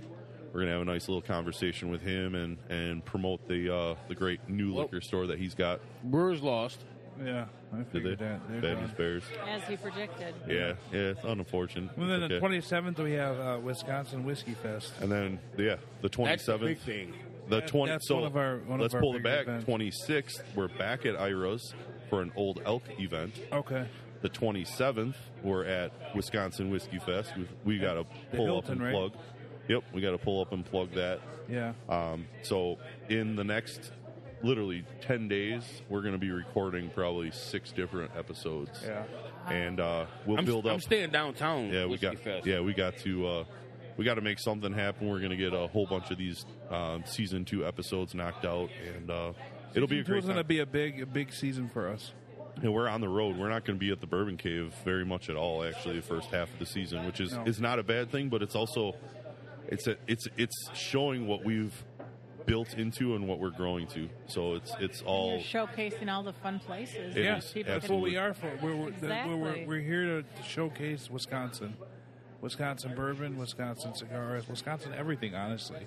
Speaker 3: We're going to have a nice little conversation with him and and promote the uh, the great new
Speaker 2: Well-
Speaker 3: liquor store that he's got.
Speaker 2: Brewers lost.
Speaker 1: Yeah, I
Speaker 3: Did
Speaker 1: figured
Speaker 3: they?
Speaker 1: that. They're
Speaker 3: Badgers
Speaker 1: done.
Speaker 3: Bears.
Speaker 5: As he predicted.
Speaker 3: Yeah, yeah. It's unfortunate.
Speaker 1: And then
Speaker 3: It's
Speaker 1: the
Speaker 3: okay.
Speaker 1: twenty seventh we have uh, Wisconsin Whiskey Fest.
Speaker 3: and then yeah, the twenty
Speaker 2: That's the
Speaker 3: seventh.
Speaker 2: big thing.
Speaker 3: The
Speaker 1: That-
Speaker 3: twenty.
Speaker 1: that's
Speaker 3: so
Speaker 1: one of our- one of
Speaker 3: let's
Speaker 1: our
Speaker 3: pull it
Speaker 1: bigger
Speaker 3: back.
Speaker 1: events.
Speaker 3: Twenty sixth, we're back at Iros for an old elk event.
Speaker 1: Okay,
Speaker 3: The twenty seventh, we're at Wisconsin Whiskey Fest. We've, we got to
Speaker 1: the
Speaker 3: pull up
Speaker 1: Hilton,
Speaker 3: and
Speaker 1: right?
Speaker 3: plug. Yep, we got to pull up and plug that.
Speaker 1: yeah.
Speaker 3: Um, so in the next literally ten days, we're going to be recording probably six different episodes.
Speaker 1: Yeah.
Speaker 3: and uh, we'll
Speaker 2: I'm,
Speaker 3: build
Speaker 2: I'm
Speaker 3: up.
Speaker 2: staying downtown.
Speaker 3: Yeah, we
Speaker 2: Whiskey
Speaker 3: got.
Speaker 2: Fest.
Speaker 3: Yeah, we got to. Uh, we got to make something happen. We're going to get a whole bunch of these um, season two episodes knocked out, and uh, it'll be a great
Speaker 1: It's going to
Speaker 3: time.
Speaker 1: be a big a big season for us.
Speaker 3: and we're on the road. We're not going to be at the Bourbon Cave very much at all. Actually, the first half of the season, which is
Speaker 1: No.
Speaker 3: is not a bad thing, but it's also it's a, it's it's showing what we've built into and what we're growing to. So it's it's all
Speaker 5: You're showcasing all the fun places.
Speaker 3: It
Speaker 5: that
Speaker 1: Yeah,
Speaker 3: is,
Speaker 5: people
Speaker 1: that's
Speaker 5: can-
Speaker 1: what we are for. We're we're,
Speaker 5: Exactly.
Speaker 1: we're, we're, we're here to showcase Wisconsin, Wisconsin bourbon, Wisconsin cigars, Wisconsin everything. Honestly,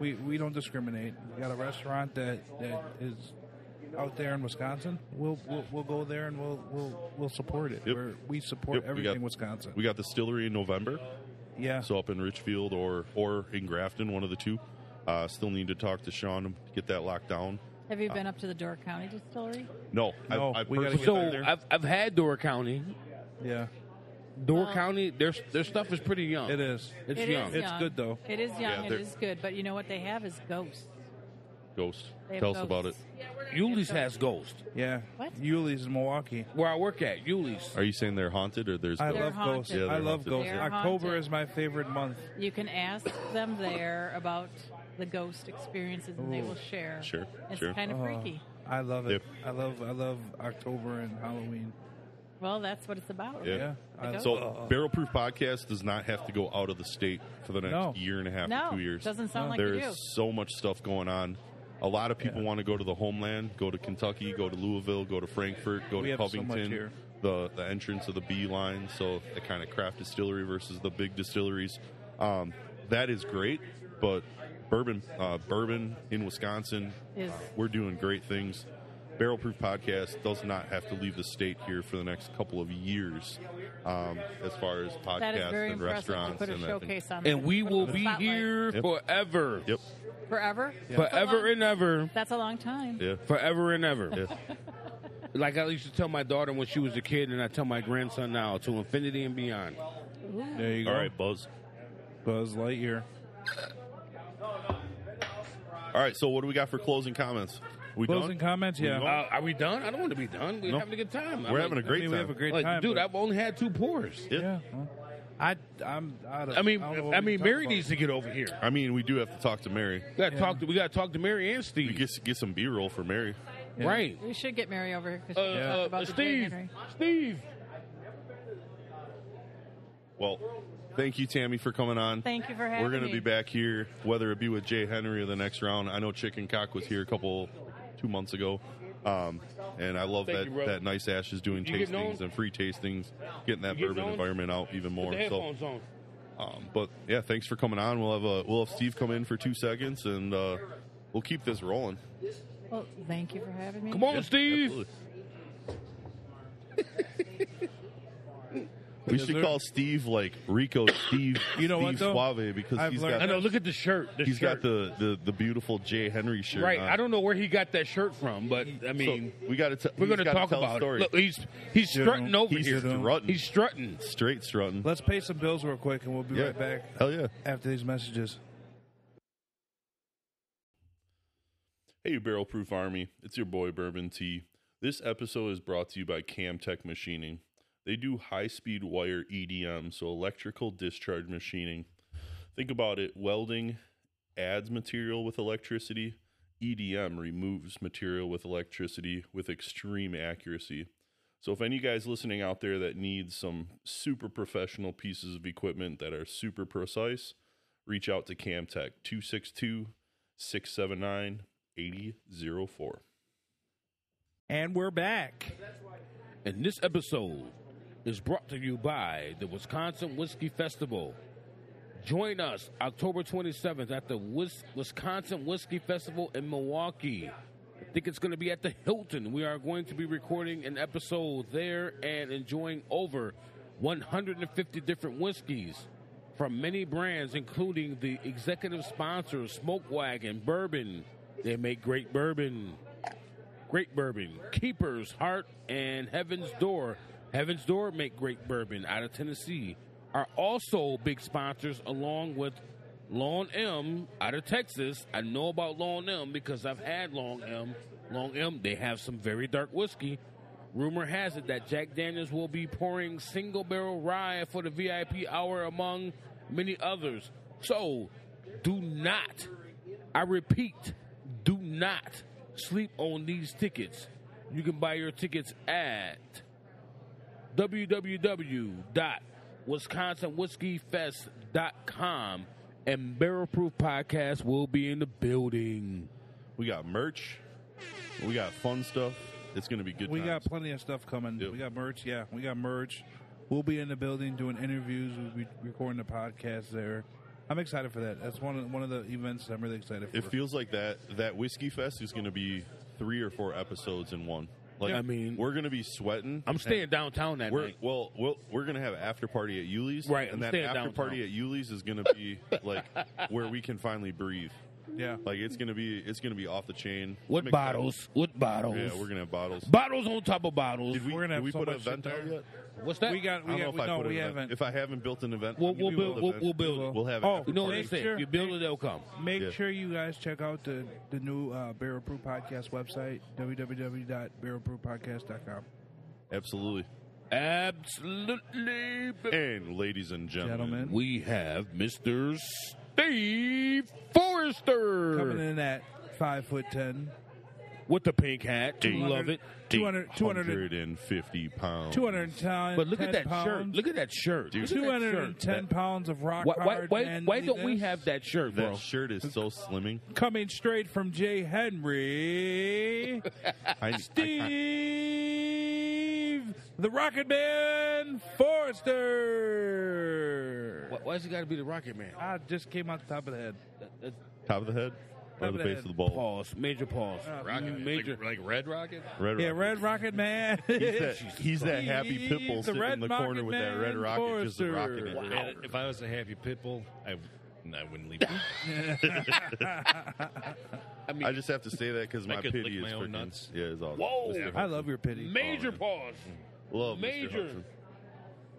Speaker 1: we we don't discriminate. We got a restaurant that that is out there in Wisconsin. We'll we'll, we'll go there and we'll we'll we'll support it.
Speaker 3: Yep.
Speaker 1: We're, we support
Speaker 3: Yep, we got-
Speaker 1: everything Wisconsin.
Speaker 3: we got distillery in November.
Speaker 1: yeah,
Speaker 3: So up in Richfield or or in Grafton, one of the two. Uh, still need to talk to Sean to get that locked down.
Speaker 5: Have
Speaker 3: Uh,
Speaker 5: you been up to the Door County Distillery?
Speaker 3: No,
Speaker 1: No,
Speaker 3: I, I
Speaker 1: we gotta
Speaker 3: personally
Speaker 1: get
Speaker 2: So
Speaker 3: been there.
Speaker 2: I've I've had Door County.
Speaker 1: yeah,
Speaker 2: Door
Speaker 5: Well-
Speaker 2: County, their their stuff is pretty young.
Speaker 1: it is.
Speaker 5: Uh-huh. It
Speaker 2: It's
Speaker 5: is
Speaker 2: young.
Speaker 1: It's good, though.
Speaker 5: It is young.
Speaker 3: Yeah,
Speaker 5: it
Speaker 3: they're-
Speaker 5: is good. But you know what they have is ghosts.
Speaker 3: Ghost,
Speaker 5: They have
Speaker 3: tell us about it.
Speaker 5: ghosts.
Speaker 2: Yulee's has Ghost.
Speaker 1: Yeah,
Speaker 5: What?
Speaker 1: Yulee's in Milwaukee.
Speaker 2: Where I work at, Yulee's.
Speaker 3: Are you saying they're haunted or there's?
Speaker 1: I
Speaker 3: ghosts?
Speaker 1: love
Speaker 5: haunted.
Speaker 1: ghosts.
Speaker 5: Yeah,
Speaker 3: they're
Speaker 1: I love
Speaker 3: haunted.
Speaker 1: ghosts.
Speaker 5: They're
Speaker 1: October
Speaker 5: haunted.
Speaker 1: is my favorite month.
Speaker 5: You can ask them there about the ghost experiences, and they will share.
Speaker 3: Sure,
Speaker 5: It's
Speaker 3: sure.
Speaker 5: kind of
Speaker 1: Oh,
Speaker 5: freaky.
Speaker 1: I love it.
Speaker 3: Yep.
Speaker 1: I love I love October and Halloween.
Speaker 5: Well, that's what it's about.
Speaker 3: Yeah.
Speaker 5: right?
Speaker 1: Yeah. I-
Speaker 5: ghost.
Speaker 3: So Barrel Proof Podcast does not have to go out of the state for the next
Speaker 1: No.
Speaker 3: year and a half,
Speaker 5: No,
Speaker 3: to two years.
Speaker 5: doesn't
Speaker 1: Uh,
Speaker 5: sound like
Speaker 3: There
Speaker 5: you do.
Speaker 3: is so much stuff going on. A lot of people want to go to the homeland, go to Kentucky, go to Louisville, go to Frankfurt, go
Speaker 1: We
Speaker 3: to
Speaker 1: have so
Speaker 3: Covington.
Speaker 1: much here.
Speaker 3: The the entrance of the B line, so the kind of craft distillery versus the big distilleries. Um, that is great, but bourbon uh, bourbon in Wisconsin,
Speaker 5: Is-
Speaker 3: uh, we're doing great things. Barrel Proof Podcast does not have to leave the state here for the next couple of years, um, as far as podcasts
Speaker 5: That is very
Speaker 3: and
Speaker 5: impressive to
Speaker 3: restaurants
Speaker 5: put a
Speaker 3: and that thing.
Speaker 5: showcase on.
Speaker 2: and
Speaker 5: there.
Speaker 2: we
Speaker 5: Put
Speaker 2: will
Speaker 5: the
Speaker 2: be
Speaker 5: spotlight.
Speaker 2: here
Speaker 3: Yep.
Speaker 2: forever.
Speaker 3: Yep.
Speaker 5: forever.
Speaker 2: Forever and ever.
Speaker 5: That's a long time.
Speaker 3: Yeah.
Speaker 2: Forever and ever.
Speaker 3: Yeah.
Speaker 2: Like I used to tell my daughter when she was a kid, and I tell my grandson now, to infinity and beyond.
Speaker 1: there you go.
Speaker 3: All right, Buzz.
Speaker 1: Buzz Lightyear.
Speaker 3: All right, so what do we got for closing comments? We
Speaker 1: Closing
Speaker 3: done?
Speaker 1: comments,
Speaker 3: We
Speaker 1: yeah.
Speaker 2: Uh,
Speaker 3: done?
Speaker 2: are we done? I don't want to be done. We're
Speaker 3: No.
Speaker 2: having a good time.
Speaker 3: We're having a great
Speaker 1: I mean, we
Speaker 3: time.
Speaker 1: have a great
Speaker 2: like,
Speaker 1: time.
Speaker 2: dude,
Speaker 1: but-
Speaker 2: I've only had two pours.
Speaker 3: Yeah.
Speaker 1: yeah. well, I I'm I, don't,
Speaker 2: I mean,
Speaker 1: don't know what
Speaker 2: I
Speaker 1: we can
Speaker 2: mean,
Speaker 1: talk
Speaker 2: Mary
Speaker 1: about.
Speaker 2: needs to get over here.
Speaker 3: I mean, we do have to talk to Mary.
Speaker 2: We got to talk to we got to talk to Mary and
Speaker 3: We
Speaker 2: Steve.
Speaker 3: get get some B roll for Mary.
Speaker 2: Right.
Speaker 5: We should get Mary over here
Speaker 2: Uh,
Speaker 5: because
Speaker 2: uh,
Speaker 5: about the Jay
Speaker 2: Steve,
Speaker 5: Henry.
Speaker 2: Steve,
Speaker 3: Well, thank you, Tammy, for coming on.
Speaker 5: Thank you for having
Speaker 3: We're gonna
Speaker 5: me.
Speaker 3: be back here, whether it be with Jay Henry or the next round. I know Chicken Cock was here a couple, two months ago, um, and I love
Speaker 2: Thank
Speaker 3: that
Speaker 2: you, bro.
Speaker 3: that Nice Ash is doing
Speaker 2: You getting
Speaker 3: tastings
Speaker 2: on?
Speaker 3: and free tastings, getting that
Speaker 2: You getting
Speaker 3: bourbon
Speaker 2: on?
Speaker 3: environment out even
Speaker 2: put
Speaker 3: more.
Speaker 2: the
Speaker 3: So,
Speaker 2: headphones on.
Speaker 3: um, but yeah, thanks for coming on. We'll have uh we'll have Steve come in for two seconds, and uh, we'll keep this rolling.
Speaker 5: Well, thank you for having me.
Speaker 2: Come on,
Speaker 3: Yeah,
Speaker 2: Steve.
Speaker 3: absolutely. we should
Speaker 1: sir.
Speaker 3: call Steve like Rico Steve.
Speaker 1: You know what,
Speaker 3: Steve
Speaker 1: though?
Speaker 3: Suave because
Speaker 1: I've
Speaker 3: he's
Speaker 1: learned-
Speaker 2: I
Speaker 3: got
Speaker 2: know. Look at the shirt. The
Speaker 3: he's
Speaker 2: shirt.
Speaker 3: got the, the the beautiful Jay Henry shirt.
Speaker 2: right.
Speaker 3: on.
Speaker 2: I don't know where he got that shirt from, but I
Speaker 3: So
Speaker 2: mean,
Speaker 3: we got to
Speaker 2: we're going to talk
Speaker 3: tell a
Speaker 2: about
Speaker 3: story.
Speaker 2: it. Look, he's he's
Speaker 1: You
Speaker 2: strutting
Speaker 1: know,
Speaker 2: over
Speaker 3: he's
Speaker 2: here.
Speaker 3: strutting.
Speaker 2: He's strutting.
Speaker 3: Straight strutting.
Speaker 1: Let's pay some bills real quick, and we'll be
Speaker 3: yeah.
Speaker 1: right back
Speaker 3: Hell yeah.
Speaker 1: after these messages.
Speaker 3: Hey, Barrel Proof Army, it's your boy Bourbon T. This episode is brought to you by Camtech Machining. They do high speed wire EDM, so electrical discharge machining. Think about it welding adds material with electricity, EDM removes material with electricity with extreme accuracy. So, if any guys listening out there that needs some super professional pieces of equipment that are super precise, reach out to Camtech 262 679 8004.
Speaker 1: And we're back.
Speaker 2: And this episode is brought to you by the Wisconsin Whiskey Festival. Join us October 27th at the Wis- Wisconsin Whiskey Festival in Milwaukee. I think it's going to be at the Hilton. We are going to be recording an episode there and enjoying over 150 different whiskeys from many brands, including the executive sponsor Smoke Wagon Bourbon. They make great bourbon. Great Bourbon, Keepers, Heart, and Heaven's Door. Heaven's Door make great bourbon out of Tennessee. Are also big sponsors along with Long M out of Texas. I know about Long M because I've had Long M. Long M, they have some very dark whiskey. Rumor has it that Jack Daniels will be pouring single barrel rye for the VIP hour among many others. So do not I repeat, do not sleep on these tickets. You can buy your tickets at www.wisconsinwhiskeyfest.com and Barrel Proof Podcast will be in the building.
Speaker 3: We got merch. We got fun stuff. It's going to be good.
Speaker 1: We
Speaker 3: times.
Speaker 1: got plenty of stuff coming.
Speaker 3: Yep.
Speaker 1: We got merch. Yeah, we got merch. We'll be in the building doing interviews. We'll be recording the podcast there. I'm excited for that. That's one of one of the events that I'm really excited for.
Speaker 3: It feels like that that whiskey fest is going to be three or four episodes in one. Like
Speaker 2: Yeah, I mean-
Speaker 3: we're going to be sweating.
Speaker 2: I'm staying downtown that
Speaker 3: We're
Speaker 2: night.
Speaker 3: well, well, we're going to have after party at Yuli's,
Speaker 2: Right, I'm
Speaker 3: And that
Speaker 2: staying
Speaker 3: after
Speaker 2: downtown.
Speaker 3: party at Yuli's is going to be like where we can finally breathe.
Speaker 1: yeah.
Speaker 3: Like it's going to be it's going to be off the chain.
Speaker 2: What
Speaker 3: Mixed up.
Speaker 2: bottles? What bottles?
Speaker 3: Yeah, we're going to have bottles.
Speaker 2: bottles on top of bottles.
Speaker 3: Did we,
Speaker 1: We're gonna have
Speaker 3: did we
Speaker 1: so
Speaker 3: put an
Speaker 1: much shit
Speaker 3: event out
Speaker 1: there.
Speaker 3: yet?
Speaker 2: What's that?
Speaker 1: We got.
Speaker 3: I don't
Speaker 1: We
Speaker 3: know
Speaker 1: got.
Speaker 3: if
Speaker 1: We,
Speaker 3: I
Speaker 1: no,
Speaker 3: put an
Speaker 1: we
Speaker 3: event.
Speaker 1: haven't.
Speaker 3: If I haven't built an event,
Speaker 2: We'll,
Speaker 3: I'm gonna
Speaker 2: we'll
Speaker 3: build
Speaker 2: build.
Speaker 3: an
Speaker 2: We'll,
Speaker 3: event.
Speaker 2: we'll build.
Speaker 3: We'll have an
Speaker 1: Oh,
Speaker 3: after
Speaker 2: You know what
Speaker 3: party.
Speaker 2: they say?
Speaker 1: Sure.
Speaker 2: If you build it, they'll come.
Speaker 1: Make
Speaker 3: Yeah.
Speaker 1: sure you guys check out the the new uh, Barrel Proof Podcast website www.barrelbrewpodcast.com.
Speaker 3: Absolutely.
Speaker 2: Absolutely.
Speaker 3: And ladies and gentlemen,
Speaker 1: Gentlemen.
Speaker 2: we have Mr. Steve Forrester
Speaker 1: Coming in at five foot ten.
Speaker 2: with the pink hat. Love it.
Speaker 1: 200, 200,
Speaker 3: 250 pounds.
Speaker 1: 210
Speaker 2: But look at that
Speaker 1: pounds,
Speaker 2: shirt. Look at that shirt. Look at that
Speaker 1: Two hundred and ten
Speaker 2: shirt.
Speaker 1: pounds of rock
Speaker 2: Why, why,
Speaker 1: hard
Speaker 2: why, why
Speaker 1: manliness
Speaker 2: don't we have that shirt,
Speaker 3: That
Speaker 2: bro?
Speaker 3: shirt is so slimming.
Speaker 1: coming straight from Jay Henry,
Speaker 3: I, I,
Speaker 1: Steve, the Rocket Man Forrester.
Speaker 2: Why, why's it got to be the Rocket Man?
Speaker 1: I just came out the top of the head.
Speaker 3: top of the head or
Speaker 1: of
Speaker 3: the
Speaker 1: the
Speaker 3: base
Speaker 1: head.
Speaker 3: of the ball?
Speaker 2: Pause. Major pause. Major.
Speaker 7: like, like Red Rocket?
Speaker 3: Red
Speaker 1: Yeah,
Speaker 3: Rocket.
Speaker 1: Red Rocket Man.
Speaker 3: He's that, he's that happy pit bull
Speaker 1: He's
Speaker 3: sitting in the corner
Speaker 1: Rocket
Speaker 3: with that
Speaker 1: Man
Speaker 3: red rocket, just a rocket. in
Speaker 1: Forrester.
Speaker 3: his
Speaker 7: If I
Speaker 3: hand.
Speaker 7: had- If I was a happy pit bull, I, I wouldn't leave. it.
Speaker 2: I mean,
Speaker 3: I just have to say that because my
Speaker 7: could
Speaker 3: pity
Speaker 7: lick
Speaker 3: is
Speaker 7: my own
Speaker 3: freaking-
Speaker 7: nuts.
Speaker 3: Yeah, it's awesome.
Speaker 2: Whoa.
Speaker 3: Mr.
Speaker 1: I love your pity.
Speaker 2: major
Speaker 3: Oh, yeah.
Speaker 2: pause.
Speaker 3: Love Mr.
Speaker 2: Major.
Speaker 3: Hudson.
Speaker 7: You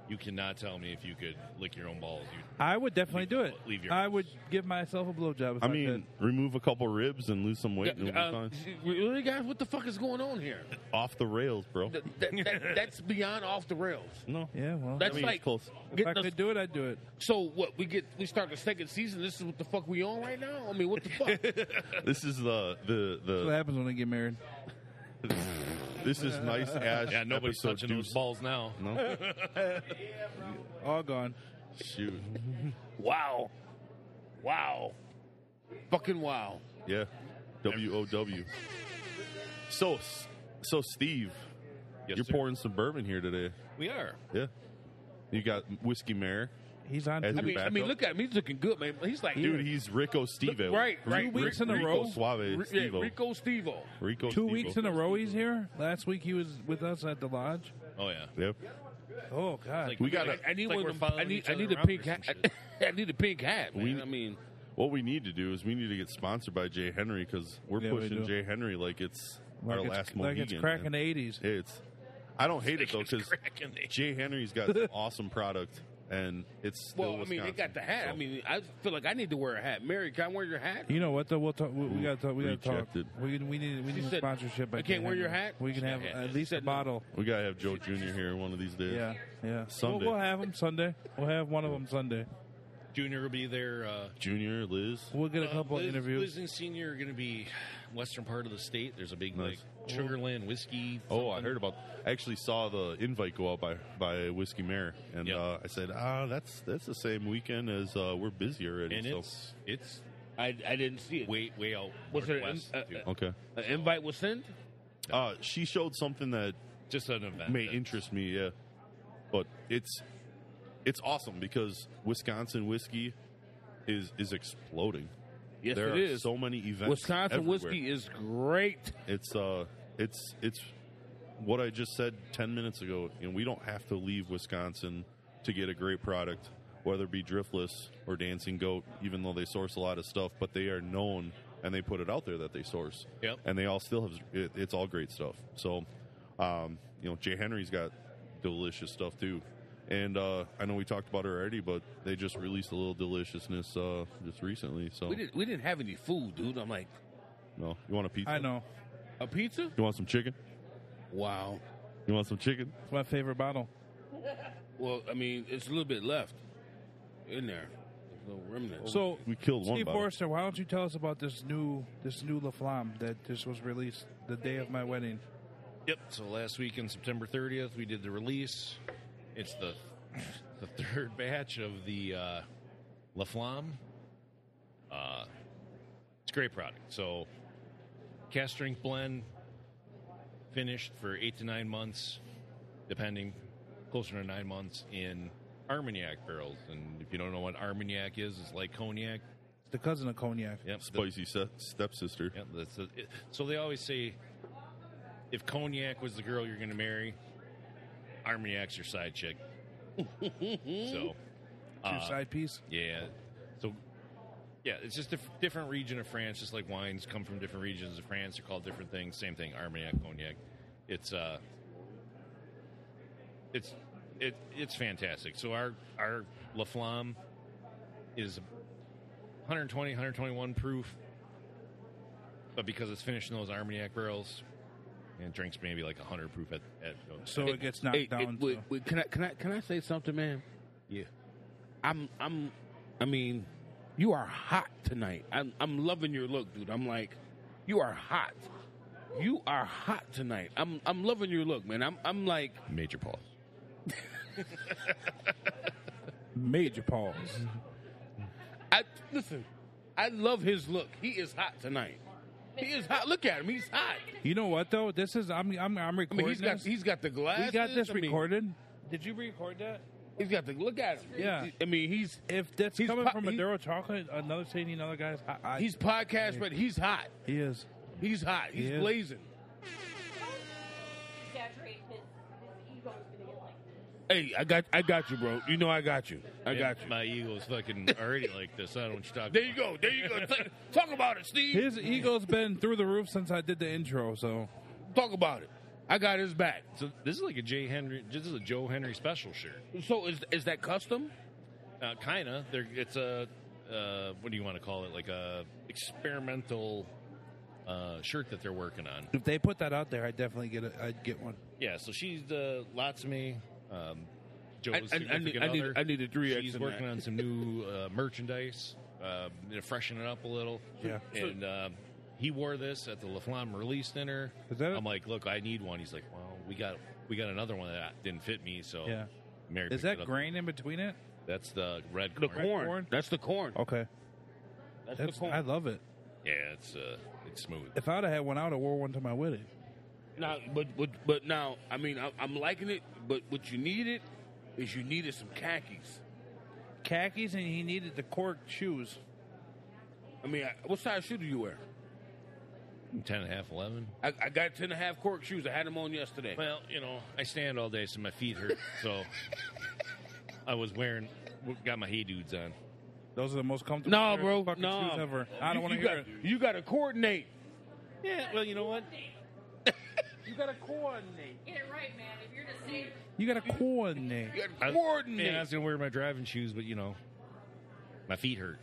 Speaker 7: You cannot tell me if you could lick your own balls. You,
Speaker 1: I would definitely do it.
Speaker 7: Leave your
Speaker 1: I would give myself a blowjob. If I,
Speaker 3: I mean, remove a couple ribs and lose some weight, and it'll be
Speaker 2: Uh,
Speaker 3: fine.
Speaker 2: really, guys, what the fuck is going on here?
Speaker 3: Off the rails, bro.
Speaker 2: That, that, that- that's beyond off the rails.
Speaker 3: No,
Speaker 1: could. yeah, well,
Speaker 2: That's
Speaker 3: I mean,
Speaker 2: like
Speaker 3: it's close.
Speaker 1: if
Speaker 2: getting
Speaker 1: I
Speaker 2: us-
Speaker 1: could do it, I'd do it.
Speaker 2: So what? We get we start the second season. This is what the fuck we on right now. I mean, what the fuck?
Speaker 3: This is the the
Speaker 1: That's what
Speaker 3: the.
Speaker 1: happens when I get married.
Speaker 3: This is nice ass.
Speaker 7: yeah, nobody's
Speaker 3: episode
Speaker 7: touching
Speaker 3: deuce.
Speaker 7: those balls now.
Speaker 3: No,
Speaker 1: All gone.
Speaker 3: shoot.
Speaker 2: wow, wow, fucking wow.
Speaker 3: Yeah, W O W. So, s- so Steve,
Speaker 7: Yes,
Speaker 3: you're
Speaker 7: sir.
Speaker 3: pouring some bourbon here today.
Speaker 7: We are.
Speaker 3: Yeah, you got whiskey mare,
Speaker 1: He's on.
Speaker 3: As
Speaker 1: two
Speaker 2: I mean, I mean, look at him. He's looking good, man. He's like
Speaker 3: dude. He's Rico Steve.
Speaker 2: Right, right.
Speaker 1: Two weeks in a
Speaker 3: Rico
Speaker 1: row?
Speaker 3: Suave
Speaker 2: Ri- yeah,
Speaker 3: Steve-O.
Speaker 2: Rico Stevo.
Speaker 3: Rico
Speaker 1: Two
Speaker 3: Steve-O.
Speaker 1: weeks in a row he's here. Last week he was with us at the lodge.
Speaker 7: Oh yeah.
Speaker 3: Yep.
Speaker 1: Oh God!
Speaker 7: Like-
Speaker 3: We got
Speaker 2: I,
Speaker 3: to.
Speaker 2: I need
Speaker 7: It's like
Speaker 2: one.
Speaker 7: we're
Speaker 2: of them- I
Speaker 7: following
Speaker 2: need.
Speaker 7: each
Speaker 2: I
Speaker 7: other
Speaker 2: need a
Speaker 7: around
Speaker 2: pink
Speaker 7: for
Speaker 2: hat.
Speaker 7: some shit.
Speaker 2: I need a pink hat, man.
Speaker 3: We-
Speaker 2: I mean,
Speaker 3: What we need to do is we need to get sponsored by Jay Henry because we're
Speaker 1: Yeah, we
Speaker 3: pushing
Speaker 1: do.
Speaker 3: Jay Henry like it's
Speaker 1: like
Speaker 3: our
Speaker 1: it's,
Speaker 3: last
Speaker 1: like
Speaker 3: Mohegan.
Speaker 1: it's cracking
Speaker 3: man.
Speaker 1: the eighties.
Speaker 3: Hey, It's. I don't hate it though because
Speaker 7: Cracking the-
Speaker 3: Jay Henry's got some awesome product and it's.
Speaker 2: well,
Speaker 3: Still
Speaker 2: I mean, they
Speaker 3: Wisconsin,
Speaker 2: got the hat. I
Speaker 3: so.
Speaker 2: mean, I feel like I need to wear a hat. Mary, can I wear your hat?
Speaker 1: You know what? Though we'll talk. We, we
Speaker 3: Ooh,
Speaker 1: gotta talk. We gotta talk.
Speaker 3: rejected.
Speaker 1: We, we need. We
Speaker 2: She
Speaker 1: need
Speaker 2: said,
Speaker 1: sponsorship. by
Speaker 2: "I can't wear
Speaker 1: Jay
Speaker 2: your
Speaker 1: Henry.
Speaker 2: hat?"
Speaker 1: We can have
Speaker 2: Yeah,
Speaker 1: at
Speaker 2: she
Speaker 1: least a
Speaker 2: said no.
Speaker 1: bottle.
Speaker 3: we gotta have Joe Jr. here one of these days.
Speaker 1: Yeah, yeah.
Speaker 3: Sunday.
Speaker 1: We'll, we'll have them Sunday. We'll have one of them Sunday.
Speaker 7: Junior will be there. Uh,
Speaker 3: Junior, Liz.
Speaker 1: We'll get a
Speaker 7: uh,
Speaker 1: couple
Speaker 7: Liz,
Speaker 1: interviews.
Speaker 7: Liz and Senior are going to be western part of the state. There's a big
Speaker 3: Nice.
Speaker 7: like Sugarland whiskey.
Speaker 3: Oh, I
Speaker 7: something.
Speaker 3: heard about. I actually saw the invite go out by by Whiskey Mare, and
Speaker 7: Yep.
Speaker 3: uh, I said, "Ah, that's that's the same weekend as uh, we're busy already."
Speaker 7: And
Speaker 3: so
Speaker 7: it's it's
Speaker 2: I, I didn't see it.
Speaker 7: way way out
Speaker 2: Was it an-
Speaker 7: northwest.
Speaker 2: uh,
Speaker 7: dude.
Speaker 3: okay.
Speaker 2: An invite was sent.
Speaker 3: Uh, she showed something that
Speaker 7: Just an event.
Speaker 3: may
Speaker 7: that-
Speaker 3: interest me, yeah. But it's it's awesome because Wisconsin whiskey is is exploding.
Speaker 2: Yes,
Speaker 3: there
Speaker 2: it
Speaker 3: are
Speaker 2: is.
Speaker 3: so many events.
Speaker 2: Wisconsin
Speaker 3: everywhere.
Speaker 2: whiskey is great.
Speaker 3: It's uh, it's it's what I just said ten minutes ago. You know, we don't have to leave Wisconsin to get a great product, whether it be Driftless or Dancing Goat. Even though they source a lot of stuff, but they are known and they put it out there that they source.
Speaker 7: Yep.
Speaker 3: And they all still have it, it's all great stuff. So, um, you know, Jay Henry's got delicious stuff too. And uh, I know we talked about it already, but they just released a little deliciousness uh, just recently. So,
Speaker 7: Oh.
Speaker 2: We didn't. We didn't have any food, dude. I'm like
Speaker 3: no, you want a pizza?
Speaker 1: I know.
Speaker 2: a pizza.
Speaker 3: You want some chicken?
Speaker 2: Wow.
Speaker 3: You want some chicken?
Speaker 1: It's my favorite bottle.
Speaker 2: Well, I mean, it's a little bit left in there. There's no remnants.
Speaker 1: So
Speaker 3: we killed one
Speaker 1: Steve
Speaker 3: bottle.
Speaker 1: Forrester, why don't you tell us about this new this new La Flamme that just was released the day of my wedding?
Speaker 7: Yep. So last weekend, September 30th, we did the release. It's the the third batch of the uh, La Flamme. Uh, it's a great product. So cast strength blend, finished for eight to nine months, depending, closer to nine months in Armagnac barrels. And if you don't know what Armagnac is, it's like cognac.
Speaker 1: It's the cousin of cognac.
Speaker 7: Yep. the-
Speaker 3: Spicy se- stepsister.
Speaker 7: yeah, that's the- it- so they always say if cognac was the girl you're going to marry, Armagnac's your side chick. so,
Speaker 1: It's
Speaker 3: Ah.
Speaker 1: your
Speaker 7: uh,
Speaker 1: side piece.
Speaker 7: yeah. So, yeah, it's just a f- different region of France, just like wines come from different regions of France. They're called different things. Same thing, Armagnac, cognac. It's uh, it's it it's fantastic. So our our La Flamme is 120, 121 proof, but because it's finished in those Armagnac barrels, and it drinks maybe like 100 proof at at
Speaker 1: So it gets knocked
Speaker 2: Hey,
Speaker 1: down.
Speaker 2: it- wait,
Speaker 1: so-
Speaker 2: wait, can I can I can I say something, man?
Speaker 7: yeah.
Speaker 2: I'm I'm I mean, you are hot tonight. I'm I'm loving your look, dude. I'm like, you are hot. You are hot tonight. I'm I'm loving your look, man. I'm I'm like
Speaker 7: Major pause.
Speaker 1: Major pause.
Speaker 2: I listen. I love his look. He is hot tonight. He is hot. Look at him. He's hot.
Speaker 1: You know what though? This is I'm I'm I'm
Speaker 2: I
Speaker 1: recording.
Speaker 2: mean, he's got
Speaker 1: this.
Speaker 2: he's got the glasses.
Speaker 1: we got this
Speaker 2: I mean,
Speaker 1: recorded. Did you record that?
Speaker 2: He's got the look at him.
Speaker 1: Yeah.
Speaker 2: I mean, he's
Speaker 1: If that's
Speaker 2: He's
Speaker 1: coming
Speaker 2: po-
Speaker 1: from
Speaker 2: he-
Speaker 1: Maduro Chocolate, another saying another guy's, I, I,
Speaker 2: he's podcast, but he's hot.
Speaker 1: he is.
Speaker 2: He's hot. He's
Speaker 1: He is.
Speaker 2: blazing.
Speaker 8: exaggerate his, his ego's gonna get like this.
Speaker 2: Hey, I got I got you, bro. You know I got you. I got you.
Speaker 7: My ego's fucking already like this. I don't know what you're talking
Speaker 2: There
Speaker 7: about.
Speaker 2: you go. There you go. Talk- Talk about it, Steve.
Speaker 1: His ego's been through the roof since I did the intro. So
Speaker 2: Talk about it. I got his back.
Speaker 7: So this is like a J. Henry. This is a Joe Henry special shirt.
Speaker 2: So is is that custom?
Speaker 7: Uh, kinda. There, it's a uh, what do you want to call it? Like a experimental uh, shirt that they're working on.
Speaker 1: If they put that out there, I definitely get it. I'd get one.
Speaker 7: Yeah. So she's uh, lots of me. Um, Joe's
Speaker 2: I- I- I need-
Speaker 7: significant
Speaker 2: I need-
Speaker 7: other.
Speaker 2: I need a 3X
Speaker 7: She's
Speaker 2: in that.
Speaker 7: working on some new uh, merchandise, uh, you know, freshen it up a little.
Speaker 1: Yeah.
Speaker 7: And uh, he wore this at the Laflamme release dinner.
Speaker 1: Is that it?
Speaker 7: I'm like, look, I need one. He's like, well, we got we got another one that didn't fit me. So
Speaker 1: Yeah.
Speaker 7: Mary
Speaker 1: Is
Speaker 7: picked it
Speaker 1: that
Speaker 7: up.
Speaker 1: grain in between it?
Speaker 7: That's the red
Speaker 2: The
Speaker 7: corn.
Speaker 2: corn.
Speaker 1: corn?
Speaker 2: That's the corn.
Speaker 1: Okay,
Speaker 2: That's,
Speaker 1: that's
Speaker 2: the corn.
Speaker 1: I love it.
Speaker 7: Yeah, it's uh, it's smooth.
Speaker 1: If I'd have had one, I would have wore one to my wedding.
Speaker 2: Now, but but but now, I mean, I, I'm liking it. But what you needed is you needed some khakis.
Speaker 1: Khakis, and he needed the cork shoes.
Speaker 2: I mean, I, what size shoe do you wear?
Speaker 7: Ten and a half, eleven.
Speaker 2: I, I got ten and a half cork shoes. I had them on yesterday.
Speaker 7: Well, you know, I stand all day, so my feet hurt. So I was wearing, got my hey dudes on.
Speaker 1: Those are the most comfortable.
Speaker 2: No,
Speaker 1: pair
Speaker 2: bro,
Speaker 1: of fucking
Speaker 2: no.
Speaker 1: shoes ever. I don't want to
Speaker 2: you
Speaker 1: hear
Speaker 2: got,
Speaker 1: it.
Speaker 2: You got to coordinate.
Speaker 7: Yeah, well, you know what?
Speaker 1: You got to coordinate.
Speaker 8: Get it right, man. If you're just saying
Speaker 1: You got to coordinate.
Speaker 2: You got
Speaker 7: I,
Speaker 2: to coordinate.
Speaker 7: man, I was gonna wear my driving shoes, but you know, my feet hurt.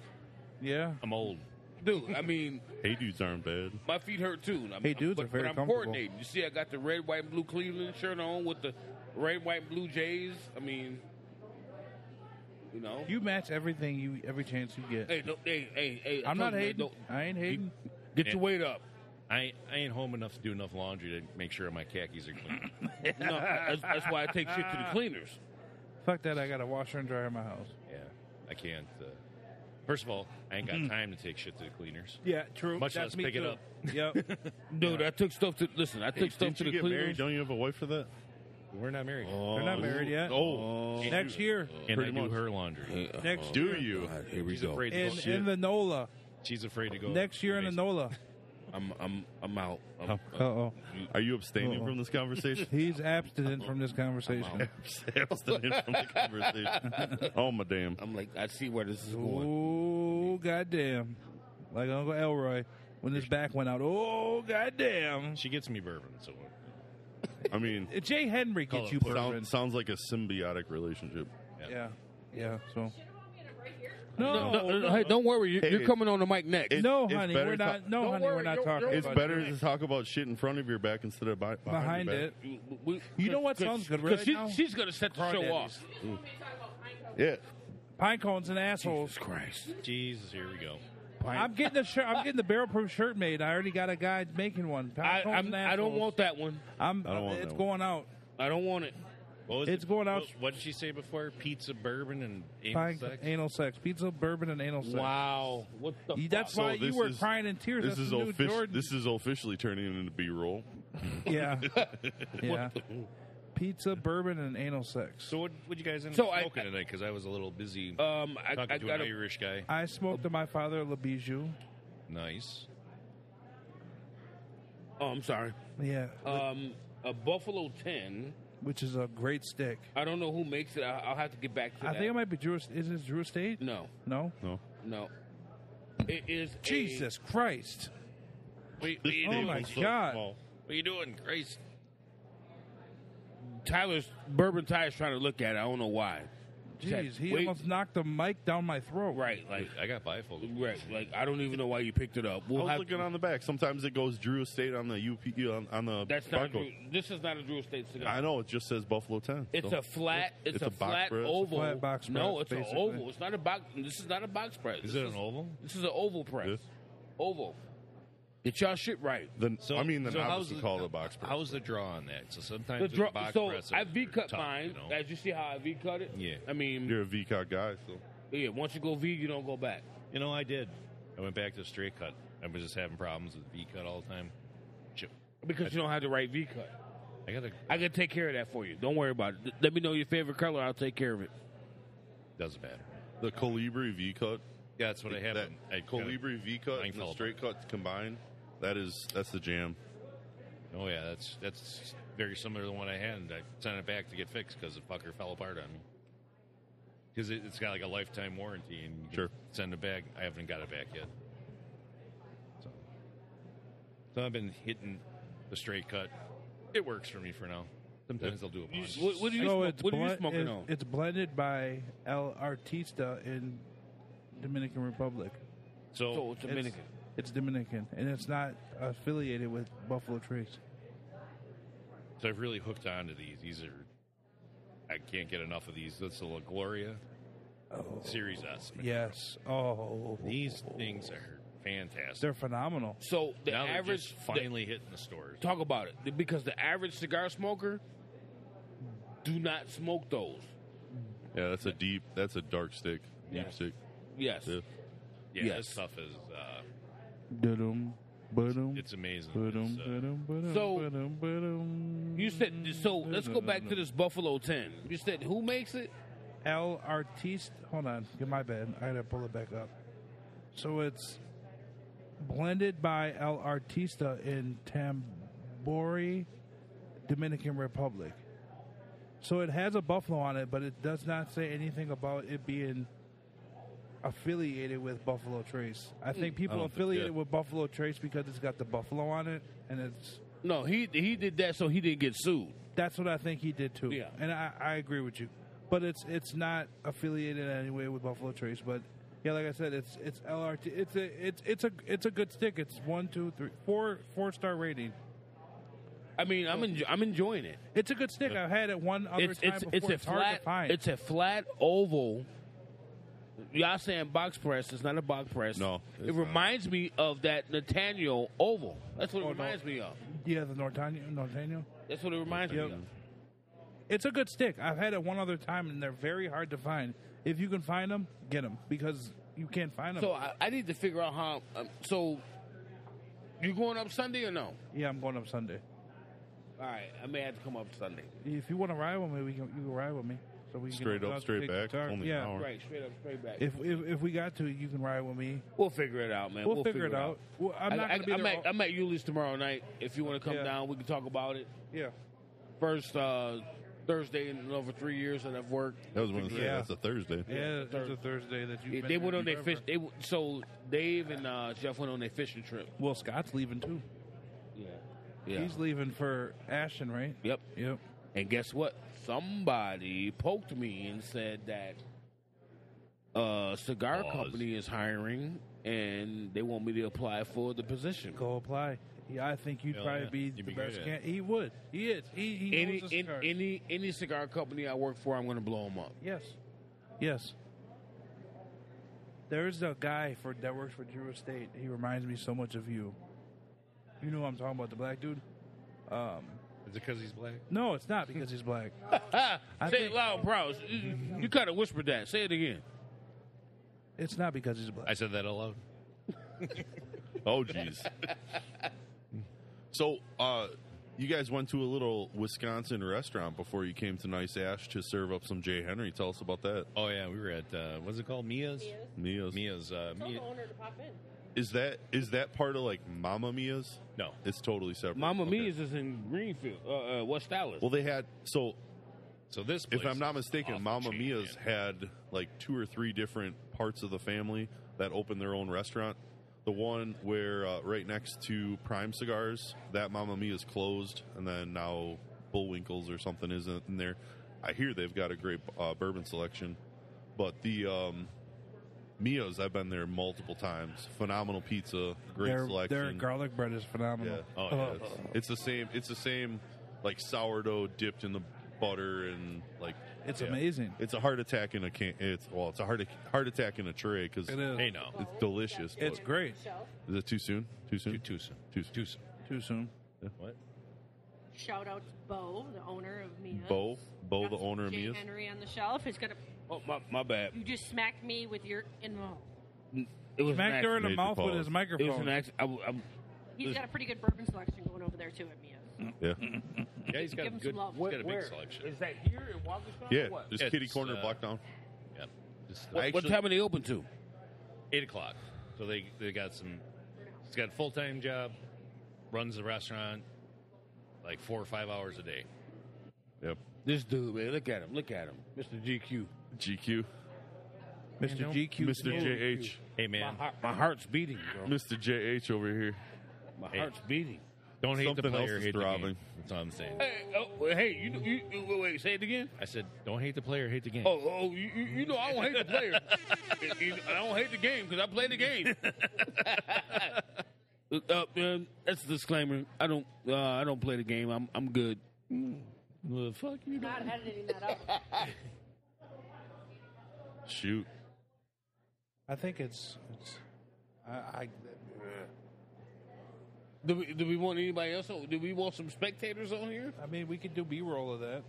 Speaker 1: Yeah.
Speaker 7: I'm old.
Speaker 2: Dude, I mean,
Speaker 3: Hey, dudes aren't bad.
Speaker 2: my feet hurt too. I'm,
Speaker 1: Hey, dudes
Speaker 2: but,
Speaker 1: are very
Speaker 2: but I'm
Speaker 1: comfortable.
Speaker 2: coordinating. You see, I got the red, white, and blue Cleveland shirt on with the red, white, and blue Jays. I mean, you know.
Speaker 1: You match everything you every chance you get.
Speaker 2: hey, no, hey, hey, hey. I
Speaker 1: I'm not
Speaker 2: told you, man,
Speaker 1: hating.
Speaker 2: don't-
Speaker 1: I ain't hating.
Speaker 2: Get
Speaker 7: Yeah.
Speaker 2: your weight up.
Speaker 7: I I ain't home enough to do enough laundry to make sure my khakis are clean.
Speaker 2: No, that's, that's why I take shit to the cleaners.
Speaker 1: Fuck that. I got a washer and dryer in my house.
Speaker 7: yeah, I can't. Uh, first of all, I ain't got time to take shit to the cleaners.
Speaker 1: Yeah, true.
Speaker 7: Much That's less me pick it too. up.
Speaker 1: Yep.
Speaker 2: Dude, I took stuff to listen. I took
Speaker 3: Hey,
Speaker 2: stuff
Speaker 3: didn't
Speaker 2: to
Speaker 3: you
Speaker 2: the
Speaker 3: get married?
Speaker 2: cleaners.
Speaker 3: Don't you have a wife for that?
Speaker 7: We're not married,
Speaker 1: They're not married yet.
Speaker 3: Oh,
Speaker 1: Next year.
Speaker 7: and
Speaker 3: pretty
Speaker 7: I do
Speaker 3: much.
Speaker 7: her laundry.
Speaker 1: Next
Speaker 3: do
Speaker 1: year.
Speaker 3: you?
Speaker 2: here we
Speaker 7: She's afraid to
Speaker 1: In,
Speaker 7: go.
Speaker 1: in the NOLA.
Speaker 7: She's afraid to go.
Speaker 1: Next year in the
Speaker 7: Basically.
Speaker 1: NOLA.
Speaker 2: I'm I'm I'm out. I'm,
Speaker 1: Uh oh.
Speaker 3: Are you abstaining
Speaker 1: Uh-oh.
Speaker 3: from this conversation?
Speaker 1: He's abstinent from this conversation.
Speaker 3: abstaining from the conversation. Oh my damn!
Speaker 2: I'm like I see where this is
Speaker 1: Oh,
Speaker 2: going.
Speaker 1: goddamn. Like Uncle Elroy when his back went out. Oh, goddamn.
Speaker 7: She gets me bourbon, so
Speaker 3: I mean,
Speaker 1: Jay Henry gets
Speaker 7: it
Speaker 1: you bourbon.
Speaker 3: sound, sounds like a symbiotic relationship.
Speaker 1: Yeah. Yeah. So.
Speaker 8: shit about me and I'm right here.
Speaker 1: No,
Speaker 2: No, no, no, hey, don't worry. You're,
Speaker 3: Hey,
Speaker 2: you're coming on the mic next.
Speaker 3: it-
Speaker 1: No,
Speaker 3: it's
Speaker 1: honey,
Speaker 3: better
Speaker 1: we're
Speaker 3: to-
Speaker 1: not. No,
Speaker 2: Don't
Speaker 1: honey, we're
Speaker 2: worry,
Speaker 1: not
Speaker 2: you're-
Speaker 1: talking.
Speaker 2: you're
Speaker 3: It's
Speaker 1: about
Speaker 3: better to talk about shit in front of your back instead of bi-
Speaker 1: it.
Speaker 3: behind,
Speaker 1: behind
Speaker 3: your
Speaker 1: it.
Speaker 3: back.
Speaker 2: We- we-
Speaker 1: You know what
Speaker 2: 'cause-
Speaker 1: sounds good
Speaker 2: 'cause
Speaker 1: right
Speaker 2: she-
Speaker 1: now?
Speaker 2: She's gonna set the show
Speaker 1: Crawdaddies.
Speaker 2: off.
Speaker 8: You just want me to talk about pine cones.
Speaker 3: Yeah,
Speaker 1: Pine cones and assholes.
Speaker 2: Jesus Christ!
Speaker 7: Jesus, here we go.
Speaker 1: I'm getting a shirt. I'm getting the barrel proof shirt made. I already got a guy making one. Pine
Speaker 2: I
Speaker 1: cones
Speaker 2: I'm,
Speaker 1: and
Speaker 2: I don't
Speaker 1: assholes.
Speaker 2: want that one.
Speaker 1: I'm.
Speaker 3: I don't want
Speaker 1: it's
Speaker 3: that one.
Speaker 1: going out.
Speaker 2: I don't want it.
Speaker 7: What was
Speaker 1: It's
Speaker 7: it?
Speaker 1: going out-
Speaker 7: What, what did she say before? Pizza, bourbon, and anal
Speaker 1: Pine
Speaker 7: sex?
Speaker 1: anal sex, pizza, bourbon, and anal sex.
Speaker 2: Wow, what the?
Speaker 1: You- That's
Speaker 3: So
Speaker 1: why you
Speaker 3: this
Speaker 1: were
Speaker 3: is-
Speaker 1: crying in tears.
Speaker 3: this
Speaker 1: That's
Speaker 3: is
Speaker 1: the new
Speaker 3: official.
Speaker 1: Jordan.
Speaker 3: This is officially turning into B-roll.
Speaker 1: yeah, yeah. Pizza, bourbon, and anal sex.
Speaker 7: So what? What you guys end up
Speaker 2: So I-
Speaker 7: smoking tonight? Because I was a little busy
Speaker 2: fuck? Um, I,
Speaker 7: talking
Speaker 2: I
Speaker 7: to
Speaker 2: got
Speaker 7: an
Speaker 2: a,
Speaker 7: Irish guy.
Speaker 1: I smoked to my father Le Bijou.
Speaker 7: Nice.
Speaker 2: Oh, I'm sorry.
Speaker 1: Yeah,
Speaker 2: Um, a Buffalo Ten.
Speaker 1: which is a great stick.
Speaker 2: I don't know who makes it. I, I'll have to get back to
Speaker 1: I
Speaker 2: that.
Speaker 1: think it might be Drew. Is it Drew Estate?
Speaker 2: no,
Speaker 1: No.
Speaker 3: No,
Speaker 2: no. It is a-
Speaker 1: Jesus Christ!
Speaker 7: Wait,
Speaker 3: This
Speaker 1: Oh
Speaker 3: table's
Speaker 1: my
Speaker 3: so
Speaker 1: God.
Speaker 3: small.
Speaker 7: what are you doing, Grace?
Speaker 2: Tyler's bourbon Tyler's trying to look at it. I don't know why.
Speaker 1: Jeez, he
Speaker 2: Wait.
Speaker 1: almost knocked the mic down my throat.
Speaker 2: Right, like uh,
Speaker 7: I got bifocal.
Speaker 2: right, like I don't even know why you picked it up.
Speaker 3: I
Speaker 2: We'll
Speaker 3: was
Speaker 2: have
Speaker 3: looking
Speaker 2: to,
Speaker 3: on the back. Sometimes it goes Drew Estate on the UP on, on the
Speaker 2: that's not. a Drew,
Speaker 3: barcode.
Speaker 2: this is not a Drew Estate cigar.
Speaker 3: I know it just says Buffalo Ten.
Speaker 2: It's
Speaker 3: so.
Speaker 2: a flat. It's,
Speaker 3: It's
Speaker 2: a,
Speaker 3: a box
Speaker 2: flat
Speaker 3: press.
Speaker 2: oval.
Speaker 1: Flat box
Speaker 2: no,
Speaker 1: press,
Speaker 2: it's an
Speaker 1: basically.
Speaker 2: oval. It's not a box. This is not a box press.
Speaker 7: Is
Speaker 2: this
Speaker 7: it an oval?
Speaker 2: This is an oval press.
Speaker 3: This?
Speaker 2: Oval. Get y'all shit right.
Speaker 3: The, I mean, the
Speaker 7: so how's
Speaker 3: novice would
Speaker 7: the-
Speaker 3: call it a box press.
Speaker 7: How's the draw on that? So sometimes
Speaker 2: The
Speaker 7: with
Speaker 2: draw,
Speaker 7: box
Speaker 2: so
Speaker 7: presses
Speaker 2: I V
Speaker 7: are
Speaker 2: cut
Speaker 7: tough,
Speaker 2: mine.
Speaker 7: you know?
Speaker 2: As you see how I V cut it.
Speaker 7: Yeah.
Speaker 2: I mean,
Speaker 3: You're a VCOG guy, so
Speaker 2: yeah. Once you go V, you don't go back.
Speaker 7: You know, I did. I went back to straight cut. I was just having problems with V cut all the time. Chip.
Speaker 2: Because you don't have the right V cut.
Speaker 7: I got a
Speaker 2: I can take care of that for you. Don't worry about it. Let me know your favorite color. I'll take care of it.
Speaker 7: doesn't matter.
Speaker 3: the Colibri V cut.
Speaker 7: Yeah, that's what I have.
Speaker 3: that
Speaker 7: on- I cut it.
Speaker 3: Colibri V cut and the
Speaker 7: blindfold.
Speaker 3: straight cut combined. That is that's the jam.
Speaker 7: Oh yeah, that's that's very similar to the one I had. and I sent it back to get fixed because the fucker fell apart on me. Because it, it's got like a lifetime warranty, and you can
Speaker 3: Sure.
Speaker 7: send it back. I haven't got it back yet. So, so I've been hitting the straight cut It works for me for now. Sometimes they'll do a bunch.
Speaker 2: What, what do you,
Speaker 1: so
Speaker 2: smoke-
Speaker 1: it's
Speaker 2: what are you
Speaker 1: blend-
Speaker 2: smoking
Speaker 1: it's,
Speaker 2: on?
Speaker 1: it's blended by El Artista in Dominican Republic.
Speaker 7: So,
Speaker 2: so it's Dominican.
Speaker 1: It's Dominican, and it's not affiliated with Buffalo Trace.
Speaker 7: so I've really hooked on to these. These are I can't get enough of these. That's the La Gloria
Speaker 2: Oh.
Speaker 7: Series S. man.
Speaker 1: Yes. Oh,
Speaker 7: These things are fantastic.
Speaker 1: they're phenomenal.
Speaker 2: So the
Speaker 7: now
Speaker 2: average
Speaker 7: they're just finally hitting the stores.
Speaker 2: the- talk about it because the average cigar smoker do not smoke those.
Speaker 3: Yeah, that's a deep. That's a dark stick. Deep
Speaker 2: Yeah.
Speaker 3: stick.
Speaker 2: Yes.
Speaker 3: Yeah.
Speaker 7: Yeah,
Speaker 2: Yes.
Speaker 7: this stuff is uh,
Speaker 1: Dudum, budum,
Speaker 7: it's amazing.
Speaker 1: budum,
Speaker 7: It's, uh,
Speaker 1: budum, budum,
Speaker 2: So,
Speaker 1: budum, budum.
Speaker 2: You said so. Let's go back to this Buffalo Ten. You said who makes it?
Speaker 1: El Artiste. Hold on, get my bad. I gotta pull it back up. So it's blended by El Artista in Tambori, Dominican Republic. So it has a buffalo on it, but it does not say anything about it being affiliated with Buffalo Trace. I think people
Speaker 3: Hmm. don't think-
Speaker 1: affiliate
Speaker 3: yeah.
Speaker 1: it with Buffalo Trace because it's got the buffalo on it, and it's
Speaker 2: No, he he did that so he didn't get sued.
Speaker 1: that's what I think he did too.
Speaker 2: Yeah.
Speaker 1: and I, I agree with you. But it's it's not affiliated in any way with Buffalo Trace. But yeah, like I said, it's it's LRT. It's a it's it's a it's a good stick. It's one two three four four star rating.
Speaker 2: I mean, I'm enjo- I'm enjoying it.
Speaker 1: It's a good stick. I've had it one other
Speaker 2: It's
Speaker 1: time
Speaker 2: it's
Speaker 1: before.
Speaker 2: it's a
Speaker 1: hard
Speaker 2: flat
Speaker 1: to find.
Speaker 2: it's a flat oval. Y'all saying box press? It's not a box press.
Speaker 3: No, it's
Speaker 2: it
Speaker 3: not.
Speaker 2: reminds me of that Nathaniel oval. That's what
Speaker 1: Oh,
Speaker 2: it
Speaker 1: no.
Speaker 2: reminds me of.
Speaker 1: yeah, the Nortano. Nortano.
Speaker 2: That's what it reminds me of.
Speaker 1: It's a good stick. I've had it one other time, and they're very hard to find. If you can find them, get them because you can't find them.
Speaker 2: So I, I need to figure out how. Um, so you going up Sunday or no?
Speaker 1: yeah, I'm going up Sunday.
Speaker 2: All right, I may have to come up Sunday.
Speaker 1: If you want to ride with me, we can. You can ride with me. So we can get
Speaker 3: Straight
Speaker 1: on
Speaker 3: up,
Speaker 1: the
Speaker 3: straight
Speaker 1: big
Speaker 3: back,
Speaker 1: guitar.
Speaker 3: only an
Speaker 1: yeah.
Speaker 3: hour. Right.
Speaker 2: Right, straight up, straight back.
Speaker 1: If, if if we got to, you can ride with me.
Speaker 2: we'll figure it out, man.
Speaker 1: We'll, figure, it out. Well, I'm
Speaker 2: i
Speaker 1: not
Speaker 2: I,
Speaker 1: gonna be
Speaker 2: I'm
Speaker 1: there.
Speaker 2: at,
Speaker 1: all-
Speaker 2: I'm at Yuli's tomorrow night. If you want to come
Speaker 1: Yeah.
Speaker 2: down, we can talk about it.
Speaker 1: yeah,
Speaker 2: First uh, Thursday in over three years that I've worked.
Speaker 3: That was one of the
Speaker 1: Yeah.
Speaker 3: That's a Thursday.
Speaker 1: yeah. It's a Thursday that you.
Speaker 2: They, they went on their fish. They w- so Dave and uh, Jeff went on their fishing trip.
Speaker 1: Well, Scott's leaving too.
Speaker 2: Yeah, yeah.
Speaker 1: He's leaving for Ashton, right?
Speaker 2: yep.
Speaker 1: Yep.
Speaker 2: And guess what? Somebody poked me and said that a cigar
Speaker 7: Laws.
Speaker 2: company is hiring and they want me to apply for the position.
Speaker 1: Go apply. Yeah, I think you'd
Speaker 7: Hell
Speaker 1: probably
Speaker 7: yeah.
Speaker 1: be
Speaker 7: You'd
Speaker 1: the
Speaker 7: be
Speaker 1: best.
Speaker 7: good at
Speaker 1: Can- he would. He is. He he
Speaker 2: Any
Speaker 1: owns a
Speaker 2: in,
Speaker 1: cigar.
Speaker 2: any any cigar company I work for, I'm going to blow them up.
Speaker 1: yes, yes. There's a guy for that works for Drew Estate. He reminds me so much of you. You know who I'm talking about the black dude. Um,
Speaker 7: Is it because he's black?
Speaker 1: no, it's not because he's black.
Speaker 2: Ha!
Speaker 1: I
Speaker 2: Say
Speaker 1: think-
Speaker 2: it loud, Prowse. You, you kind of whispered that. Say it again.
Speaker 1: It's not because he's black.
Speaker 7: I said that aloud.
Speaker 3: Oh, jeez. so, uh, you guys went to a little Wisconsin restaurant before you came to Nice Ash to serve up some Jay Henry. Tell us about that.
Speaker 7: Oh yeah, we were at uh, what's it called? Mia's.
Speaker 3: Mia's.
Speaker 7: Mia's. Uh,
Speaker 8: Tell
Speaker 7: Mia-
Speaker 8: the owner to pop in.
Speaker 3: Is that is that part of like Mama Mia's?
Speaker 7: No,
Speaker 3: It's totally separate.
Speaker 2: Mama
Speaker 3: Okay.
Speaker 2: Mia's is in Greenfield, uh, uh, West Dallas.
Speaker 3: Well, they had so
Speaker 7: So this,
Speaker 3: if
Speaker 7: place
Speaker 3: I'm not
Speaker 7: is off
Speaker 3: mistaken,
Speaker 7: the
Speaker 3: Mama
Speaker 7: chain,
Speaker 3: Mia's
Speaker 7: man.
Speaker 3: had like two or three different parts of the family that opened their own restaurant. The one where uh, right next to Prime Cigars, that Mama Mia's closed, and then now Bullwinkles or something isn't in there. I hear they've got a great uh, bourbon selection, but the um, Mia's I've been there multiple times. Phenomenal pizza, great
Speaker 1: their,
Speaker 3: selection.
Speaker 1: Their garlic bread is phenomenal.
Speaker 3: Yeah.
Speaker 7: Oh,
Speaker 1: Uh,
Speaker 7: yeah.
Speaker 3: It's, it's the same. It's the same, like sourdough dipped in the butter and like
Speaker 1: It's
Speaker 3: yeah.
Speaker 1: amazing.
Speaker 3: It's a heart attack in a can. It's well, it's a heart heart attack in a tray because
Speaker 1: It is.
Speaker 7: Hey, no,
Speaker 3: it's delicious.
Speaker 1: It's
Speaker 3: but-
Speaker 1: great.
Speaker 3: Is it too soon? Too soon?
Speaker 7: too too soon.
Speaker 3: Too soon.
Speaker 7: Too soon.
Speaker 1: Too soon.
Speaker 7: What?
Speaker 8: Shout out to Bo, the owner of Mia's.
Speaker 3: Bo, Bo,
Speaker 8: Got
Speaker 3: the
Speaker 8: some
Speaker 3: owner of
Speaker 8: Jay
Speaker 3: Mia's.
Speaker 8: Henry on the shelf is gonna.
Speaker 2: oh, my, my bad.
Speaker 8: You just smacked me with your in the.
Speaker 2: It was an
Speaker 1: Smacked her in the
Speaker 3: Major
Speaker 1: mouth with
Speaker 3: pause.
Speaker 1: his
Speaker 2: accident. It was
Speaker 1: microphone.
Speaker 2: an accident. I w- I'm-
Speaker 8: He's got a pretty good bourbon selection going over there too at Mia's.
Speaker 3: Yeah,
Speaker 7: Yeah, he's got
Speaker 8: Give
Speaker 7: a
Speaker 8: him
Speaker 7: good.
Speaker 8: some love.
Speaker 7: He's got a big
Speaker 2: where-
Speaker 7: selection.
Speaker 2: Is that here in Waukesha?
Speaker 3: yeah.
Speaker 2: Or what?
Speaker 3: Just
Speaker 7: It's,
Speaker 3: kitty corner
Speaker 7: uh,
Speaker 3: block down.
Speaker 7: yeah. Just,
Speaker 2: What, what
Speaker 7: actually,
Speaker 2: time are they open to?
Speaker 7: Eight o'clock. So they they got some. He's got a full time job, runs the restaurant, like four or five hours a day.
Speaker 3: Yep.
Speaker 2: This dude, man, look at him, look at him, Mr. GQ.
Speaker 3: GQ,
Speaker 1: Mr. GQ.
Speaker 3: Mr. JH,
Speaker 7: Hey
Speaker 2: My,
Speaker 7: man,
Speaker 2: heart, my heart's beating, bro.
Speaker 3: Mr. JH over here.
Speaker 2: My
Speaker 7: Hey.
Speaker 2: heart's beating.
Speaker 7: Don't hate the
Speaker 3: Something else
Speaker 7: player,
Speaker 3: is
Speaker 7: hate the
Speaker 3: throbbing.
Speaker 7: game. That's all I'm saying.
Speaker 2: Hey, oh, well, hey, you, you, you wait, wait, say it again.
Speaker 7: I said, don't hate the player, hate the game.
Speaker 2: Oh, oh, you, you you know I don't hate the player. You- you- I don't hate the game because I play the game. uh, man, that's a disclaimer. I don't uh, I don't play the game. I'm I'm good.
Speaker 7: Well, fuck you. don't-
Speaker 8: Not editing that up.
Speaker 3: Shoot.
Speaker 1: I think it's. it's I, I
Speaker 2: Do we, do we want anybody else? on- Do we want some spectators on here?
Speaker 1: I mean, we could do B roll of that.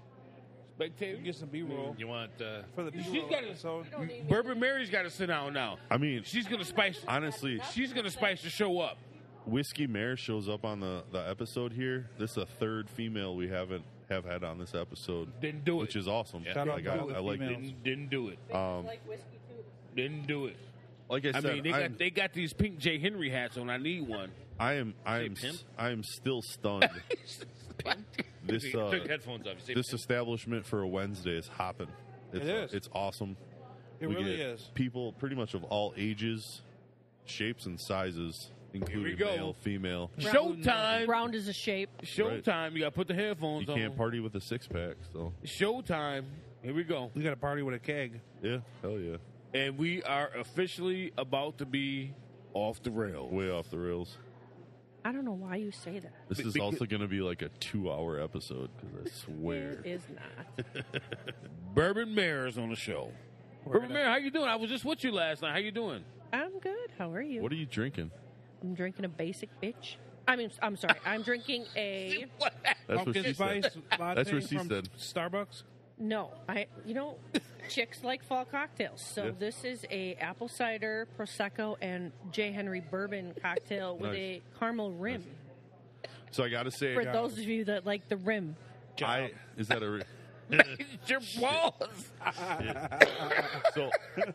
Speaker 1: We could
Speaker 2: Spectators.
Speaker 1: get some B roll
Speaker 7: You want? Uh,
Speaker 1: for the B
Speaker 2: Mm. She's
Speaker 1: roll
Speaker 2: gotta-
Speaker 1: episode.
Speaker 2: Bourbon Mary's got to sit down now.
Speaker 3: I mean,
Speaker 2: She's gonna spice.
Speaker 3: honestly,
Speaker 2: She's gonna spice the show up.
Speaker 3: Whiskey Mare shows up on the, the episode here. This is a third female we haven't have had on this episode,
Speaker 2: Didn't do it.
Speaker 3: which is awesome.
Speaker 7: Yeah.
Speaker 1: Shout out
Speaker 3: Like, I,
Speaker 1: to all the
Speaker 3: I like,
Speaker 1: females.
Speaker 2: didn't, didn't do it.
Speaker 3: um,
Speaker 2: Didn't do it.
Speaker 3: like I
Speaker 2: I
Speaker 3: said,
Speaker 2: mean, they
Speaker 3: I'm-
Speaker 2: got they got these pink J Henry hats on. I need one.
Speaker 3: I am I
Speaker 7: Say
Speaker 3: am
Speaker 7: pimp.
Speaker 3: s- I am still stunned. this
Speaker 7: take-
Speaker 3: uh,
Speaker 7: take headphones off. You say-
Speaker 3: this establishment for a Wednesday is hopping. It's,
Speaker 1: It is.
Speaker 3: It's awesome.
Speaker 1: It
Speaker 3: we
Speaker 1: really
Speaker 3: get
Speaker 1: is.
Speaker 3: People pretty much of all ages, shapes, and sizes, including
Speaker 2: go.
Speaker 3: male, female.
Speaker 2: Showtime.
Speaker 8: Round is a shape.
Speaker 2: Showtime. You gotta put the headphones
Speaker 3: You
Speaker 2: on.
Speaker 3: can't party with a six pack, so
Speaker 2: Showtime. Here we go.
Speaker 1: We got a party with a keg.
Speaker 3: yeah, hell yeah,
Speaker 2: And we are officially about to be off the rail.
Speaker 3: way off the rails.
Speaker 9: I don't know why you say that.
Speaker 3: This
Speaker 2: Be-
Speaker 3: is
Speaker 2: beca-
Speaker 3: also going to be like a two-hour episode because I swear.
Speaker 9: It is not.
Speaker 2: Bourbon Mayor's on the show. Bourbon Mayor, how you doing? I was just with you last night. How you doing?
Speaker 9: I'm good. How are you?
Speaker 3: what are you drinking?
Speaker 9: I'm drinking a basic bitch. I mean, I'm sorry. I'm drinking a
Speaker 3: That's what
Speaker 1: Pumpkin
Speaker 3: she
Speaker 1: spice
Speaker 3: said.
Speaker 1: latte
Speaker 3: That's what she
Speaker 1: from
Speaker 3: said.
Speaker 1: Starbucks.
Speaker 9: no. I you know, chicks like fall cocktails. So
Speaker 3: Yeah.
Speaker 9: this is a apple cider prosecco and J Henry bourbon cocktail with
Speaker 3: Nice.
Speaker 9: a caramel rim.
Speaker 3: So I got to say,
Speaker 9: For those of you that like the rim,
Speaker 3: I is that a. Re-
Speaker 2: It's your balls.
Speaker 3: So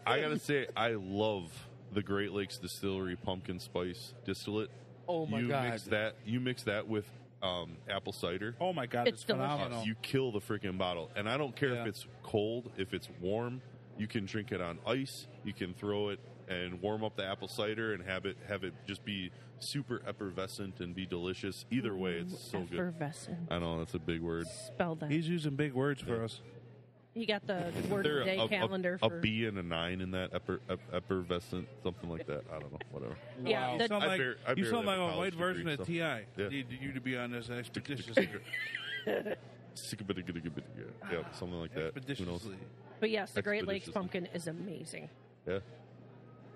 Speaker 3: I gotta say, I love the Great Lakes Distillery pumpkin spice distillate.
Speaker 2: Oh my
Speaker 3: you
Speaker 2: god.
Speaker 3: Mix that you mix that with um, apple cider.
Speaker 1: Oh my god,
Speaker 9: It's
Speaker 1: it's, phenomenal.
Speaker 3: You kill the freaking bottle, and I don't care
Speaker 1: Yeah.
Speaker 3: if it's cold, if it's warm. You can drink it on ice. You can throw it and warm up the apple cider and have it have it just be super effervescent and be delicious. Either way, it's so good. Uh,
Speaker 9: effervescent.
Speaker 3: I know that's a big word.
Speaker 9: Spell that.
Speaker 1: He's using big words for us.
Speaker 9: He got the word
Speaker 3: There
Speaker 9: of the day
Speaker 3: a, a-
Speaker 9: calendar
Speaker 3: a
Speaker 9: for
Speaker 3: B and a nine in that Effer- eff- effervescent something like that. I don't know, whatever.
Speaker 9: Yeah,
Speaker 1: You
Speaker 9: that-
Speaker 1: sound
Speaker 3: I
Speaker 1: like,
Speaker 3: bar- I
Speaker 1: you
Speaker 3: barely
Speaker 1: sound like a
Speaker 3: have a
Speaker 1: white
Speaker 3: college
Speaker 1: version
Speaker 3: degree,
Speaker 1: of
Speaker 3: so-
Speaker 1: Ti.
Speaker 3: Yeah.
Speaker 1: Need you to be on this expeditiously.
Speaker 3: yeah,
Speaker 2: Ah,
Speaker 3: something like that. Who knows?
Speaker 1: expeditiously.
Speaker 9: But yes, the Great Lakes
Speaker 3: Expeditiously.
Speaker 9: pumpkin is amazing.
Speaker 3: Yeah,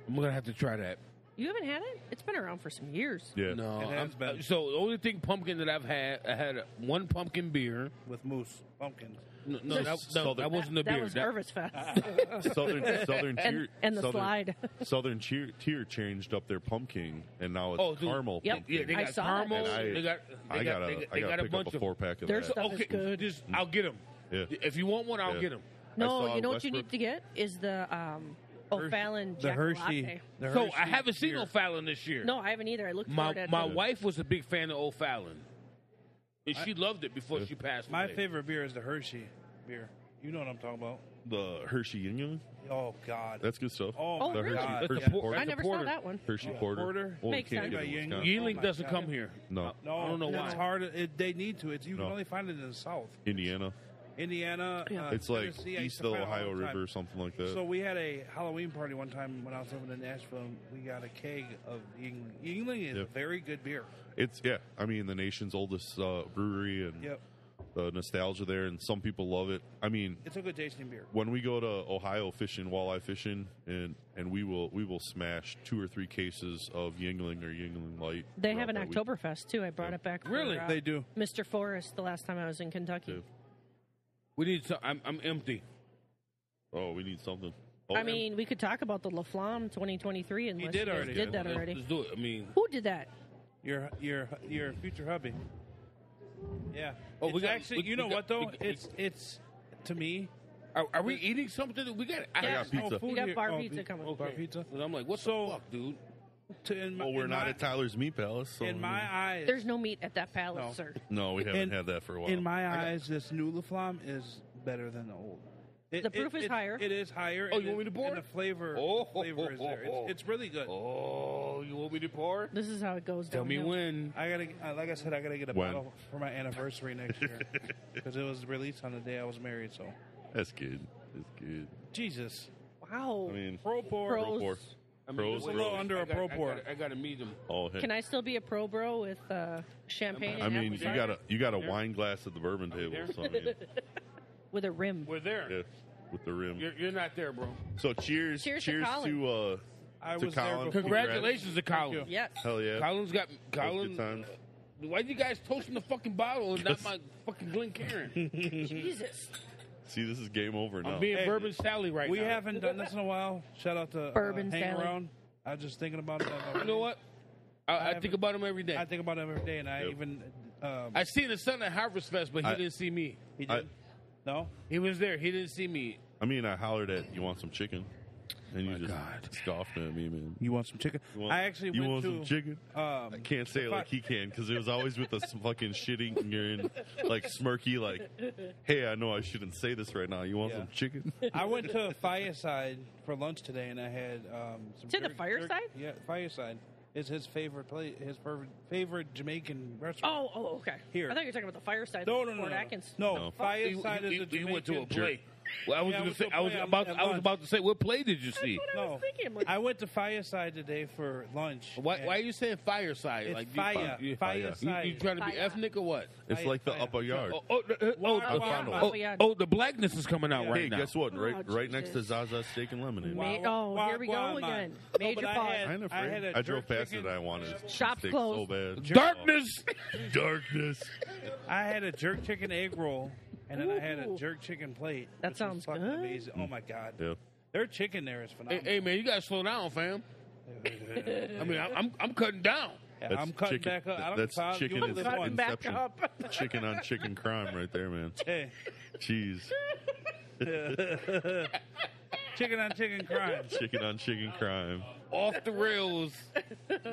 Speaker 2: I'm gonna have to try that.
Speaker 9: You haven't had it? It's been around for some years.
Speaker 3: yeah.
Speaker 2: No,
Speaker 1: It has
Speaker 2: I'm-
Speaker 1: been.
Speaker 2: so the only thing pumpkin that I've had, I had one pumpkin beer.
Speaker 1: With moose, pumpkins.
Speaker 2: No, no,
Speaker 3: So-
Speaker 2: that,
Speaker 3: so
Speaker 2: no,
Speaker 3: the-
Speaker 2: that wasn't a
Speaker 9: that
Speaker 2: beer.
Speaker 9: was
Speaker 2: That-
Speaker 9: Irvis Fest.
Speaker 3: Southern Southern
Speaker 9: And-
Speaker 3: Tier
Speaker 9: and the
Speaker 3: Southern,
Speaker 9: slide.
Speaker 3: Southern Tier, Tier changed up their pumpkin, and now it's
Speaker 2: Oh, dude.
Speaker 3: caramel.
Speaker 9: Yep.
Speaker 3: pumpkin.
Speaker 2: yeah, they
Speaker 9: I
Speaker 2: got
Speaker 9: saw that.
Speaker 2: caramel.
Speaker 3: And I-
Speaker 2: They got, they
Speaker 3: I
Speaker 2: got,
Speaker 3: gotta,
Speaker 2: they, got- they
Speaker 3: I gotta
Speaker 2: got a
Speaker 3: pick
Speaker 2: bunch
Speaker 3: up a
Speaker 2: of
Speaker 3: four pack of
Speaker 9: Their
Speaker 3: that.
Speaker 9: stuff- is
Speaker 2: okay,
Speaker 9: good.
Speaker 2: Just, I'll get them.
Speaker 3: Yeah.
Speaker 2: If you want one, I'll
Speaker 3: Yeah.
Speaker 2: get them.
Speaker 9: no,
Speaker 3: saw
Speaker 9: you know what you
Speaker 3: Westbrook-
Speaker 9: need to get is the um, O'Fallon
Speaker 1: The
Speaker 9: Jack
Speaker 1: Hershey.
Speaker 9: Latte.
Speaker 1: The Hershey
Speaker 2: So I haven't seen
Speaker 1: beer.
Speaker 2: O'Fallon this year.
Speaker 9: No, I haven't either. I looked for it
Speaker 2: my
Speaker 9: at
Speaker 2: my
Speaker 9: the-
Speaker 2: wife was a big fan of O'Fallon, and she loved it before she passed.
Speaker 1: My
Speaker 2: away.
Speaker 1: favorite beer is the Hershey beer. You know what I'm talking about.
Speaker 3: the Hershey Union.
Speaker 1: Oh God,
Speaker 3: That's good stuff.
Speaker 1: oh,
Speaker 9: Oh,
Speaker 1: my
Speaker 3: the
Speaker 9: really?
Speaker 1: God.
Speaker 3: Hershey,
Speaker 2: That's
Speaker 3: Hershey
Speaker 2: a por-
Speaker 3: Porter.
Speaker 9: I never saw
Speaker 2: Porter.
Speaker 9: that one.
Speaker 2: Oh,
Speaker 3: Hershey Porter.
Speaker 1: Porter.
Speaker 3: Well, we
Speaker 9: Makes
Speaker 3: can't
Speaker 9: sense.
Speaker 3: get it in
Speaker 1: Yeah,
Speaker 3: Wisconsin.
Speaker 2: Yingling
Speaker 1: Oh my
Speaker 2: doesn't
Speaker 1: God.
Speaker 2: come here.
Speaker 3: No,
Speaker 1: No,
Speaker 2: I don't know
Speaker 1: no,
Speaker 2: why.
Speaker 1: It's hard. It, they need to. It's you
Speaker 3: No.
Speaker 1: can only find it in the South.
Speaker 3: Indiana.
Speaker 1: Indiana. Uh,
Speaker 3: It's like
Speaker 1: Tennessee, I used
Speaker 3: east
Speaker 1: to
Speaker 3: of the
Speaker 1: find it all
Speaker 3: Ohio
Speaker 1: the time.
Speaker 3: River or something like that.
Speaker 1: So we had a Halloween party one time when I was living in Nashville. and We got a keg of Yingling. Yingling is
Speaker 3: Yeah.
Speaker 1: a very good beer.
Speaker 3: It's yeah. I mean, the nation's oldest uh, brewery and
Speaker 1: Yep,
Speaker 3: the nostalgia there, and some people love it. I mean,
Speaker 1: it's a good tasting beer.
Speaker 3: when we go to Ohio fishing, walleye fishing, and and we will we will smash two or three cases of Yingling or Yingling Light.
Speaker 9: They
Speaker 3: throughout
Speaker 9: have an
Speaker 3: that week.
Speaker 9: Oktoberfest too. I brought it back. For,
Speaker 2: Really?
Speaker 9: uh,
Speaker 1: They do.
Speaker 9: Mr. Forrest the last time I was in Kentucky.
Speaker 3: Yeah.
Speaker 2: We need. To, I'm I'm empty.
Speaker 3: Oh, we need something. Oh,
Speaker 9: I mean, we could talk about the La Flamme 2023 and
Speaker 1: He did already.
Speaker 9: did that
Speaker 2: Let's-
Speaker 9: already.
Speaker 2: Let's do it. I mean,
Speaker 9: Who did that?
Speaker 1: Your your your future hubby. Yeah. Oh,
Speaker 2: Oh, we
Speaker 1: it's
Speaker 2: got-
Speaker 1: actually,
Speaker 2: we-
Speaker 1: you know
Speaker 2: we
Speaker 1: what
Speaker 2: got-
Speaker 1: though?
Speaker 2: we- we-
Speaker 1: it's it's to me.
Speaker 2: are, are we eating something? We got. I
Speaker 3: I
Speaker 2: have
Speaker 3: got pizza.
Speaker 1: No food
Speaker 9: We got
Speaker 1: here.
Speaker 9: bar
Speaker 1: Oh,
Speaker 9: pizza coming.
Speaker 1: Bar pizza.
Speaker 2: And I'm like, what
Speaker 1: So-
Speaker 2: the fuck, dude?
Speaker 1: To, in my,
Speaker 2: Oh,
Speaker 3: well, oh, we're
Speaker 1: in
Speaker 3: not
Speaker 1: my,
Speaker 3: at Tyler's Meat Palace. So
Speaker 1: In my eyes,
Speaker 9: There's no meat at that palace,
Speaker 1: No.
Speaker 9: sir.
Speaker 3: no, we haven't
Speaker 1: in-
Speaker 3: had that for a while.
Speaker 1: in my
Speaker 3: I got-
Speaker 1: eyes, this new Laflamme is better than the old. It-
Speaker 9: The
Speaker 1: it-
Speaker 9: proof is
Speaker 1: it-
Speaker 9: higher.
Speaker 1: It is higher.
Speaker 2: Oh,
Speaker 1: and
Speaker 2: you want
Speaker 1: it-
Speaker 2: me to pour
Speaker 1: And the
Speaker 2: it?
Speaker 1: flavor,
Speaker 2: Oh,
Speaker 1: flavor is there. It's, it's really good.
Speaker 2: Oh, you want me to pour?
Speaker 9: This is how it goes
Speaker 2: Tell
Speaker 9: down.
Speaker 2: me when.
Speaker 1: I gotta, uh, like I said, I gotta get a
Speaker 3: When?
Speaker 1: bottle for my anniversary next year because it was released on the day I was married. So,
Speaker 3: That's good. That's good.
Speaker 1: Jesus,
Speaker 9: Wow.
Speaker 3: I mean,
Speaker 1: pro pour.
Speaker 9: Pro-
Speaker 3: pro pour.
Speaker 2: I mean,
Speaker 3: Pros,
Speaker 2: wait,
Speaker 3: pros.
Speaker 2: wait,
Speaker 1: Under
Speaker 2: I
Speaker 1: a
Speaker 2: got-
Speaker 1: pro
Speaker 2: I got-
Speaker 1: pour.
Speaker 2: I gotta meet him.
Speaker 3: All hit.
Speaker 9: Can I still be a pro bro with uh, champagne? and
Speaker 3: I mean,
Speaker 9: apple
Speaker 3: you
Speaker 9: cider?
Speaker 3: got a you got a wine glass at the bourbon table,
Speaker 2: there?
Speaker 3: so I mean,
Speaker 9: with a rim.
Speaker 2: We're there.
Speaker 3: yeah, with the rim.
Speaker 2: You're, you're not there, bro.
Speaker 3: So cheers,
Speaker 9: Cheers to
Speaker 3: cheers
Speaker 9: Colin.
Speaker 3: to, uh,
Speaker 1: I
Speaker 3: to
Speaker 1: was there
Speaker 3: Colin.
Speaker 1: before.
Speaker 2: Congratulations to Colin.
Speaker 1: you.
Speaker 9: Yes.
Speaker 3: uh, Hell yeah,
Speaker 2: Colin's got
Speaker 3: Those good
Speaker 2: Colin.
Speaker 3: times.
Speaker 2: Why you guys toasting the fucking bottle and not my fucking Glencairn?
Speaker 9: Jesus.
Speaker 3: See, this is game over now.
Speaker 2: I'm being
Speaker 1: Hey,
Speaker 2: Bourbon Sally right
Speaker 1: We
Speaker 2: now.
Speaker 1: haven't done this in a while. Shout out to uh,
Speaker 9: Bourbon
Speaker 1: Hang
Speaker 9: Sally.
Speaker 1: Around. I was just thinking about that.
Speaker 2: You know what? I, I, think
Speaker 1: haven't-
Speaker 2: about him every day.
Speaker 1: I
Speaker 2: I,
Speaker 1: think about him every day, and I
Speaker 3: Yep.
Speaker 1: even um,
Speaker 2: seen his son at Harvest Fest, but he
Speaker 3: I-
Speaker 2: didn't see me.
Speaker 1: he did.
Speaker 3: I-
Speaker 1: no,
Speaker 2: He was there. He didn't see me.
Speaker 3: I mean, I hollered at you want some chicken, and you just
Speaker 2: God.
Speaker 3: scoffed at me, man.
Speaker 1: you want some chicken?
Speaker 3: You want-
Speaker 1: I actually
Speaker 3: you
Speaker 1: went
Speaker 3: want
Speaker 1: to
Speaker 3: some chicken.
Speaker 1: Um,
Speaker 3: I can't say it
Speaker 1: fuck.
Speaker 3: like he can because it was always with this fucking shitting urine, like smirky, like, hey, I know I shouldn't say this right now. You want
Speaker 1: Yeah.
Speaker 3: some chicken?
Speaker 1: I went to Fireside for lunch today, and I had um, some.
Speaker 4: To the
Speaker 1: jerk- jerk-
Speaker 4: Fireside?
Speaker 1: yeah, Fireside is his favorite place. His favorite favorite Jamaican restaurant.
Speaker 9: Oh, oh, okay.
Speaker 1: Here.
Speaker 9: I thought you were talking about the fireside.
Speaker 4: Oh,
Speaker 1: no,
Speaker 9: with
Speaker 1: no, no,
Speaker 9: Fort
Speaker 1: no,
Speaker 9: Atkins.
Speaker 1: no.
Speaker 3: No.
Speaker 1: Fireside is
Speaker 2: he,
Speaker 1: a
Speaker 2: he- he
Speaker 1: Jamaican.
Speaker 2: went to a play. Well, I was
Speaker 1: Yeah, I
Speaker 2: gonna
Speaker 1: went
Speaker 2: say.
Speaker 1: to a
Speaker 2: I was
Speaker 1: play
Speaker 2: about.
Speaker 1: at
Speaker 2: I was
Speaker 1: lunch.
Speaker 2: about to say. What play did you see?
Speaker 9: That's what I
Speaker 1: No,
Speaker 9: was thinking. I'm like,
Speaker 1: I went to Fireside today for lunch.
Speaker 2: Why,
Speaker 1: and
Speaker 2: why are you saying fireside?
Speaker 1: It's
Speaker 2: like you-
Speaker 1: fire,
Speaker 2: you,
Speaker 1: fireside.
Speaker 2: You, you trying to be
Speaker 8: Fire.
Speaker 2: ethnic or what?
Speaker 3: It's
Speaker 1: I-
Speaker 3: like the
Speaker 1: I-
Speaker 3: upper yard.
Speaker 2: Oh, oh, the- oh,
Speaker 1: Wow,
Speaker 2: the-
Speaker 1: wow,
Speaker 3: Fano.
Speaker 1: wow.
Speaker 2: oh,
Speaker 9: yeah.
Speaker 2: oh, the blackness is coming out
Speaker 3: hey,
Speaker 2: right now.
Speaker 3: guess what? Right,
Speaker 9: Oh,
Speaker 3: right next to
Speaker 9: Jesus.
Speaker 3: Zaza Steak and Lemonade.
Speaker 9: Wow. Ma- oh, here we go
Speaker 1: Guam, man.
Speaker 9: again.
Speaker 1: No,
Speaker 9: Major
Speaker 1: but I
Speaker 9: pause.
Speaker 1: had-
Speaker 3: I ain't
Speaker 1: I had
Speaker 3: afraid.
Speaker 1: a
Speaker 3: I, drove
Speaker 1: jerk
Speaker 3: faster
Speaker 1: chicken-
Speaker 3: than I wanted.
Speaker 9: Shop's
Speaker 3: Steak
Speaker 9: closed.
Speaker 3: So bad.
Speaker 2: Darkness.
Speaker 3: Darkness.
Speaker 1: I had a jerk chicken egg roll, and then I had a
Speaker 9: Ooh.
Speaker 1: jerk chicken plate.
Speaker 9: That
Speaker 1: which was
Speaker 9: sounds
Speaker 1: fucking
Speaker 9: good.
Speaker 1: Amazing. Oh my god,
Speaker 3: Yeah.
Speaker 1: their chicken there is
Speaker 2: hey,
Speaker 1: phenomenal.
Speaker 2: hey, man, you gotta slow down, fam. I mean, I, I'm I'm cutting down.
Speaker 1: Yeah,
Speaker 3: That's
Speaker 1: I'm cutting
Speaker 3: chicken-
Speaker 1: back up. I don't
Speaker 3: that's
Speaker 1: Kyle,
Speaker 3: chicken
Speaker 1: you
Speaker 3: is
Speaker 1: live
Speaker 3: fucking
Speaker 1: one.
Speaker 3: Cutting back Inception. up. Chicken on chicken crime right there, man.
Speaker 1: Hey,
Speaker 3: Jeez.
Speaker 1: chicken on chicken crime.
Speaker 3: Chicken on chicken crime.
Speaker 2: Off the rails.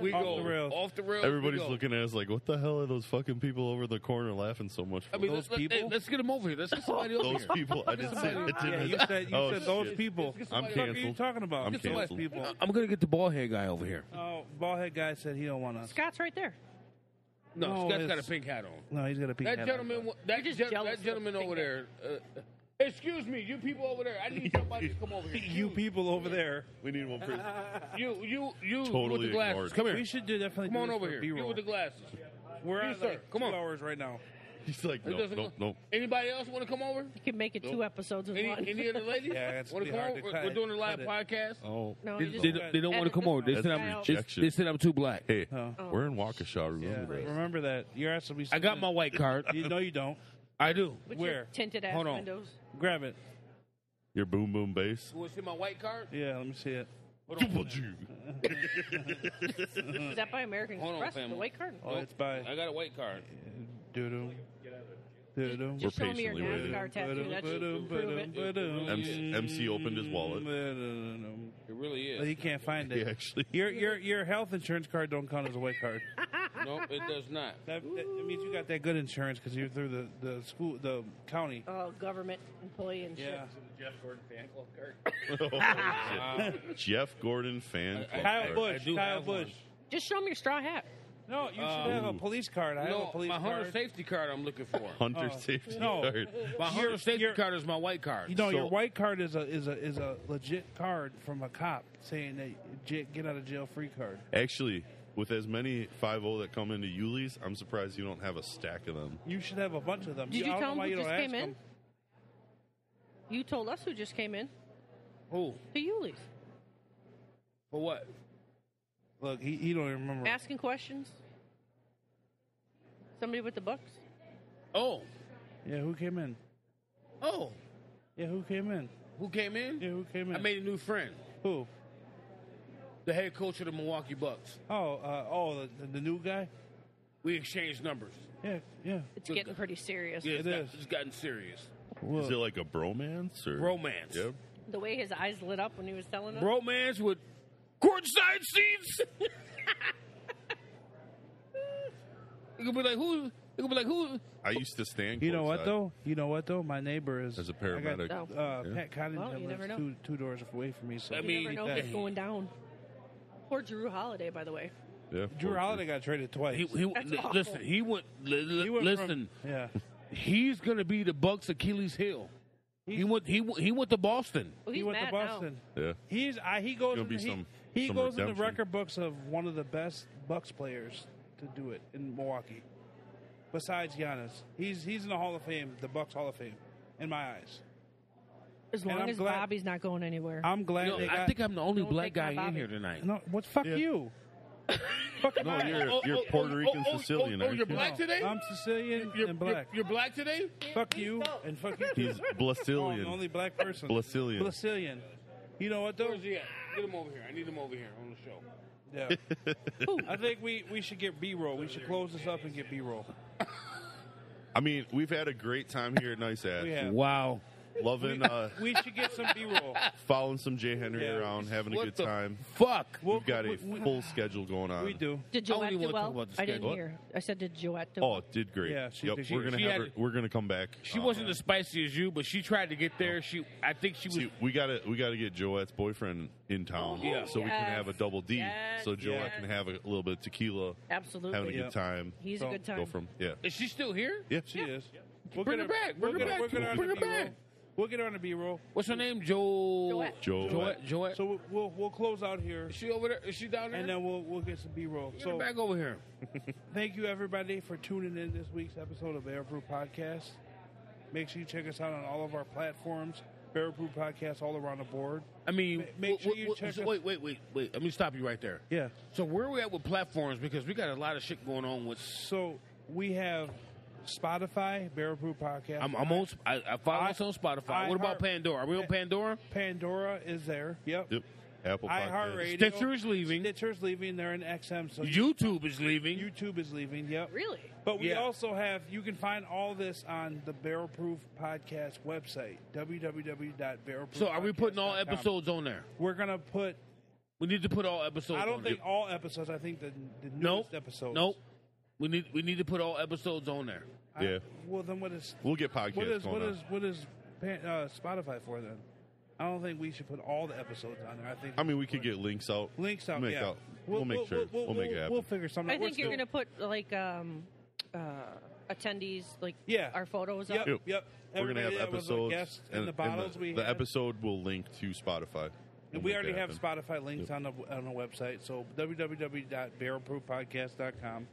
Speaker 2: We
Speaker 1: Off
Speaker 2: go
Speaker 1: the rails.
Speaker 2: Off the rails. we
Speaker 3: Everybody's
Speaker 2: go.
Speaker 3: looking at us like, what the hell are those fucking people over the corner laughing so much for?
Speaker 2: I mean,
Speaker 1: Those
Speaker 2: let's, let-
Speaker 1: people?
Speaker 2: hey, let's get them over here. Let's get somebody over
Speaker 3: those
Speaker 2: here.
Speaker 3: people. I didn't say that.
Speaker 1: Yeah,
Speaker 3: Didn't
Speaker 1: you
Speaker 3: I?
Speaker 1: said you
Speaker 3: Oh,
Speaker 1: said those
Speaker 3: shit.
Speaker 1: people. What
Speaker 3: I'm
Speaker 1: the fuck are you
Speaker 3: canceled.
Speaker 1: talking about?
Speaker 3: I'm
Speaker 1: Get those
Speaker 3: canceled.
Speaker 1: people.
Speaker 2: I'm gonna get the bald head guy over here.
Speaker 1: Oh, bald head guy said he don't want us.
Speaker 9: Scott's right there.
Speaker 2: No,
Speaker 1: No,
Speaker 2: Scott's got a
Speaker 1: it's-
Speaker 2: pink hat on.
Speaker 1: No, he's got a pink
Speaker 2: That
Speaker 1: hat
Speaker 2: gentleman,
Speaker 1: on.
Speaker 2: wa- that,
Speaker 9: just
Speaker 2: gen-
Speaker 9: jealous
Speaker 2: that
Speaker 9: of
Speaker 2: gentleman
Speaker 9: the
Speaker 2: over there. Uh, excuse me, you people over there. I need somebody to come over here.
Speaker 1: You people over there.
Speaker 3: We need one person.
Speaker 2: you, you, you with
Speaker 3: Totally
Speaker 2: the glasses.
Speaker 3: ignored.
Speaker 2: Come here.
Speaker 1: We should do definitely.
Speaker 2: come on
Speaker 1: do this
Speaker 2: over
Speaker 1: for
Speaker 2: here.
Speaker 1: B-roll.
Speaker 2: You with the glasses.
Speaker 1: We're
Speaker 2: You,
Speaker 1: at
Speaker 2: sir.
Speaker 1: like
Speaker 2: Come on.
Speaker 1: two hours right now.
Speaker 3: He's like,
Speaker 2: It
Speaker 3: no,
Speaker 2: doesn't-
Speaker 3: no, no.
Speaker 2: Anybody else want to come over?
Speaker 9: You can make it two episodes in
Speaker 2: Any,
Speaker 9: one.
Speaker 2: any other ladies?
Speaker 1: Yeah, it's
Speaker 2: want
Speaker 1: be
Speaker 2: to come
Speaker 1: hard
Speaker 2: over?
Speaker 1: to
Speaker 2: We're
Speaker 1: cut-
Speaker 2: doing a live
Speaker 1: cut
Speaker 2: podcast.
Speaker 3: Oh,
Speaker 9: no,
Speaker 2: They,
Speaker 9: you just
Speaker 2: they don't, they don't want to come over. They
Speaker 9: That's
Speaker 2: said I'm.
Speaker 9: rejection.
Speaker 2: They, they said I'm too black.
Speaker 3: hey,
Speaker 1: Oh.
Speaker 3: we're in Waukesha.
Speaker 1: Yeah,
Speaker 3: Remember that.
Speaker 1: remember that. Your ass will be.
Speaker 2: I got my white card.
Speaker 1: You, no, you don't.
Speaker 2: I do.
Speaker 9: With
Speaker 1: Where?
Speaker 9: your tinted ass
Speaker 2: Hold on.
Speaker 9: windows.
Speaker 1: Grab it.
Speaker 3: Your boom boom bass.
Speaker 2: You want to see my white card?
Speaker 1: Yeah, let me see it.
Speaker 3: Double Jew.
Speaker 9: Is that by American
Speaker 2: Mm. Hold on,
Speaker 9: Express?
Speaker 2: fam.
Speaker 9: the white card.
Speaker 1: Oh, it's by
Speaker 2: I got a white card.
Speaker 1: Doodoo. Doodoo.
Speaker 3: We're
Speaker 9: Just show me your
Speaker 3: patiently waiting.
Speaker 9: NASCAR tattoo. That should prove it.
Speaker 3: MC, MC opened his wallet.
Speaker 2: It really
Speaker 1: But
Speaker 2: is.
Speaker 1: he can't find
Speaker 3: He
Speaker 1: it.
Speaker 3: actually.
Speaker 1: Your your your health insurance card don't count as a white card.
Speaker 2: no, it does not.
Speaker 1: That, that, that means you got that good insurance because you're through the, the school the county.
Speaker 9: Oh, government employee and shit.
Speaker 1: Yeah.
Speaker 3: Oh, Jeff Gordon fan.
Speaker 2: I-
Speaker 3: club
Speaker 1: Kyle
Speaker 3: card.
Speaker 1: Bush.
Speaker 2: I do
Speaker 1: Kyle
Speaker 2: have one.
Speaker 1: Bush.
Speaker 9: Just show me your straw hat.
Speaker 1: No, you should
Speaker 2: Um,
Speaker 1: have a police card. I have a
Speaker 2: No,
Speaker 1: police
Speaker 2: my Hunter
Speaker 1: card.
Speaker 2: safety card I'm looking for.
Speaker 3: Hunter
Speaker 1: Oh.
Speaker 3: safety
Speaker 1: No.
Speaker 3: card.
Speaker 2: My Hunter
Speaker 1: You're-
Speaker 2: safety
Speaker 1: you're-
Speaker 2: card is my white card.
Speaker 1: You know, your
Speaker 3: So-
Speaker 1: white card is a is a is a legit card from a cop saying that j- get out of jail free card.
Speaker 3: Actually, with as many 5-0 that come into Yuli's, I'm surprised you don't have a stack of them.
Speaker 1: You should have a bunch of them.
Speaker 9: Did
Speaker 1: I
Speaker 9: you
Speaker 1: don't
Speaker 9: tell
Speaker 1: know
Speaker 9: him
Speaker 1: why
Speaker 9: who
Speaker 1: you
Speaker 9: just
Speaker 1: don't
Speaker 9: came
Speaker 1: ask
Speaker 9: in?
Speaker 1: them.
Speaker 9: You told us who just came in.
Speaker 2: Who?
Speaker 9: The Yulis.
Speaker 2: For what?
Speaker 1: Look, he, he don't even remember.
Speaker 9: Asking questions. Somebody with the books.
Speaker 2: Oh,
Speaker 1: Yeah, who came in?
Speaker 2: oh,
Speaker 1: Yeah, who came in?
Speaker 2: who came in?
Speaker 1: Yeah, who came in?
Speaker 2: I made a new friend,
Speaker 1: who?
Speaker 2: the head coach of the Milwaukee Bucks.
Speaker 1: Oh, uh, oh, the, the new guy.
Speaker 2: We exchanged numbers.
Speaker 1: Yeah, yeah.
Speaker 9: It's
Speaker 2: Good
Speaker 9: getting
Speaker 2: God.
Speaker 9: pretty serious.
Speaker 2: Yeah, it's,
Speaker 1: It
Speaker 2: got-
Speaker 1: is.
Speaker 2: it's gotten serious.
Speaker 3: Is it like a bromance or
Speaker 2: Romance.
Speaker 3: Yep.
Speaker 9: The way his eyes lit up when he was telling us.
Speaker 2: Romance with courtside seats. you could be like, who? They're gonna be like, who?
Speaker 3: I used to stand.
Speaker 1: You know what
Speaker 3: courtside.
Speaker 1: though? You know what though? My neighbor is
Speaker 3: As a
Speaker 1: I
Speaker 3: paramedic.
Speaker 1: got,
Speaker 9: No.
Speaker 1: uh,
Speaker 3: Yeah.
Speaker 1: Pat Cottington
Speaker 9: Well, you never
Speaker 1: lives
Speaker 9: know.
Speaker 1: two two doors away from me. So
Speaker 2: I
Speaker 1: I
Speaker 9: You
Speaker 1: mean,
Speaker 2: mean-
Speaker 9: never know
Speaker 1: that-
Speaker 9: what's going down. Poor Drew Holiday, by the way.
Speaker 3: Yeah.
Speaker 1: Drew Holiday got traded twice.
Speaker 2: He, he,
Speaker 9: That's
Speaker 2: li-
Speaker 9: awful.
Speaker 2: listen, he would li-
Speaker 1: He went from-
Speaker 2: listen.
Speaker 1: yeah,
Speaker 2: he's gonna be the Bucks' Achilles heel. He went. He went- he went to Boston.
Speaker 9: Well,
Speaker 1: he
Speaker 9: he's
Speaker 1: went
Speaker 9: mad
Speaker 1: to Boston.
Speaker 3: Yeah.
Speaker 1: He's I, he goes.
Speaker 3: Gonna
Speaker 1: In,
Speaker 3: be
Speaker 1: the- he
Speaker 3: some-
Speaker 1: he
Speaker 3: some
Speaker 1: goes in the
Speaker 3: redemption.
Speaker 1: record books of one of the best Bucks players to do it in Milwaukee. Besides Giannis, he's he's in the Hall of Fame, the Bucks Hall of Fame, in my eyes.
Speaker 9: As
Speaker 1: And
Speaker 9: long
Speaker 1: I'm
Speaker 9: as
Speaker 1: glad-
Speaker 9: Bobby's not going anywhere.
Speaker 1: I'm glad
Speaker 2: You know,
Speaker 1: they got.
Speaker 2: I think I'm the only
Speaker 9: Don't
Speaker 2: black
Speaker 9: take my
Speaker 2: guy in
Speaker 9: Bobby.
Speaker 2: here tonight.
Speaker 1: no, what? Fuck
Speaker 3: Yeah.
Speaker 1: you. fuck am
Speaker 3: No,
Speaker 1: I?
Speaker 3: you're you're Puerto Rican Sicilian.
Speaker 2: Oh,
Speaker 3: aren't
Speaker 2: you're
Speaker 3: you?
Speaker 2: black today.
Speaker 1: I'm Sicilian
Speaker 2: you're,
Speaker 1: and black.
Speaker 2: You're, you're black today.
Speaker 1: fuck you and fuck you.
Speaker 3: He's
Speaker 1: Oh, I'm the
Speaker 3: Blasilian.
Speaker 1: only black person.
Speaker 3: Blasilian.
Speaker 1: Blasilian. You know what though?
Speaker 2: Where's he at? Get him over here. I need him over here on the show.
Speaker 1: Yeah. I think we, we should get B roll. We should close this up and get B roll.
Speaker 3: I mean, we've had a great time here at Nice Ass.
Speaker 1: We have.
Speaker 2: Wow.
Speaker 3: Loving, uh,
Speaker 1: We should get some B roll.
Speaker 3: following some Jay Henry
Speaker 1: Yeah.
Speaker 3: around, having a
Speaker 2: What
Speaker 3: good
Speaker 2: the
Speaker 3: time.
Speaker 2: Fuck.
Speaker 1: We'll-
Speaker 3: We've got a
Speaker 1: we- we-
Speaker 3: full schedule going on.
Speaker 1: We do.
Speaker 9: Did
Speaker 2: I don't
Speaker 9: Joette
Speaker 2: even
Speaker 9: do
Speaker 2: wanna talk
Speaker 9: well?
Speaker 2: about this
Speaker 9: I didn't
Speaker 2: guy. What?
Speaker 9: hear. I said, did Joette do
Speaker 3: Oh,
Speaker 9: well?
Speaker 3: it did great.
Speaker 1: Yeah, she-
Speaker 3: yep,
Speaker 1: she-
Speaker 3: we're gonna
Speaker 2: she
Speaker 3: have
Speaker 2: had-
Speaker 3: her, we're gonna come back.
Speaker 2: She
Speaker 3: Uh,
Speaker 2: wasn't as spicy as you, but she tried to get
Speaker 1: Oh.
Speaker 2: there. She, I think she was.
Speaker 3: Um, See, we gotta we gotta get Joette's boyfriend in town,
Speaker 2: Yeah.
Speaker 3: so we can
Speaker 9: Yes.
Speaker 3: have a double D,
Speaker 9: Yes,
Speaker 3: so Joette
Speaker 1: yes.
Speaker 3: can have a little bit of tequila, having a
Speaker 9: Absolutely.
Speaker 1: Yeah.
Speaker 3: good time.
Speaker 9: He's
Speaker 1: So-
Speaker 9: a good time.
Speaker 3: Go from yeah,
Speaker 2: is she still here?
Speaker 3: yeah.
Speaker 1: She is. We'll
Speaker 2: Bring
Speaker 1: get
Speaker 2: her back.
Speaker 1: we'll
Speaker 2: Bring her
Speaker 1: get
Speaker 2: back.
Speaker 1: We'll get her on
Speaker 2: Bring
Speaker 1: the
Speaker 2: her
Speaker 1: B roll.
Speaker 2: back.
Speaker 1: We'll get her on the B roll.
Speaker 2: What's her name? Jo.
Speaker 9: Joette.
Speaker 3: Joette.
Speaker 2: Joette. Joette.
Speaker 1: So we'll- we'll we'll close out here
Speaker 2: is she over there? Is she down there?
Speaker 1: and then we'll we'll get some B roll.
Speaker 2: Get her
Speaker 1: So
Speaker 2: back over here.
Speaker 1: thank you everybody for tuning in this week's episode of Barrel Brew Podcast. Make sure you check us out on all of our platforms. Barrel Brew Podcast all around the board.
Speaker 2: I mean,
Speaker 1: Ma- make sure
Speaker 2: wh- wh-
Speaker 1: you
Speaker 2: wh-
Speaker 1: check
Speaker 2: so
Speaker 1: us-
Speaker 2: wait, wait, wait, wait. Let me stop you right there.
Speaker 1: Yeah.
Speaker 2: So where are we at with platforms? Because we got a lot of shit going on with.
Speaker 1: So we have Spotify, Barrel Brew Podcast.
Speaker 2: I'm, I'm on. Sp- I, I follow
Speaker 1: I-
Speaker 2: us on Spotify.
Speaker 1: I
Speaker 2: what about
Speaker 1: heart-
Speaker 2: Pandora? Are we on Pandora?
Speaker 1: Pandora is there. Yep.
Speaker 3: Yep. Apple Podcasts.
Speaker 1: iHeartRadio.
Speaker 2: Stitcher is leaving.
Speaker 1: Stitcher's leaving. They're in XM. So
Speaker 2: YouTube is leaving.
Speaker 1: YouTube is leaving. Yep.
Speaker 9: Really?
Speaker 1: But we
Speaker 2: Yeah.
Speaker 1: also have, you can find all this on the Barrel Proof Podcast website, www.barrelproof.
Speaker 2: so are we putting all episodes on there?
Speaker 1: We're going to put,
Speaker 2: We need to put all episodes.
Speaker 1: I don't
Speaker 2: on
Speaker 1: think
Speaker 2: There.
Speaker 1: all episodes, I think the, the newest
Speaker 2: Nope.
Speaker 1: episodes.
Speaker 2: Nope. We need we need to put all episodes on there.
Speaker 1: I-
Speaker 3: Yeah.
Speaker 1: well, then what is,
Speaker 3: We'll get podcasts
Speaker 1: what is,
Speaker 3: going
Speaker 1: what
Speaker 3: on.
Speaker 1: is, what is Pan- uh, Spotify for then? I don't think we should put all the episodes on there. I think
Speaker 3: I mean, we could get links out.
Speaker 1: links out.
Speaker 3: Make
Speaker 1: yeah.
Speaker 3: out. We'll, make sure. We'll, make it happen.
Speaker 1: We'll figure something.
Speaker 9: I
Speaker 1: out. We're
Speaker 9: think you're
Speaker 1: still-
Speaker 9: going to put, like, um, uh, attendees, like,
Speaker 1: Yeah.
Speaker 9: our photos up.
Speaker 1: Yep.
Speaker 3: Yep.
Speaker 1: Yep.
Speaker 3: We're gonna have
Speaker 1: Everybody that was a
Speaker 3: episodes
Speaker 1: guest and the bottles we
Speaker 3: the
Speaker 1: had.
Speaker 3: episode will link to Spotify. We'll
Speaker 1: And we
Speaker 3: make
Speaker 1: already
Speaker 3: that
Speaker 1: have
Speaker 3: happen.
Speaker 1: Spotify links on the on the website, so www.barrelproofpodcast.com.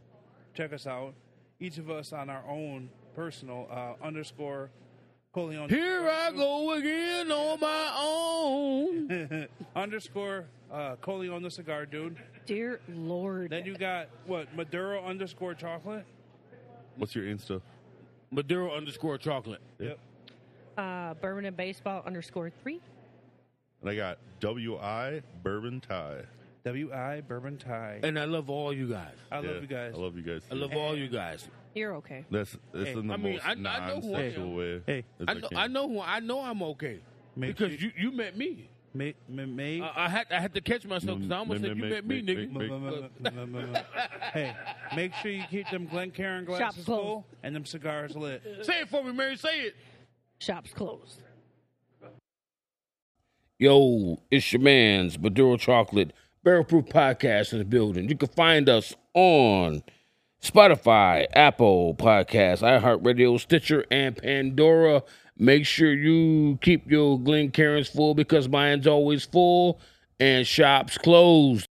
Speaker 1: Check us out. Each of us on our own personal uh, underscore Coleon
Speaker 2: Here I go again on my own.
Speaker 1: underscore uh, Coleon the cigar dude.
Speaker 9: Dear Lord.
Speaker 1: Then you got what Maduro underscore chocolate.
Speaker 3: What's your Insta?
Speaker 2: Maduro underscore chocolate.
Speaker 1: Yep.
Speaker 9: uh, Bourbon and Baseball underscore three.
Speaker 3: And I got WI Bourbon Tie.
Speaker 1: W I bourbon tie.
Speaker 2: And I love all you guys.
Speaker 1: I love
Speaker 3: Yeah,
Speaker 1: you guys.
Speaker 3: I love you guys.
Speaker 2: I
Speaker 3: too.
Speaker 2: love all you guys.
Speaker 9: You're okay.
Speaker 3: That's that's
Speaker 1: Hey,
Speaker 3: in the
Speaker 2: I mean,
Speaker 3: most
Speaker 2: I- I know who I am.
Speaker 3: non-sexual way.
Speaker 1: Hey,
Speaker 3: as
Speaker 2: I know,
Speaker 3: can.
Speaker 2: I know who I know I'm okay
Speaker 1: Make
Speaker 2: because you, you met me.
Speaker 1: May, may, may,
Speaker 2: I, I had I had to catch myself because I almost
Speaker 3: Mm,
Speaker 2: said you
Speaker 3: mm,
Speaker 2: met
Speaker 3: mm,
Speaker 2: me,
Speaker 3: mm,
Speaker 2: nigga.
Speaker 3: mm,
Speaker 1: Mm, mm, mm, mm, mm, mm. hey, make sure you keep them Glencairn glasses
Speaker 9: Shop closed.
Speaker 1: full and them cigars lit.
Speaker 2: Say it for me, Mary. Say it.
Speaker 9: Shop's closed.
Speaker 2: Yo, it's your man's Maduro Chocolate Barrel Proof Podcast in the building. You can find us on Spotify, Apple Podcasts, iHeartRadio, Stitcher, and Pandora. Make sure you keep your Glen Karens full because mine's always full and shops closed.